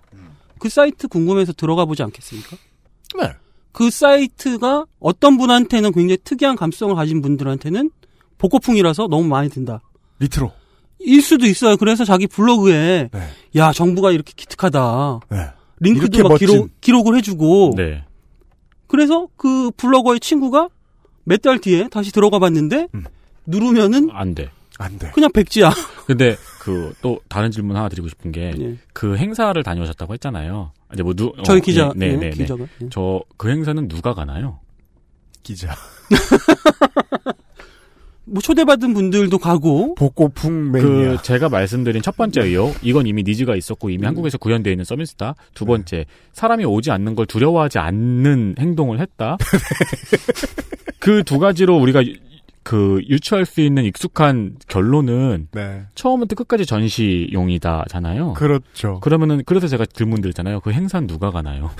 Speaker 9: 그 사이트 궁금해서 들어가 보지 않겠습니까?
Speaker 2: 네.
Speaker 9: 그 사이트가 어떤 분한테는 굉장히 특이한 감성을 가진 분들한테는 복고풍이라서 너무 많이 든다.
Speaker 2: 리트로.
Speaker 9: 일 수도 있어요. 그래서 자기 블로그에 야 정부가 이렇게 기특하다.
Speaker 2: 네.
Speaker 9: 링크도
Speaker 2: 이렇게
Speaker 9: 막
Speaker 2: 멋진.
Speaker 9: 기록, 기록을 해주고
Speaker 4: 네.
Speaker 9: 그래서 그 블로거의 친구가 몇 달 뒤에 다시 들어가 봤는데
Speaker 4: 음.
Speaker 9: 누르면은
Speaker 4: 안 돼.
Speaker 2: 안 돼.
Speaker 9: 그냥 백지야.
Speaker 4: 근데 그 또 다른 질문 하나 드리고 싶은 게 그 행사를 다녀오셨다고 했잖아요. 이제 뭐 누, 어,
Speaker 9: 예. 저희 기자,
Speaker 4: 네,
Speaker 9: 예,
Speaker 4: 네, 네.
Speaker 9: 기자가, 예.
Speaker 4: 저그 행사는 누가 가나요?
Speaker 2: 기자.
Speaker 9: 뭐 초대받은 분들도 가고
Speaker 2: 복고풍
Speaker 4: 그 네. 제가 말씀드린 첫 번째 의혹 이건 이미 니즈가 있었고 이미 한국에서 구현되어 있는 서비스다. 두 번째 사람이 오지 않는 걸 두려워하지 않는 행동을 했다. 그 두 가지로 우리가 유- 그 유추할 수 있는 익숙한 결론은
Speaker 2: 네.
Speaker 4: 처음부터 끝까지 전시용이다잖아요.
Speaker 2: 그렇죠.
Speaker 4: 그러면은 그래서 제가 질문 드렸잖아요. 그 행사는 누가 가나요?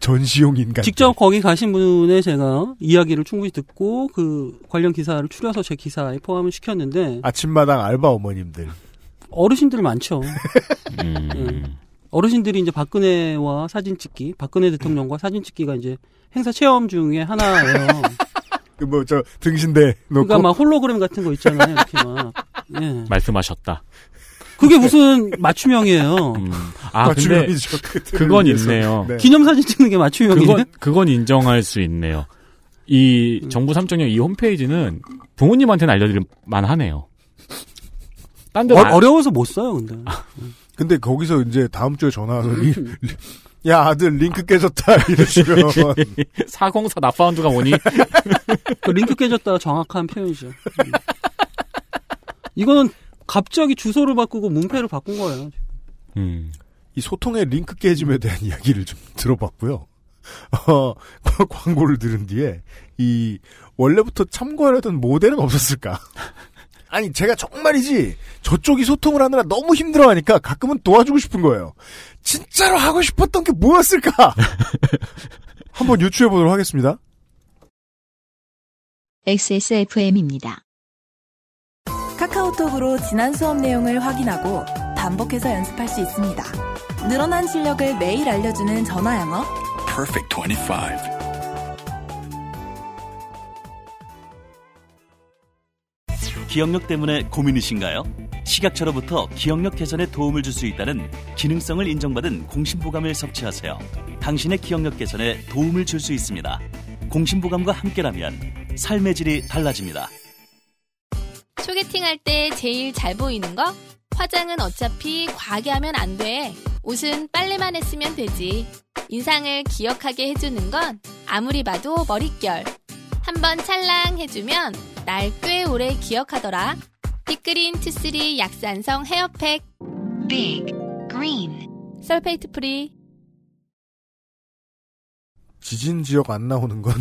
Speaker 2: 전시용 인간.
Speaker 9: 직접 거기 가신 분의 제가 이야기를 충분히 듣고 그 관련 기사를 추려서 제 기사에 포함을 시켰는데
Speaker 2: 아침마당 알바 어머님들.
Speaker 9: 어르신들 많죠.
Speaker 4: 음.
Speaker 9: 어르신들이 이제 박근혜와 사진 찍기, 박근혜 대통령과 사진 찍기가 이제 행사 체험 중에 하나예요.
Speaker 2: 뭐 저 등신대 놓고.
Speaker 9: 그러니까 막 홀로그램 같은 거 있잖아요. 이렇게 막. 예.
Speaker 4: 말씀하셨다.
Speaker 9: 그게 무슨 맞춤형이에요.
Speaker 4: 아 근데
Speaker 9: 맞춤형이죠, 그들을
Speaker 4: 그건
Speaker 9: 위해서.
Speaker 4: 있네요.
Speaker 9: 네. 기념사진 찍는 게 맞춤형이네.
Speaker 4: 그건 그건 인정할 수 있네요. 이 정부 3.0 이 홈페이지는 부모님한테는 알려드릴 만하네요. 딴 데는 안-
Speaker 9: 어, 려워서못 써요, 근데.
Speaker 2: 근데 거기서 이제 다음 주에 전화 와서 리- 리- 야 아들 링크 깨졌다 이러시면
Speaker 4: 404 납파운드가 뭐니?
Speaker 9: 그 링크 깨졌다 정확한 표현이죠. 음. 이건 갑자기 주소를 바꾸고 문패를 바꾼 거예요.
Speaker 4: 음,
Speaker 2: 이 소통의 링크 깨짐에 대한 이야기를 좀 들어봤고요. 어, 광- 광고를 들은 뒤에 이 원래부터 참고하려던 모델은 없었을까? 아니 제가 정말이지 저쪽이 소통을 하느라 너무 힘들어하니까 가끔은 도와주고 싶은 거예요. 진짜로 하고 싶었던 게 뭐였을까? 한번 유추해 보도록 하겠습니다.
Speaker 1: XSFM입니다.
Speaker 5: 카카오톡으로 지난 수업 내용을 확인하고 반복해서 연습할 수 있습니다. 늘어난 실력을 매일 알려주는 전화 영어.
Speaker 6: Perfect 25.
Speaker 12: 기억력 때문에 고민이신가요? 식약처로부터 기억력 개선에 도움을 줄 수 있다는 기능성을 인정받은 공심보감을 섭취하세요. 당신의 기억력 개선에 도움을 줄 수 있습니다. 공심보감과 함께라면 삶의 질이 달라집니다.
Speaker 13: 소개팅할 때 제일 잘 보이는 거? 화장은 어차피 과하게 하면 안 돼. 옷은 빨래만 했으면 되지. 인상을 기억하게 해주는 건 아무리 봐도 머릿결. 한번 찰랑 해주면 날 꽤 오래 기억하더라. 빅그린 투쓰리 약산성 헤어팩. 빅 그린. 설페이트 프리.
Speaker 2: 지진 지역 안 나오는 건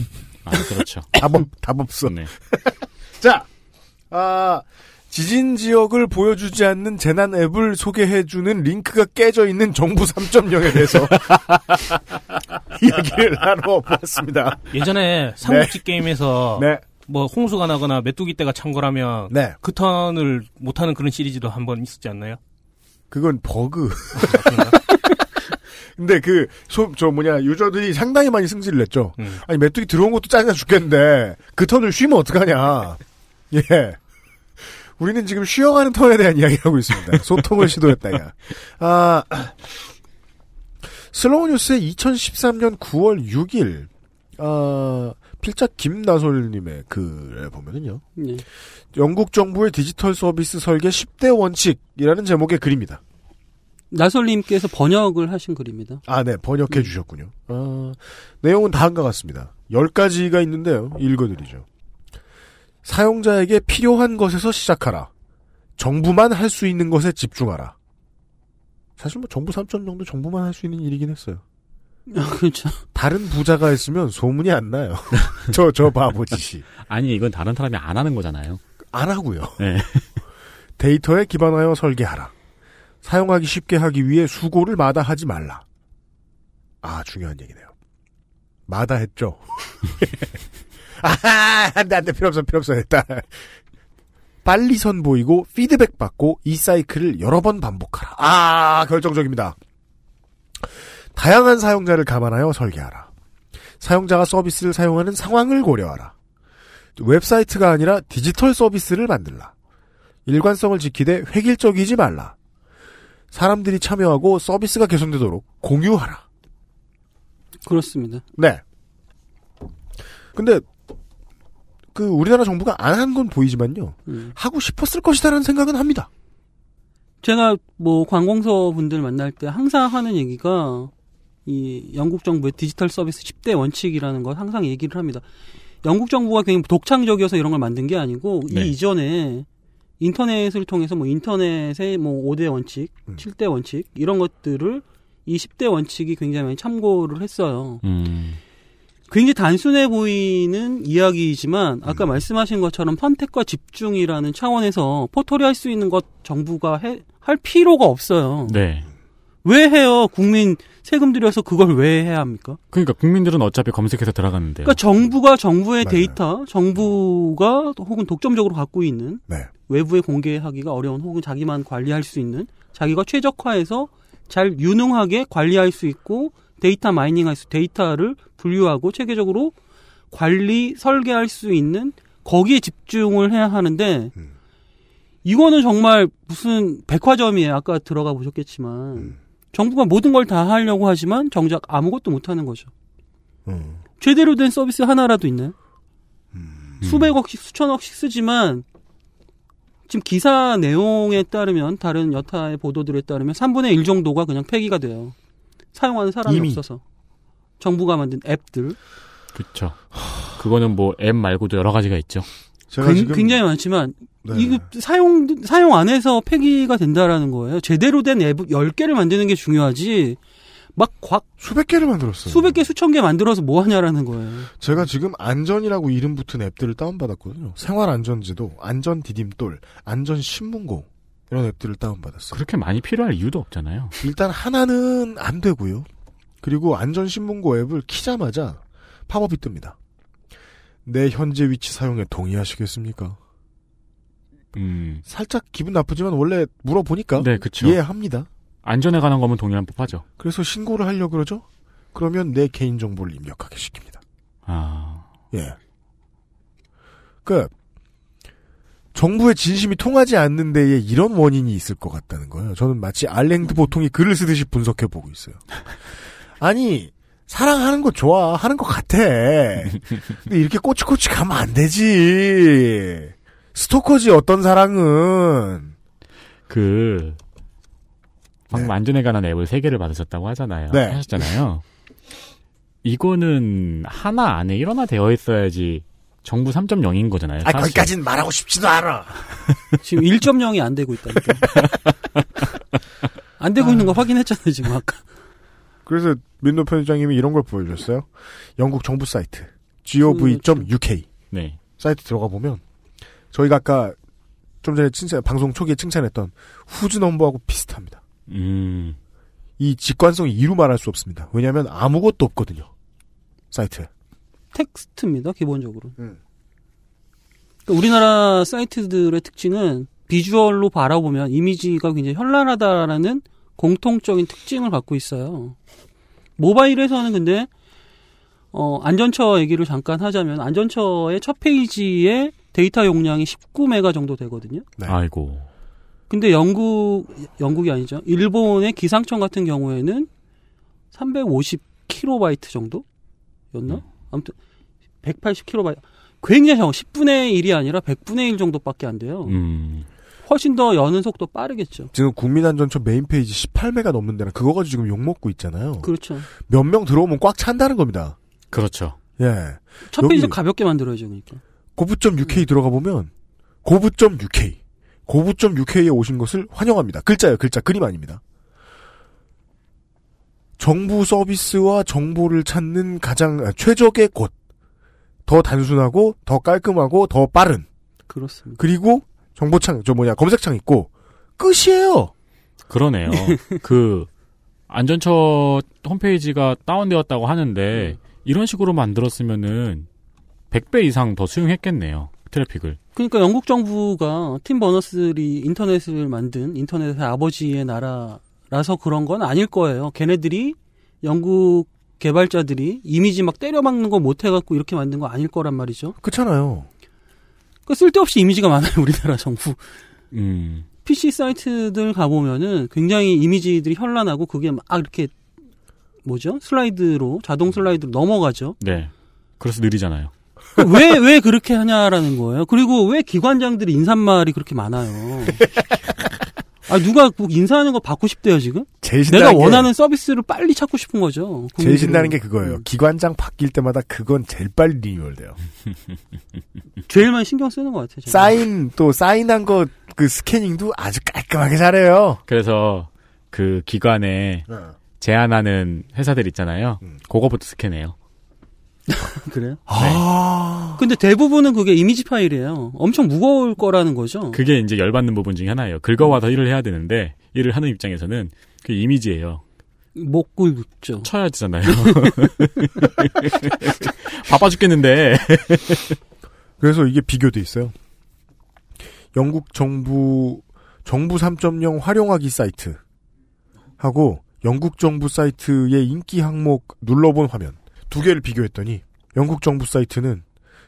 Speaker 4: 아, 그렇죠.
Speaker 2: 답, 없, 답 없어. 자, 아, 지진 지역을 보여주지 않는 재난 앱을 소개해주는 링크가 깨져 있는 정부 3.0에 대해서 이야기를 나눠 보았습니다. 아,
Speaker 8: 예전에 삼국지
Speaker 2: 네.
Speaker 8: 게임에서 뭐 홍수가 나거나 메뚜기 떼가 찬 거라면
Speaker 2: 네.
Speaker 8: 그 턴을 못하는 그런 시리즈도 한 번 있었지 않나요?
Speaker 2: 그건 버그. 근데 그, 소, 저 뭐냐, 유저들이 상당히 많이 승질을 냈죠. 아니, 메뚜기 들어온 것도 짜증나 죽겠는데, 그 턴을 쉬면 어떡하냐. 예. 우리는 지금 쉬어가는 턴에 대한 이야기를 하고 있습니다. 소통을 시도했다가. 아, 슬로우 뉴스의 2013년 9월 6일, 아, 필자 김나솔님의 글에 보면은요.
Speaker 9: 네.
Speaker 2: 영국 정부의 디지털 서비스 설계 10대 원칙이라는 제목의 글입니다.
Speaker 9: 나솔님께서 번역을 하신 글입니다. 음.
Speaker 2: 아, 네. 번역해 주셨군요. 아, 내용은 다음과 같습니다. 10가지가 있는데요. 읽어드리죠. 사용자에게 필요한 것에서 시작하라. 정부만 할 수 있는 것에 집중하라. 사실 뭐 정부 3점 정도 정부만 할 수 있는 일이긴 했어요.
Speaker 9: 그렇죠.
Speaker 2: 다른 부자가 했으면 소문이 안 나요. 저, 저 바보지.
Speaker 4: 아니, 이건 다른 사람이 안 하는 거잖아요.
Speaker 2: 안 하고요.
Speaker 4: 네.
Speaker 2: 데이터에 기반하여 설계하라. 사용하기 쉽게 하기 위해 수고를 마다하지 말라. 아, 중요한 얘기네요. 마다했죠. 아하, 안 돼, 안 돼, 필요 없어, 필요 없어, 했다. 빨리 선보이고, 피드백 받고, 이 사이클을 여러 번 반복하라. 아, 결정적입니다. 다양한 사용자를 감안하여 설계하라. 사용자가 서비스를 사용하는 상황을 고려하라. 웹사이트가 아니라 디지털 서비스를 만들라. 일관성을 지키되 획일적이지 말라. 사람들이 참여하고 서비스가 개선되도록 공유하라.
Speaker 9: 그렇습니다.
Speaker 2: 네. 근데 그 우리나라 정부가 안 한 건 보이지만요. 하고 싶었을 것이다라는 생각은 합니다.
Speaker 9: 제가 뭐 관공서 분들 만날 때 항상 하는 얘기가 이 영국 정부의 디지털 서비스 10대 원칙이라는 걸 항상 얘기를 합니다. 영국 정부가 굉장히 독창적이어서 이런 걸 만든 게 아니고
Speaker 14: 네.
Speaker 9: 이 이전에 인터넷을 통해서 뭐 인터넷의 뭐 5대 원칙, 7대 원칙 이런 것들을 이 10대 원칙이 굉장히 많이 참고를 했어요.
Speaker 4: 음,
Speaker 9: 굉장히 단순해 보이는 이야기이지만 아까 말씀하신 것처럼 선택과 집중이라는 차원에서 포털이 할 수 있는 것 정부가 해- 할 필요가 없어요.
Speaker 4: 네.
Speaker 9: 왜 해요? 국민 세금 들여서 그걸 왜 해야 합니까?
Speaker 4: 그러니까 국민들은 어차피 검색해서 들어가는데.
Speaker 9: 그러니까 정부가 정부의 데이터, 정부가 혹은 독점적으로 갖고 있는
Speaker 2: 네.
Speaker 9: 외부에 공개하기가 어려운 혹은 자기만 관리할 수 있는 자기가 최적화해서 잘 유능하게 관리할 수 있고 데이터 마이닝할 수 데이터를 분류하고 체계적으로 관리 설계할 수 있는 거기에 집중을 해야 하는데 이거는 정말 무슨 백화점이에요. 아까 들어가 보셨겠지만 정부가 모든 걸 다 하려고 하지만 정작 아무것도 못 하는 거죠. 제대로 된 서비스 하나라도 있나요?
Speaker 2: 음.
Speaker 9: 수백억씩 수천억씩 쓰지만 지금 기사 내용에 따르면 다른 여타의 보도들에 따르면 3분의 1 정도가 그냥 폐기가 돼요. 사용하는 사람이
Speaker 4: 이미.
Speaker 9: 없어서 정부가 만든 앱들
Speaker 4: 그렇죠. 그거는 뭐 앱 말고도 네. 여러 가지가 있죠.
Speaker 9: 굉- 굉장히 많지만
Speaker 2: 네.
Speaker 9: 이거 사용 사용 안에서 폐기가 된다라는 거예요. 제대로 된 앱 10개를 만드는 게 중요하지. 막곽
Speaker 2: 수백 개를 만들었어요.
Speaker 9: 수백 개 수천 개 만들어서 뭐 하냐라는 거예요.
Speaker 2: 제가 지금 안전이라고 이름 붙은 앱들을 다운받았거든요. 생활안전지도, 안전디딤돌, 안전신문고 이런 앱들을 다운받았어요.
Speaker 4: 그렇게 많이 필요할 이유도 없잖아요.
Speaker 2: 일단 하나는 안 되고요. 그리고 안전신문고 앱을 키자마자 팝업이 뜹니다. 내 현재 위치 사용에 동의하시겠습니까?
Speaker 4: 음.
Speaker 2: 살짝 기분 나쁘지만 원래 물어보니까
Speaker 4: 네, 그쵸.
Speaker 2: 이해합니다.
Speaker 4: 안전에 관한 거면 동일한 법하죠.
Speaker 2: 그래서 신고를 하려 그러죠. 그러면 내 개인 정보를 입력하게 시킵니다.
Speaker 4: 아.
Speaker 2: 예. 그 정부의 진심이 통하지 않는 데에 이런 원인이 있을 것 같다는 거예요. 저는 마치 알랭드 보통이 글을 쓰듯이 분석해 보고 있어요. 아니 사랑하는 거 좋아 하는 것 같아. 근데 이렇게 꼬치꼬치 가면 안 되지. 스토커지 어떤 사랑은
Speaker 4: 그 방금 안전에 관한 앱을 세 개를 받으셨다고 하잖아요.
Speaker 2: 네.
Speaker 4: 하셨잖아요. 이거는 하나 안에 일어나 되어 있어야지 정부 3.0인 거잖아요.
Speaker 2: 아
Speaker 4: 사실.
Speaker 2: 거기까진 말하고 싶지도 않아.
Speaker 9: 네, 지금 1.0이 안 되고 있다니까. 안 되고 있는 거 확인했잖아요, 지금 아까.
Speaker 2: 그래서 민노 편집장님이 이런 걸 보여줬어요. 영국 정부 사이트
Speaker 9: 그렇죠.
Speaker 2: gov.uk
Speaker 4: 네.
Speaker 2: 사이트 들어가 보면 저희가 아까 좀 전에 칭찬 방송 초기에 칭찬했던 후즈 넘버하고 비슷합니다.
Speaker 4: 음.
Speaker 2: 이 직관성이 이루 말할 수 없습니다. 왜냐하면 아무것도 없거든요. 사이트에.
Speaker 9: 텍스트입니다, 기본적으로. 그러니까 우리나라 사이트들의 특징은 비주얼로 바라보면 이미지가 굉장히 현란하다라는 공통적인 특징을 갖고 있어요. 모바일에서는 근데 어, 안전처 얘기를 잠깐 하자면 안전처의 첫 페이지에 데이터 용량이 19메가 정도 되거든요.
Speaker 4: 아이고.
Speaker 9: 근데 영국 영국이 아니죠. 일본의 기상청 같은 경우에는 350kb 정도였나? 아무튼 180kb 굉장히 적어. 10분의 1이 아니라 100분의 1 정도밖에 안 돼요.
Speaker 4: 음.
Speaker 9: 훨씬 더 여는 속도 빠르겠죠.
Speaker 2: 지금 국민안전처 메인 페이지 18메가 넘는 데는 그거 가지고 지금 욕 먹고 있잖아요.
Speaker 9: 그렇죠.
Speaker 2: 몇 명 들어오면 꽉 찬다는 겁니다.
Speaker 4: 그렇죠.
Speaker 2: 예.
Speaker 9: 첫 페이지 가볍게 만들어야죠, 그러니까. 음.
Speaker 2: gov.uk 들어가 보면 gov.uk gov.uk에 오신 것을 환영합니다. 글자예요, 글자 그림 아닙니다. 정부 서비스와 정보를 찾는 가장 아, 최적의 곳. 더 단순하고 더 깔끔하고 더 빠른.
Speaker 9: 그렇습니다.
Speaker 2: 그리고 정보창 저 뭐냐 검색창 있고 끝이에요.
Speaker 4: 그러네요. 그 안전처 홈페이지가 다운되었다고 하는데 이런 식으로 만들었으면은 100배 이상 더 수용했겠네요. 트래픽을.
Speaker 9: 그러니까 영국 정부가 팀 버너스리 인터넷을 만든 인터넷의 아버지의 나라라서 그런 건 아닐 거예요. 걔네들이 영국 개발자들이 이미지 막 때려박는 거 못 해갖고 이렇게 만든 거 아닐 거란 말이죠.
Speaker 2: 그렇잖아요.
Speaker 9: 그 쓸데없이 이미지가 많아요 우리나라 정부.
Speaker 4: 음.
Speaker 9: PC 사이트들 가보면은 굉장히 이미지들이 현란하고 그게 막 이렇게 뭐죠 슬라이드로 자동 슬라이드로 넘어가죠. 그러니까
Speaker 4: 네. 그래서 느리잖아요.
Speaker 9: 왜 왜 그렇게 하냐라는 거예요. 그리고 왜 기관장들이 인사말이 그렇게 많아요. 아 누가 꼭 인사하는 거 받고 싶대요 지금?
Speaker 2: 제일 신나는
Speaker 9: 내가
Speaker 2: 게-
Speaker 9: 원하는 서비스를 빨리 찾고 싶은 거죠.
Speaker 2: 제일 신나는 게 그거예요. 기관장 바뀔 때마다 그건 제일 빨리 리뉴얼돼요.
Speaker 9: 제일 많이 신경 쓰는 것 같아요. 제가.
Speaker 2: 사인 또 사인한 거 그 스캐닝도 아주 깔끔하게 잘해요.
Speaker 4: 그래서 그 기관에
Speaker 9: 네.
Speaker 4: 제한하는 회사들 있잖아요.
Speaker 9: 음.
Speaker 4: 그거부터 스캔해요.
Speaker 9: 그래요?
Speaker 2: 아.
Speaker 9: 근데 대부분은 그게 이미지 파일이에요. 엄청 무거울 거라는 거죠.
Speaker 4: 그게 이제 열받는 부분 중에 하나예요. 긁어와서 일을 해야 되는데 일을 하는 입장에서는 그 이미지예요.
Speaker 9: 못 긁죠.
Speaker 4: 쳐야 되잖아요. 바빠 죽겠는데.
Speaker 2: 그래서 이게 비교돼 있어요. 영국 정부 정부 3.0 활용하기 사이트 하고 영국 정부 사이트의 인기 항목 눌러본 화면 두 개를 비교했더니 영국 정부 사이트는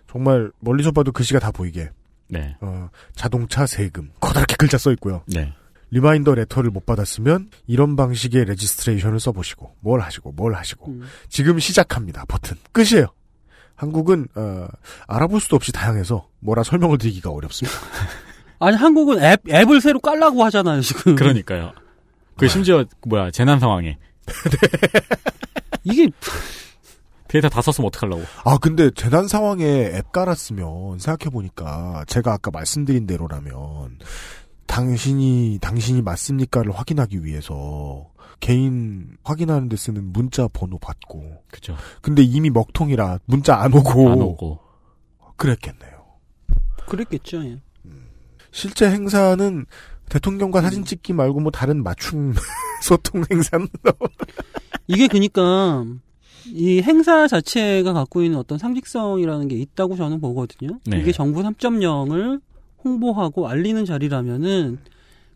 Speaker 2: 정말 멀리서 봐도 글씨가 다 보이게
Speaker 4: 네.
Speaker 2: 어, 자동차 세금 커다랗게 글자 써 있고요.
Speaker 4: 네.
Speaker 2: 리마인더 레터를 못 받았으면 이런 방식의 레지스트레이션을 써보시고 뭘 하시고 뭘 하시고 지금 시작합니다 버튼 끝이에요. 한국은 어, 알아볼 수도 없이 다양해서 뭐라 설명을 드리기가 어렵습니다.
Speaker 9: 아니 한국은 앱 앱을 새로 깔라고 하잖아요
Speaker 4: 그렇죠.
Speaker 9: 지금.
Speaker 4: 그러니까요.
Speaker 9: 네.
Speaker 4: 그 심지어 뭐야 재난 상황에
Speaker 9: 이게
Speaker 4: 데이터 다 썼으면 어떡하려고.
Speaker 2: 아, 근데 재난 상황에 앱 깔았으면 생각해보니까 제가 아까 말씀드린 대로라면 당신이, 당신이 맞습니까를 확인하기 위해서 개인 확인하는 데 쓰는 문자 번호 받고.
Speaker 4: 그죠.
Speaker 2: 근데 이미 먹통이라 문자 안 오고.
Speaker 4: 안 오고.
Speaker 2: 그랬겠네요.
Speaker 9: 그랬겠죠. 예.
Speaker 2: 실제 행사는 대통령과 사진 찍기 말고 뭐 다른 맞춤 소통 행사는
Speaker 9: 이게 그니까 이 행사 자체가 갖고 있는 어떤 상징성이라는 게 있다고 저는 보거든요.
Speaker 4: 네.
Speaker 9: 이게 정부 3.0을 홍보하고 알리는 자리라면은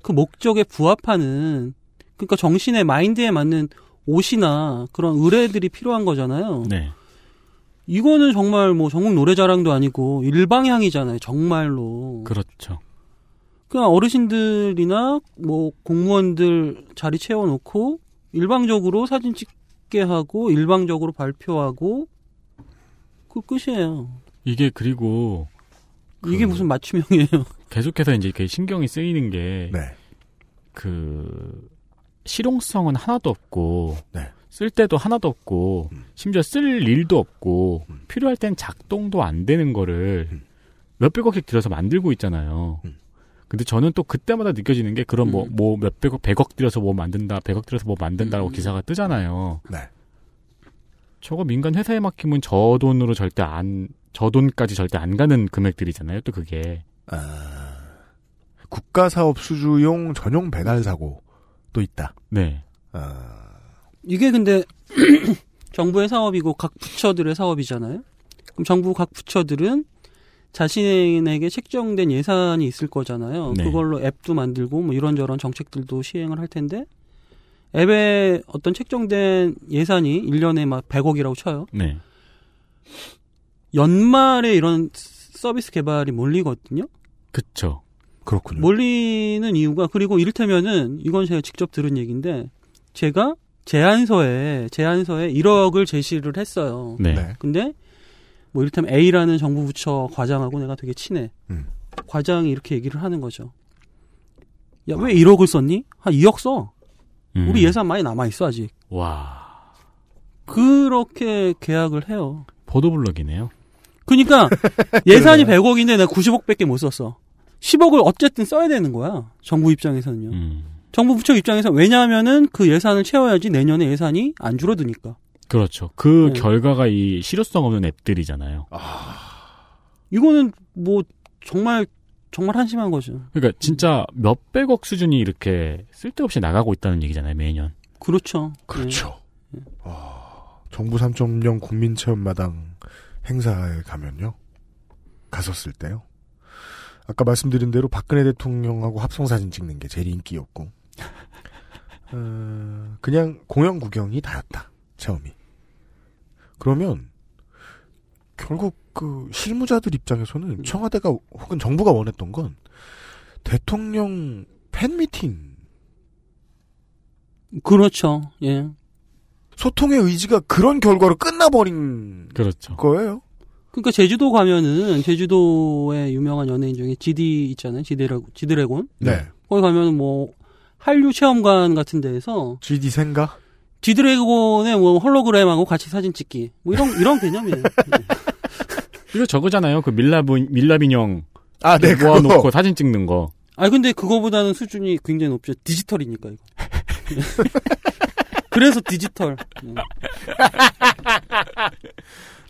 Speaker 9: 그 목적에 부합하는 그러니까 정신의 마인드에 맞는 옷이나 그런 의뢰들이 필요한 거잖아요.
Speaker 4: 네.
Speaker 9: 이거는 정말 뭐 전국 노래자랑도 아니고 일방향이잖아요. 정말로.
Speaker 4: 그렇죠.
Speaker 9: 그냥 어르신들이나 뭐 공무원들 자리 채워놓고 일방적으로 사진 찍게 하고 일방적으로 발표하고 그 끝이에요.
Speaker 4: 이게 그리고 그
Speaker 9: 이게 무슨 맞춤형이에요?
Speaker 4: 계속해서 이제 이렇게 신경이
Speaker 9: 네.
Speaker 4: 쓰이는 게,
Speaker 2: 네.
Speaker 4: 그, 실용성은 하나도 없고,
Speaker 9: 네.
Speaker 4: 쓸 때도 하나도 없고,
Speaker 9: 음.
Speaker 4: 심지어 쓸 일도 없고, 필요할 땐 작동도 안 되는 거를
Speaker 9: 음.
Speaker 4: 몇백억 씩 들여서 만들고 있잖아요. 근데 저는 또 그때마다 느껴지는 게 그런
Speaker 9: 음.
Speaker 4: 뭐, 뭐 몇백억, 백억 들여서 뭐 만든다, 백억 들여서 뭐 만든다라고 기사가 뜨잖아요.
Speaker 9: 네.
Speaker 4: 저거 민간 회사에 맡기면 저 돈으로 절대 안, 저 돈까지 절대 안 가는 금액들이잖아요, 또 그게.
Speaker 2: 국가사업 수주용 전용 배달 사고도 있다. 아,
Speaker 4: 네.
Speaker 9: 이게 근데 정부의 사업이고 각 부처들의 사업이잖아요. 그럼 정부 각 부처들은 자신에게 책정된 예산이 있을 거잖아요.
Speaker 4: 네.
Speaker 9: 그걸로 앱도 만들고 뭐 이런저런 정책들도 시행을 할 텐데 앱에 어떤 책정된 예산이 1년에 막 100억이라고 쳐요.
Speaker 4: 네.
Speaker 9: 연말에 이런 서비스 개발이 몰리거든요.
Speaker 4: 그쵸.
Speaker 2: 그렇군요.
Speaker 9: 뭐, 몰리는 이유가 그리고 이를테면은 이건 제가 직접 들은 얘기인데 제가 제안서에 제안서에 1억을 제시를 했어요.
Speaker 4: 네. 네.
Speaker 9: 근데 뭐 이를테면 A라는 정부 부처 과장하고 내가 되게 친해. 과장이 이렇게 얘기를 하는 거죠. 야 왜 1억을 썼니? 한 2억 써. 우리 예산 많이 남아 있어 아직.
Speaker 4: 음. 와.
Speaker 9: 그렇게 계약을 해요.
Speaker 4: 보도블럭이네요.
Speaker 9: 그러니까
Speaker 2: 네,
Speaker 9: 예산이 100억인데 내가 90억밖에 못 썼어. 10억을 어쨌든 써야 되는 거야. 정부
Speaker 4: 네.
Speaker 9: 입장에서는요.
Speaker 4: 음.
Speaker 9: 정부 부처 입장에서 왜냐하면은 그 예산을 채워야지 내년에 예산이 안 줄어드니까.
Speaker 4: 그렇죠. 그
Speaker 9: 네.
Speaker 4: 결과가 이 실효성 없는 앱들이잖아요.
Speaker 9: 이거는 뭐 정말 정말 한심한 거죠.
Speaker 4: 그러니까 진짜 몇백억 수준이 이렇게 쓸데없이 나가고 있다는 얘기잖아요, 매년.
Speaker 9: 그렇죠.
Speaker 2: 그렇죠. 아, 정부 3.0 국민체험마당 행사에 가면요. 갔었을 때요. 아까 말씀드린 대로 박근혜 대통령하고 합성사진 찍는 게 제일 인기였고. 어, 그냥 공연 구경이 다였다. 체험이. 그러면 결국 그 실무자들 입장에서는 청와대가 혹은 정부가 원했던 건 대통령 팬미팅
Speaker 9: 그렇죠. 예.
Speaker 2: 소통의 의지가 그런 결과로 끝나버린
Speaker 4: 그렇죠.
Speaker 2: 거예요.
Speaker 9: 그러니까 제주도 가면은 제주도의 유명한 연예인 중에 GD 있잖아요. 지드래곤. 지드래곤.
Speaker 2: 네.
Speaker 9: 거기 가면은 뭐 한류 체험관 같은 데에서
Speaker 2: GD 생가?
Speaker 9: 지드래곤의 뭐 홀로그램하고 같이 사진 찍기. 뭐 이런 이런 개념이에요. 네.
Speaker 4: 이거 저거잖아요. 그 밀라빈 밀라빈형
Speaker 2: 아,
Speaker 9: 네, 그거.
Speaker 4: 모아놓고 사진 찍는 거.
Speaker 9: 아 근데 그거보다는 수준이 굉장히 높죠. 디지털이니까 이거. 그래서 디지털. 네.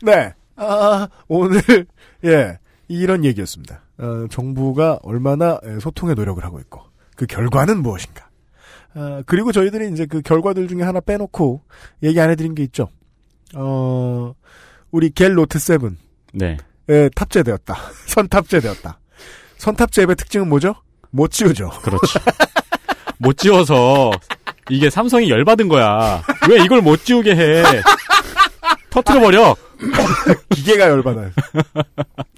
Speaker 2: 네. 아, 오늘, 예, 이런 얘기였습니다. 어, 정부가 얼마나 에, 소통에 노력을 하고 있고, 그 결과는 무엇인가. 아, 그리고 저희들이 이제 그 결과들 중에 하나 빼놓고 얘기 안 해드린 게 있죠. 어, 우리 갤 노트 세븐.
Speaker 4: 네.
Speaker 2: 예, 탑재되었다. 선탑재되었다. 선탑재의 특징은 뭐죠? 못 지우죠.
Speaker 4: 그렇죠. 못 지워서 이게 삼성이 열받은 거야. 왜 이걸 못 지우게 해? 터트려 버려.
Speaker 2: 기계가 열받아요.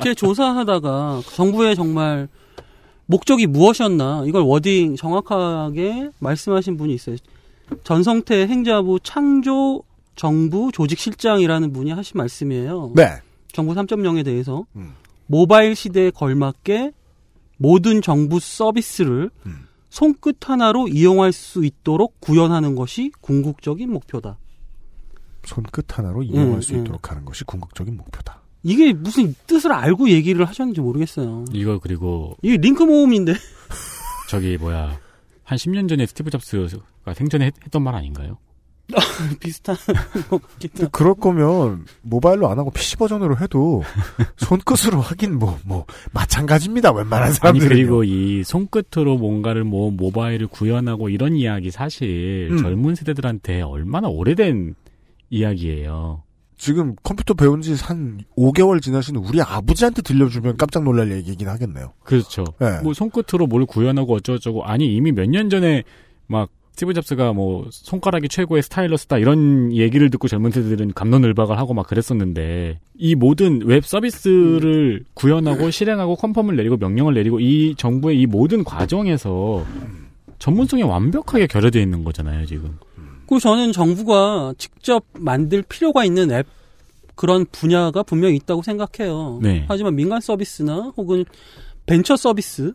Speaker 9: 제 조사하다가 정부의 정말 목적이 무엇이었나 이걸 워딩 정확하게 말씀하신 분이 있어요. 전성태 행자부 창조 정부 조직 실장이라는 분이 하신 말씀이에요.
Speaker 2: 네.
Speaker 9: 정부 3.0에 대해서 모바일 시대에 걸맞게 모든 정부 서비스를 손끝 하나로 이용할 수 있도록 구현하는 것이 궁극적인 목표다.
Speaker 2: 손끝 하나로 이용할
Speaker 9: 음,
Speaker 2: 수
Speaker 9: 음.
Speaker 2: 있도록 하는 것이 궁극적인 목표다.
Speaker 9: 이게 무슨 뜻을 알고 얘기를 하셨는지 모르겠어요.
Speaker 4: 이거 그리고
Speaker 9: 이게 링크 모음인데.
Speaker 4: 저기 뭐야 한 10년 전에 스티브 잡스가 생전에 했, 던말 아닌가요?
Speaker 9: 비슷한
Speaker 2: 근데 그럴 거면 모바일로 안 하고 PC 버전으로 해도 손끝으로 하긴 뭐 뭐 마찬가지입니다. 웬만한
Speaker 4: 아니
Speaker 2: 사람들은
Speaker 4: 그리고 이 손끝으로 뭔가를 뭐 모바일을 구현하고 이런 이야기 사실
Speaker 2: 음.
Speaker 4: 젊은 세대들한테 얼마나 오래된 이야기예요.
Speaker 2: 지금 컴퓨터 배운 지 한 5개월 지나신 우리 아버지한테 들려주면 깜짝 놀랄 얘기긴 하겠네요.
Speaker 4: 그렇죠.
Speaker 2: 네.
Speaker 4: 뭐 손끝으로 뭘 구현하고 어쩌고저쩌고 아니 이미 몇 년 전에 막 스티브 잡스가 뭐 손가락이 최고의 스타일러스다 이런 얘기를 듣고 젊은 세대들은 감론을박을 하고 막 그랬었는데 이 모든 웹 서비스를 구현하고 실행하고 컨펌을 내리고 명령을 내리고 이 정부의 이 모든 과정에서 전문성이 완벽하게 결여되어 있는 거잖아요 지금.
Speaker 9: 그 저는 정부가 직접 만들 필요가 있는 앱 그런 분야가 분명히 있다고 생각해요.
Speaker 4: 네.
Speaker 9: 하지만 민간 서비스나 혹은 벤처 서비스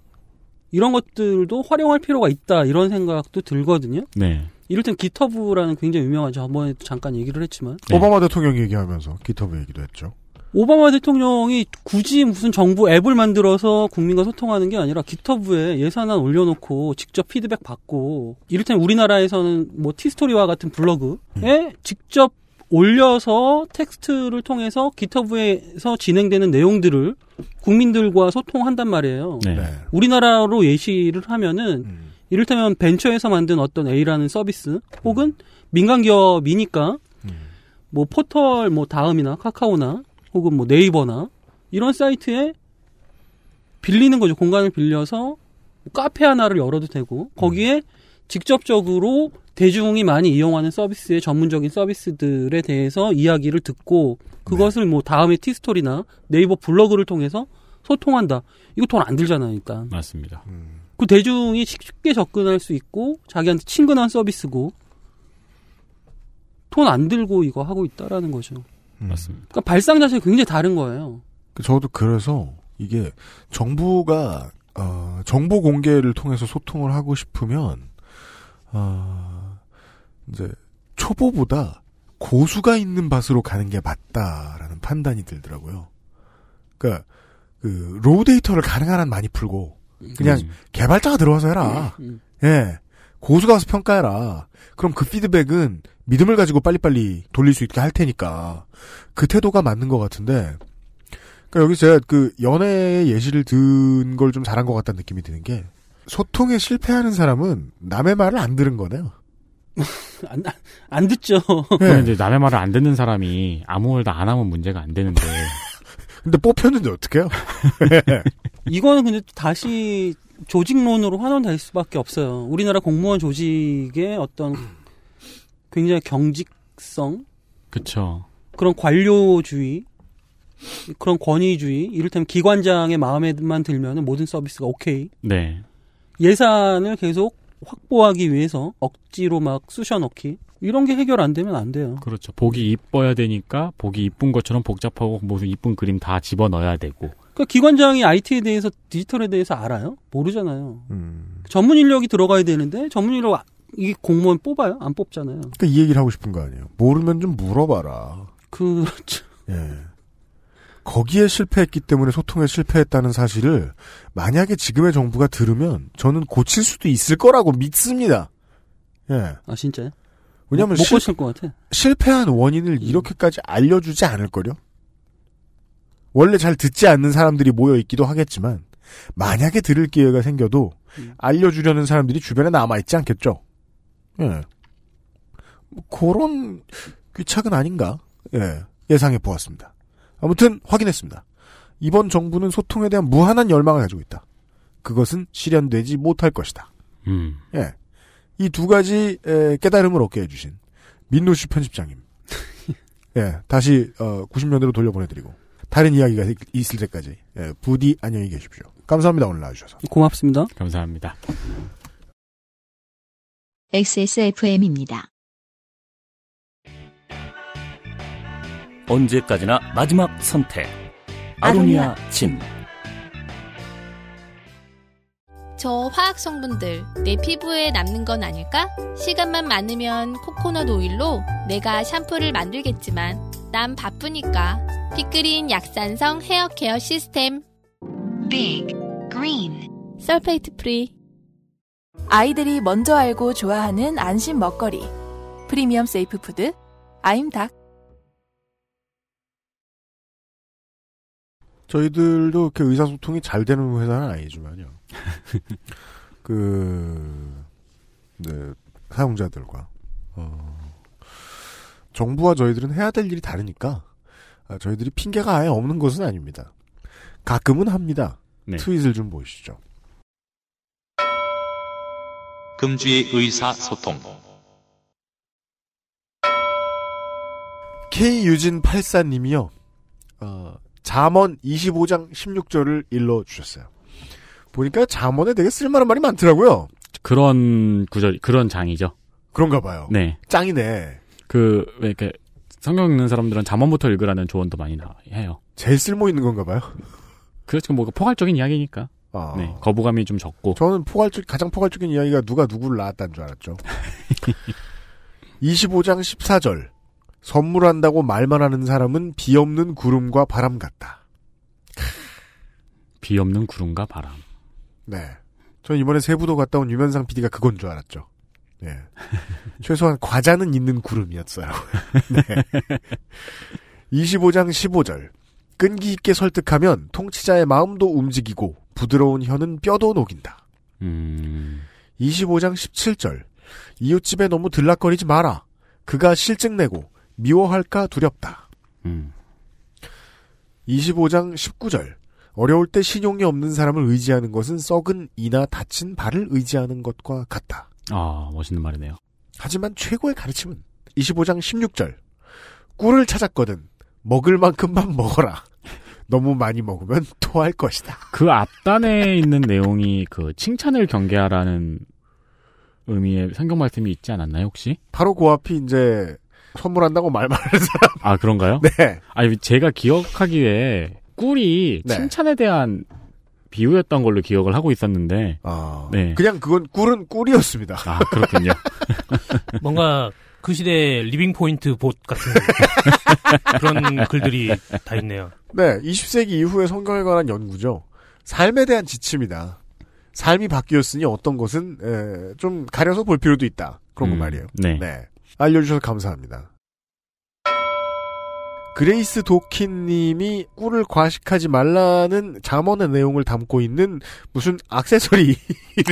Speaker 9: 이런 것들도 활용할 필요가 있다 이런 생각도 들거든요.
Speaker 4: 네.
Speaker 9: 이를테면 기터브라는 굉장히 유명한 저번에도 잠깐 얘기를 했지만
Speaker 4: 네.
Speaker 2: 오바마 대통령 얘기하면서 기터브 얘기도 했죠.
Speaker 9: 오바마 대통령이 굳이 무슨 정부 앱을 만들어서 국민과 소통하는 게 아니라 기터브에 예산안 올려놓고 직접 피드백 받고 이를테면 우리나라에서는 뭐 티스토리와 같은 블로그에 직접 올려서 텍스트를 통해서 기터브에서 진행되는 내용들을 국민들과 소통한단 말이에요.
Speaker 4: 네.
Speaker 9: 우리나라로 예시를 하면은
Speaker 2: 음,
Speaker 9: 이를테면 벤처에서 만든 어떤 A라는 서비스 혹은 민간 기업이니까 뭐 포털 뭐 다음이나 카카오나 혹은 뭐 네이버나 이런 사이트에 빌리는 거죠. 공간을 빌려서 카페 하나를 열어도 되고 거기에 직접적으로 대중이 많이 이용하는 서비스의 전문적인 서비스들에 대해서 이야기를 듣고 그것을 뭐 다음에 티스토리나 네이버 블로그를 통해서 소통한다. 이거 돈 안 들잖아요, 그러니까. 일단.
Speaker 4: 맞습니다.
Speaker 2: 음,
Speaker 9: 그 대중이 쉽게 접근할 수 있고 자기한테 친근한 서비스고 돈 안 들고 이거 하고 있다라는 거죠.
Speaker 2: 음.
Speaker 4: 맞습니다.
Speaker 9: 그러니까 발상 자체가 굉장히 다른 거예요.
Speaker 2: 그 저도 그래서 이게 정부가 어, 정보 공개를 통해서 소통을 하고 싶으면 어, 이제 초보보다 고수가 있는 밭으로 가는 게 맞다라는 판단이 들더라고요. 그러니까 그 로우 데이터를 가능한 한 많이 풀고 그냥 네. 개발자가 들어와서 해라. 예. 고수가 와서 평가해라. 그럼 그 피드백은 믿음을 가지고 빨리빨리 돌릴 수 있게 할 테니까. 그 태도가 맞는 것 같은데. 그러니까 여기 제가 그 연애의 예시를 든 걸 좀 잘한 것 같다는 느낌이 드는 게 소통에 실패하는 사람은 남의 말을 안 들은 거네요.
Speaker 9: 안, 안 듣죠.
Speaker 4: 그러면 이제 남의 말을 안 듣는 사람이 아무 말도 안 하면 문제가 안 되는데.
Speaker 2: 근데 뽑혔는데 어떡해요?
Speaker 9: 이거는 근데 다시 조직론으로 환원될 수밖에 없어요. 우리나라 공무원 조직의 어떤 굉장히 경직성
Speaker 4: 그쵸.
Speaker 9: 그런 관료주의, 그런 권위주의, 이를테면 기관장의 마음에만 들면 모든 서비스가 오케이.
Speaker 4: 네.
Speaker 9: 예산을 계속 확보하기 위해서 억지로 막 쑤셔넣기. 이런 게 해결 안 되면 안 돼요.
Speaker 4: 그렇죠. 보기 이뻐야 되니까 보기 이쁜 것처럼 복잡하고 무슨 이쁜 그림 다 집어넣어야 되고.
Speaker 9: 그러니까 기관장이 IT에 대해서, 디지털에 대해서 알아요? 모르잖아요.
Speaker 2: 음.
Speaker 9: 전문 인력이 들어가야 되는데, 전문 인력, 아- 이게 공무원 뽑아요? 안 뽑잖아요.
Speaker 2: 그러니까 이 얘기를 하고 싶은 거 아니에요. 모르면 좀 물어봐라.
Speaker 9: 그렇죠.
Speaker 2: 예. 거기에 실패했기 때문에 소통에 실패했다는 사실을 만약에 지금의 정부가 들으면 저는 고칠 수도 있을 거라고 믿습니다. 예.
Speaker 9: 아, 진짜요?
Speaker 2: 왜냐면
Speaker 9: 못, 못
Speaker 2: 실-
Speaker 9: 고칠 것 음. 같아.
Speaker 2: 실패한 원인을 이렇게까지 알려주지 않을걸요? 원래 잘 듣지 않는 사람들이 모여 있기도 하겠지만, 만약에 들을 기회가 생겨도,
Speaker 9: 음.
Speaker 2: 알려주려는 사람들이 주변에 남아있지 않겠죠? 예. 뭐 그런 귀착은 아닌가? 예. 예상해 보았습니다. 아무튼, 확인했습니다. 이번 정부는 소통에 대한 무한한 열망을 가지고 있다. 그것은 실현되지 못할 것이다.
Speaker 4: 음.
Speaker 2: 예. 이 두 가지 에, 깨달음을 얻게 해주신 민노 씨 편집장님. 예, 다시 어, 90년대로 돌려보내드리고 다른 이야기가 있- 있을 때까지 예, 부디 안녕히 계십시오. 감사합니다 오늘 나와주셔서. 어?
Speaker 9: 고맙습니다.
Speaker 4: 감사합니다.
Speaker 1: XSFM입니다.
Speaker 13: 언제까지나 마지막 선택. 아로니아 침. 저 화학 성분들 내 피부에 남는 건 아닐까? 시간만 많으면 코코넛 오일로 내가 샴푸를 만들겠지만 난 바쁘니까 피크린 약산성 헤어 케어 시스템 빅 그린 설페이트 프리
Speaker 5: 아이들이 먼저 알고 좋아하는 안심 먹거리. 프리미엄 세이프 푸드 아임닭.
Speaker 2: 저희들도 이렇게 의사소통이 잘 되는 회사는 아니지만요. 그, 네, 사용자들과, 어, 정부와 저희들은 해야 될 일이 다르니까, 아, 저희들이 핑계가 아예 없는 것은 아닙니다. 가끔은 합니다.
Speaker 4: 네.
Speaker 2: 트윗을 좀 보시죠.
Speaker 3: 금주의 의사소통.
Speaker 2: K유진84님이요, 어, 자먼 25장 16절을 일러주셨어요. 보니까 자먼에 되게 쓸만한 말이 많더라고요.
Speaker 4: 그런 구절, 그런 장이죠.
Speaker 2: 그런가 봐요.
Speaker 4: 네.
Speaker 2: 짱이네.
Speaker 4: 그, 왜 이렇게, 성경 읽는 사람들은 자문부터 읽으라는 조언도 많이 나, 해요.
Speaker 2: 제일 쓸모 있는 건가 봐요. 아,
Speaker 4: 그렇죠. 뭐, 포괄적인 이야기니까. 네. 거부감이 좀 적고.
Speaker 2: 저는 포괄적, 가장 포괄적인 이야기가 누가 누구를 낳았다는 줄 알았죠. 25장 14절. 선물한다고 말만 하는 사람은 비 없는 구름과 바람 같다.
Speaker 4: 비 없는 구름과 바람.
Speaker 2: 네. 저는 이번에 세부도 갔다 온 유면상 PD가 그건 줄 알았죠. 네. 최소한 과자는 있는 구름이었어요. 네. 25장 15절. 끈기 있게 설득하면 통치자의 마음도 움직이고 부드러운 혀는 뼈도 녹인다.
Speaker 4: 음.
Speaker 2: 25장 17절. 이웃집에 너무 들락거리지 마라. 그가 실증내고 미워할까 두렵다.
Speaker 4: 음.
Speaker 2: 25장 19절. 어려울 때 신용이 없는 사람을 의지하는 것은 썩은 이나 다친 발을 의지하는 것과 같다.
Speaker 4: 아, 멋있는 말이네요.
Speaker 2: 하지만 최고의 가르침은 25장 16절. 꿀을 찾았거든. 먹을 만큼만 먹어라. 너무 많이 먹으면 토할 것이다.
Speaker 4: 그 앞단에 있는 내용이 그 칭찬을 경계하라는 의미의 성경 말씀이 있지 않았나요, 혹시?
Speaker 2: 바로 그 앞이 이제 선물한다고 말만 하는 사람.
Speaker 4: 아, 그런가요?
Speaker 2: 네.
Speaker 4: 아니, 제가 기억하기에 꿀이
Speaker 2: 네.
Speaker 4: 칭찬에 대한 비유였던 걸로 기억을 하고 있었는데. 네.
Speaker 2: 어, 그냥 그건 꿀은 꿀이었습니다.
Speaker 4: 아, 그렇군요.
Speaker 8: 뭔가 그 시대의 리빙 포인트 봇 같은 그런 글들이 다 있네요.
Speaker 2: 네, 20세기 이후의 성경에 관한 연구죠. 삶에 대한 지침이다. 삶이 바뀌었으니 어떤 것은 에, 좀 가려서 볼 필요도 있다. 그런 거 말이에요.
Speaker 4: 네.
Speaker 2: 알려주셔서 감사합니다. 그레이스 도킨님이 꿀을 과식하지 말라는 잠언의 내용을 담고 있는 무슨 액세서리.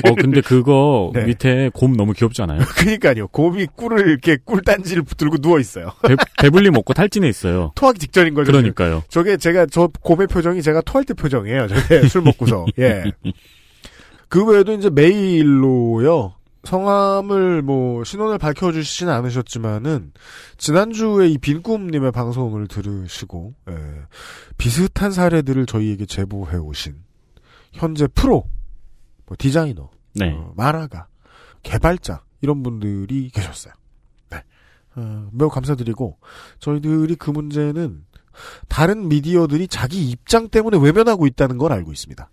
Speaker 4: 어, 근데 그거
Speaker 2: 네.
Speaker 4: 밑에 곰 너무 귀엽지 않아요?
Speaker 2: 그니까요. 곰이 꿀을 이렇게 꿀단지를 붙들고 누워 있어요.
Speaker 4: 배, 배불리 먹고 탈진해 있어요.
Speaker 2: 토하기 직전인 거죠.
Speaker 4: 그러니까요.
Speaker 2: 저게 제가 저 곰의 표정이 제가 토할 때 표정이에요. 저게 술 먹고서. 예. 그 외에도 이제 메일로요. 성함을 뭐 신원을 밝혀 주시진 않으셨지만은 지난주에 이 빈꿈님의 방송을 들으시고 예. 비슷한 사례들을 저희에게 제보해 오신 현재 프로 뭐 디자이너,
Speaker 4: 네.
Speaker 2: 어, 만화가, 개발자 이런 분들이 계셨어요. 네. 어, 매우 감사드리고 저희들이 그 문제는 다른 미디어들이 자기 입장 때문에 외면하고 있다는 걸 알고 있습니다.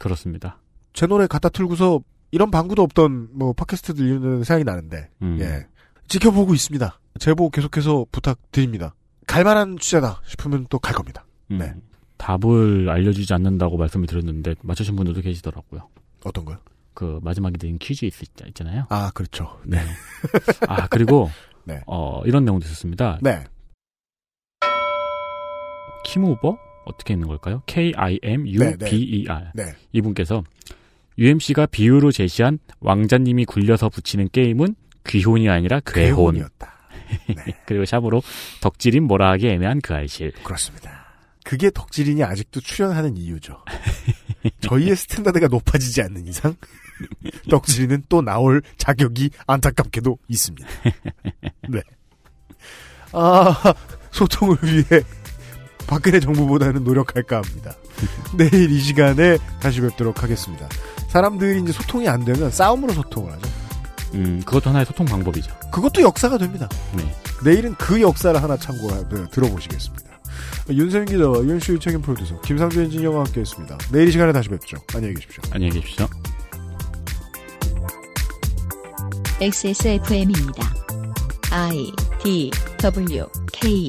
Speaker 4: 그렇습니다.
Speaker 2: 제 노래 갖다 틀고서 이런 방구도 없던 뭐 팟캐스트들 이런 생각이 나는데
Speaker 4: 음.
Speaker 2: 예. 지켜보고 있습니다. 제보 계속해서 부탁드립니다. 갈만한 주제다 싶으면 또 갈 겁니다.
Speaker 4: 음. 답을 알려주지 않는다고 말씀을 드렸는데 맞추신 분들도 계시더라고요.
Speaker 2: 어떤 거요?
Speaker 4: 그 마지막에 낸 퀴즈 있, 있잖아요.
Speaker 2: 아 그렇죠.
Speaker 4: 네. 아 그리고
Speaker 2: 네.
Speaker 4: 어, 이런 내용도 있었습니다.
Speaker 2: 네.
Speaker 4: 키무버 어떻게 있는 걸까요? K I M U
Speaker 14: 네, 네.
Speaker 4: B E R
Speaker 2: 네.
Speaker 4: 이분께서 UMC가 비유로 제시한 왕자님이 굴려서 붙이는 게임은 귀혼이 아니라 괴혼.
Speaker 2: 네.
Speaker 4: 그리고 샵으로 덕질인 뭐라 하기 애매한 그 알실.
Speaker 2: 그렇습니다. 그게 덕질인이 아직도 출연하는 이유죠. 저희의 스탠다드가 높아지지 않는 이상 덕질인은 또 나올 자격이 안타깝게도 있습니다. 네. 아 소통을 위해 박근혜 정부보다는 노력할까 합니다. 내일 이 시간에 다시 뵙도록 하겠습니다. 사람들이 이제 소통이 안 되면 싸움으로 소통을 하죠.
Speaker 4: 음, 그것도 하나의 소통 방법이죠.
Speaker 2: 그것도 역사가 됩니다.
Speaker 4: 네.
Speaker 2: 내일은 그 역사를 하나 참고해 들어보시겠습니다. 윤세민 기자와 윤수유 책임 프로듀서 김상준 엔지니어와 함께했습니다. 내일 이 시간에 다시 뵙죠. 안녕히 계십시오.
Speaker 4: 안녕히 계십시오.
Speaker 1: XSFM입니다. I D W K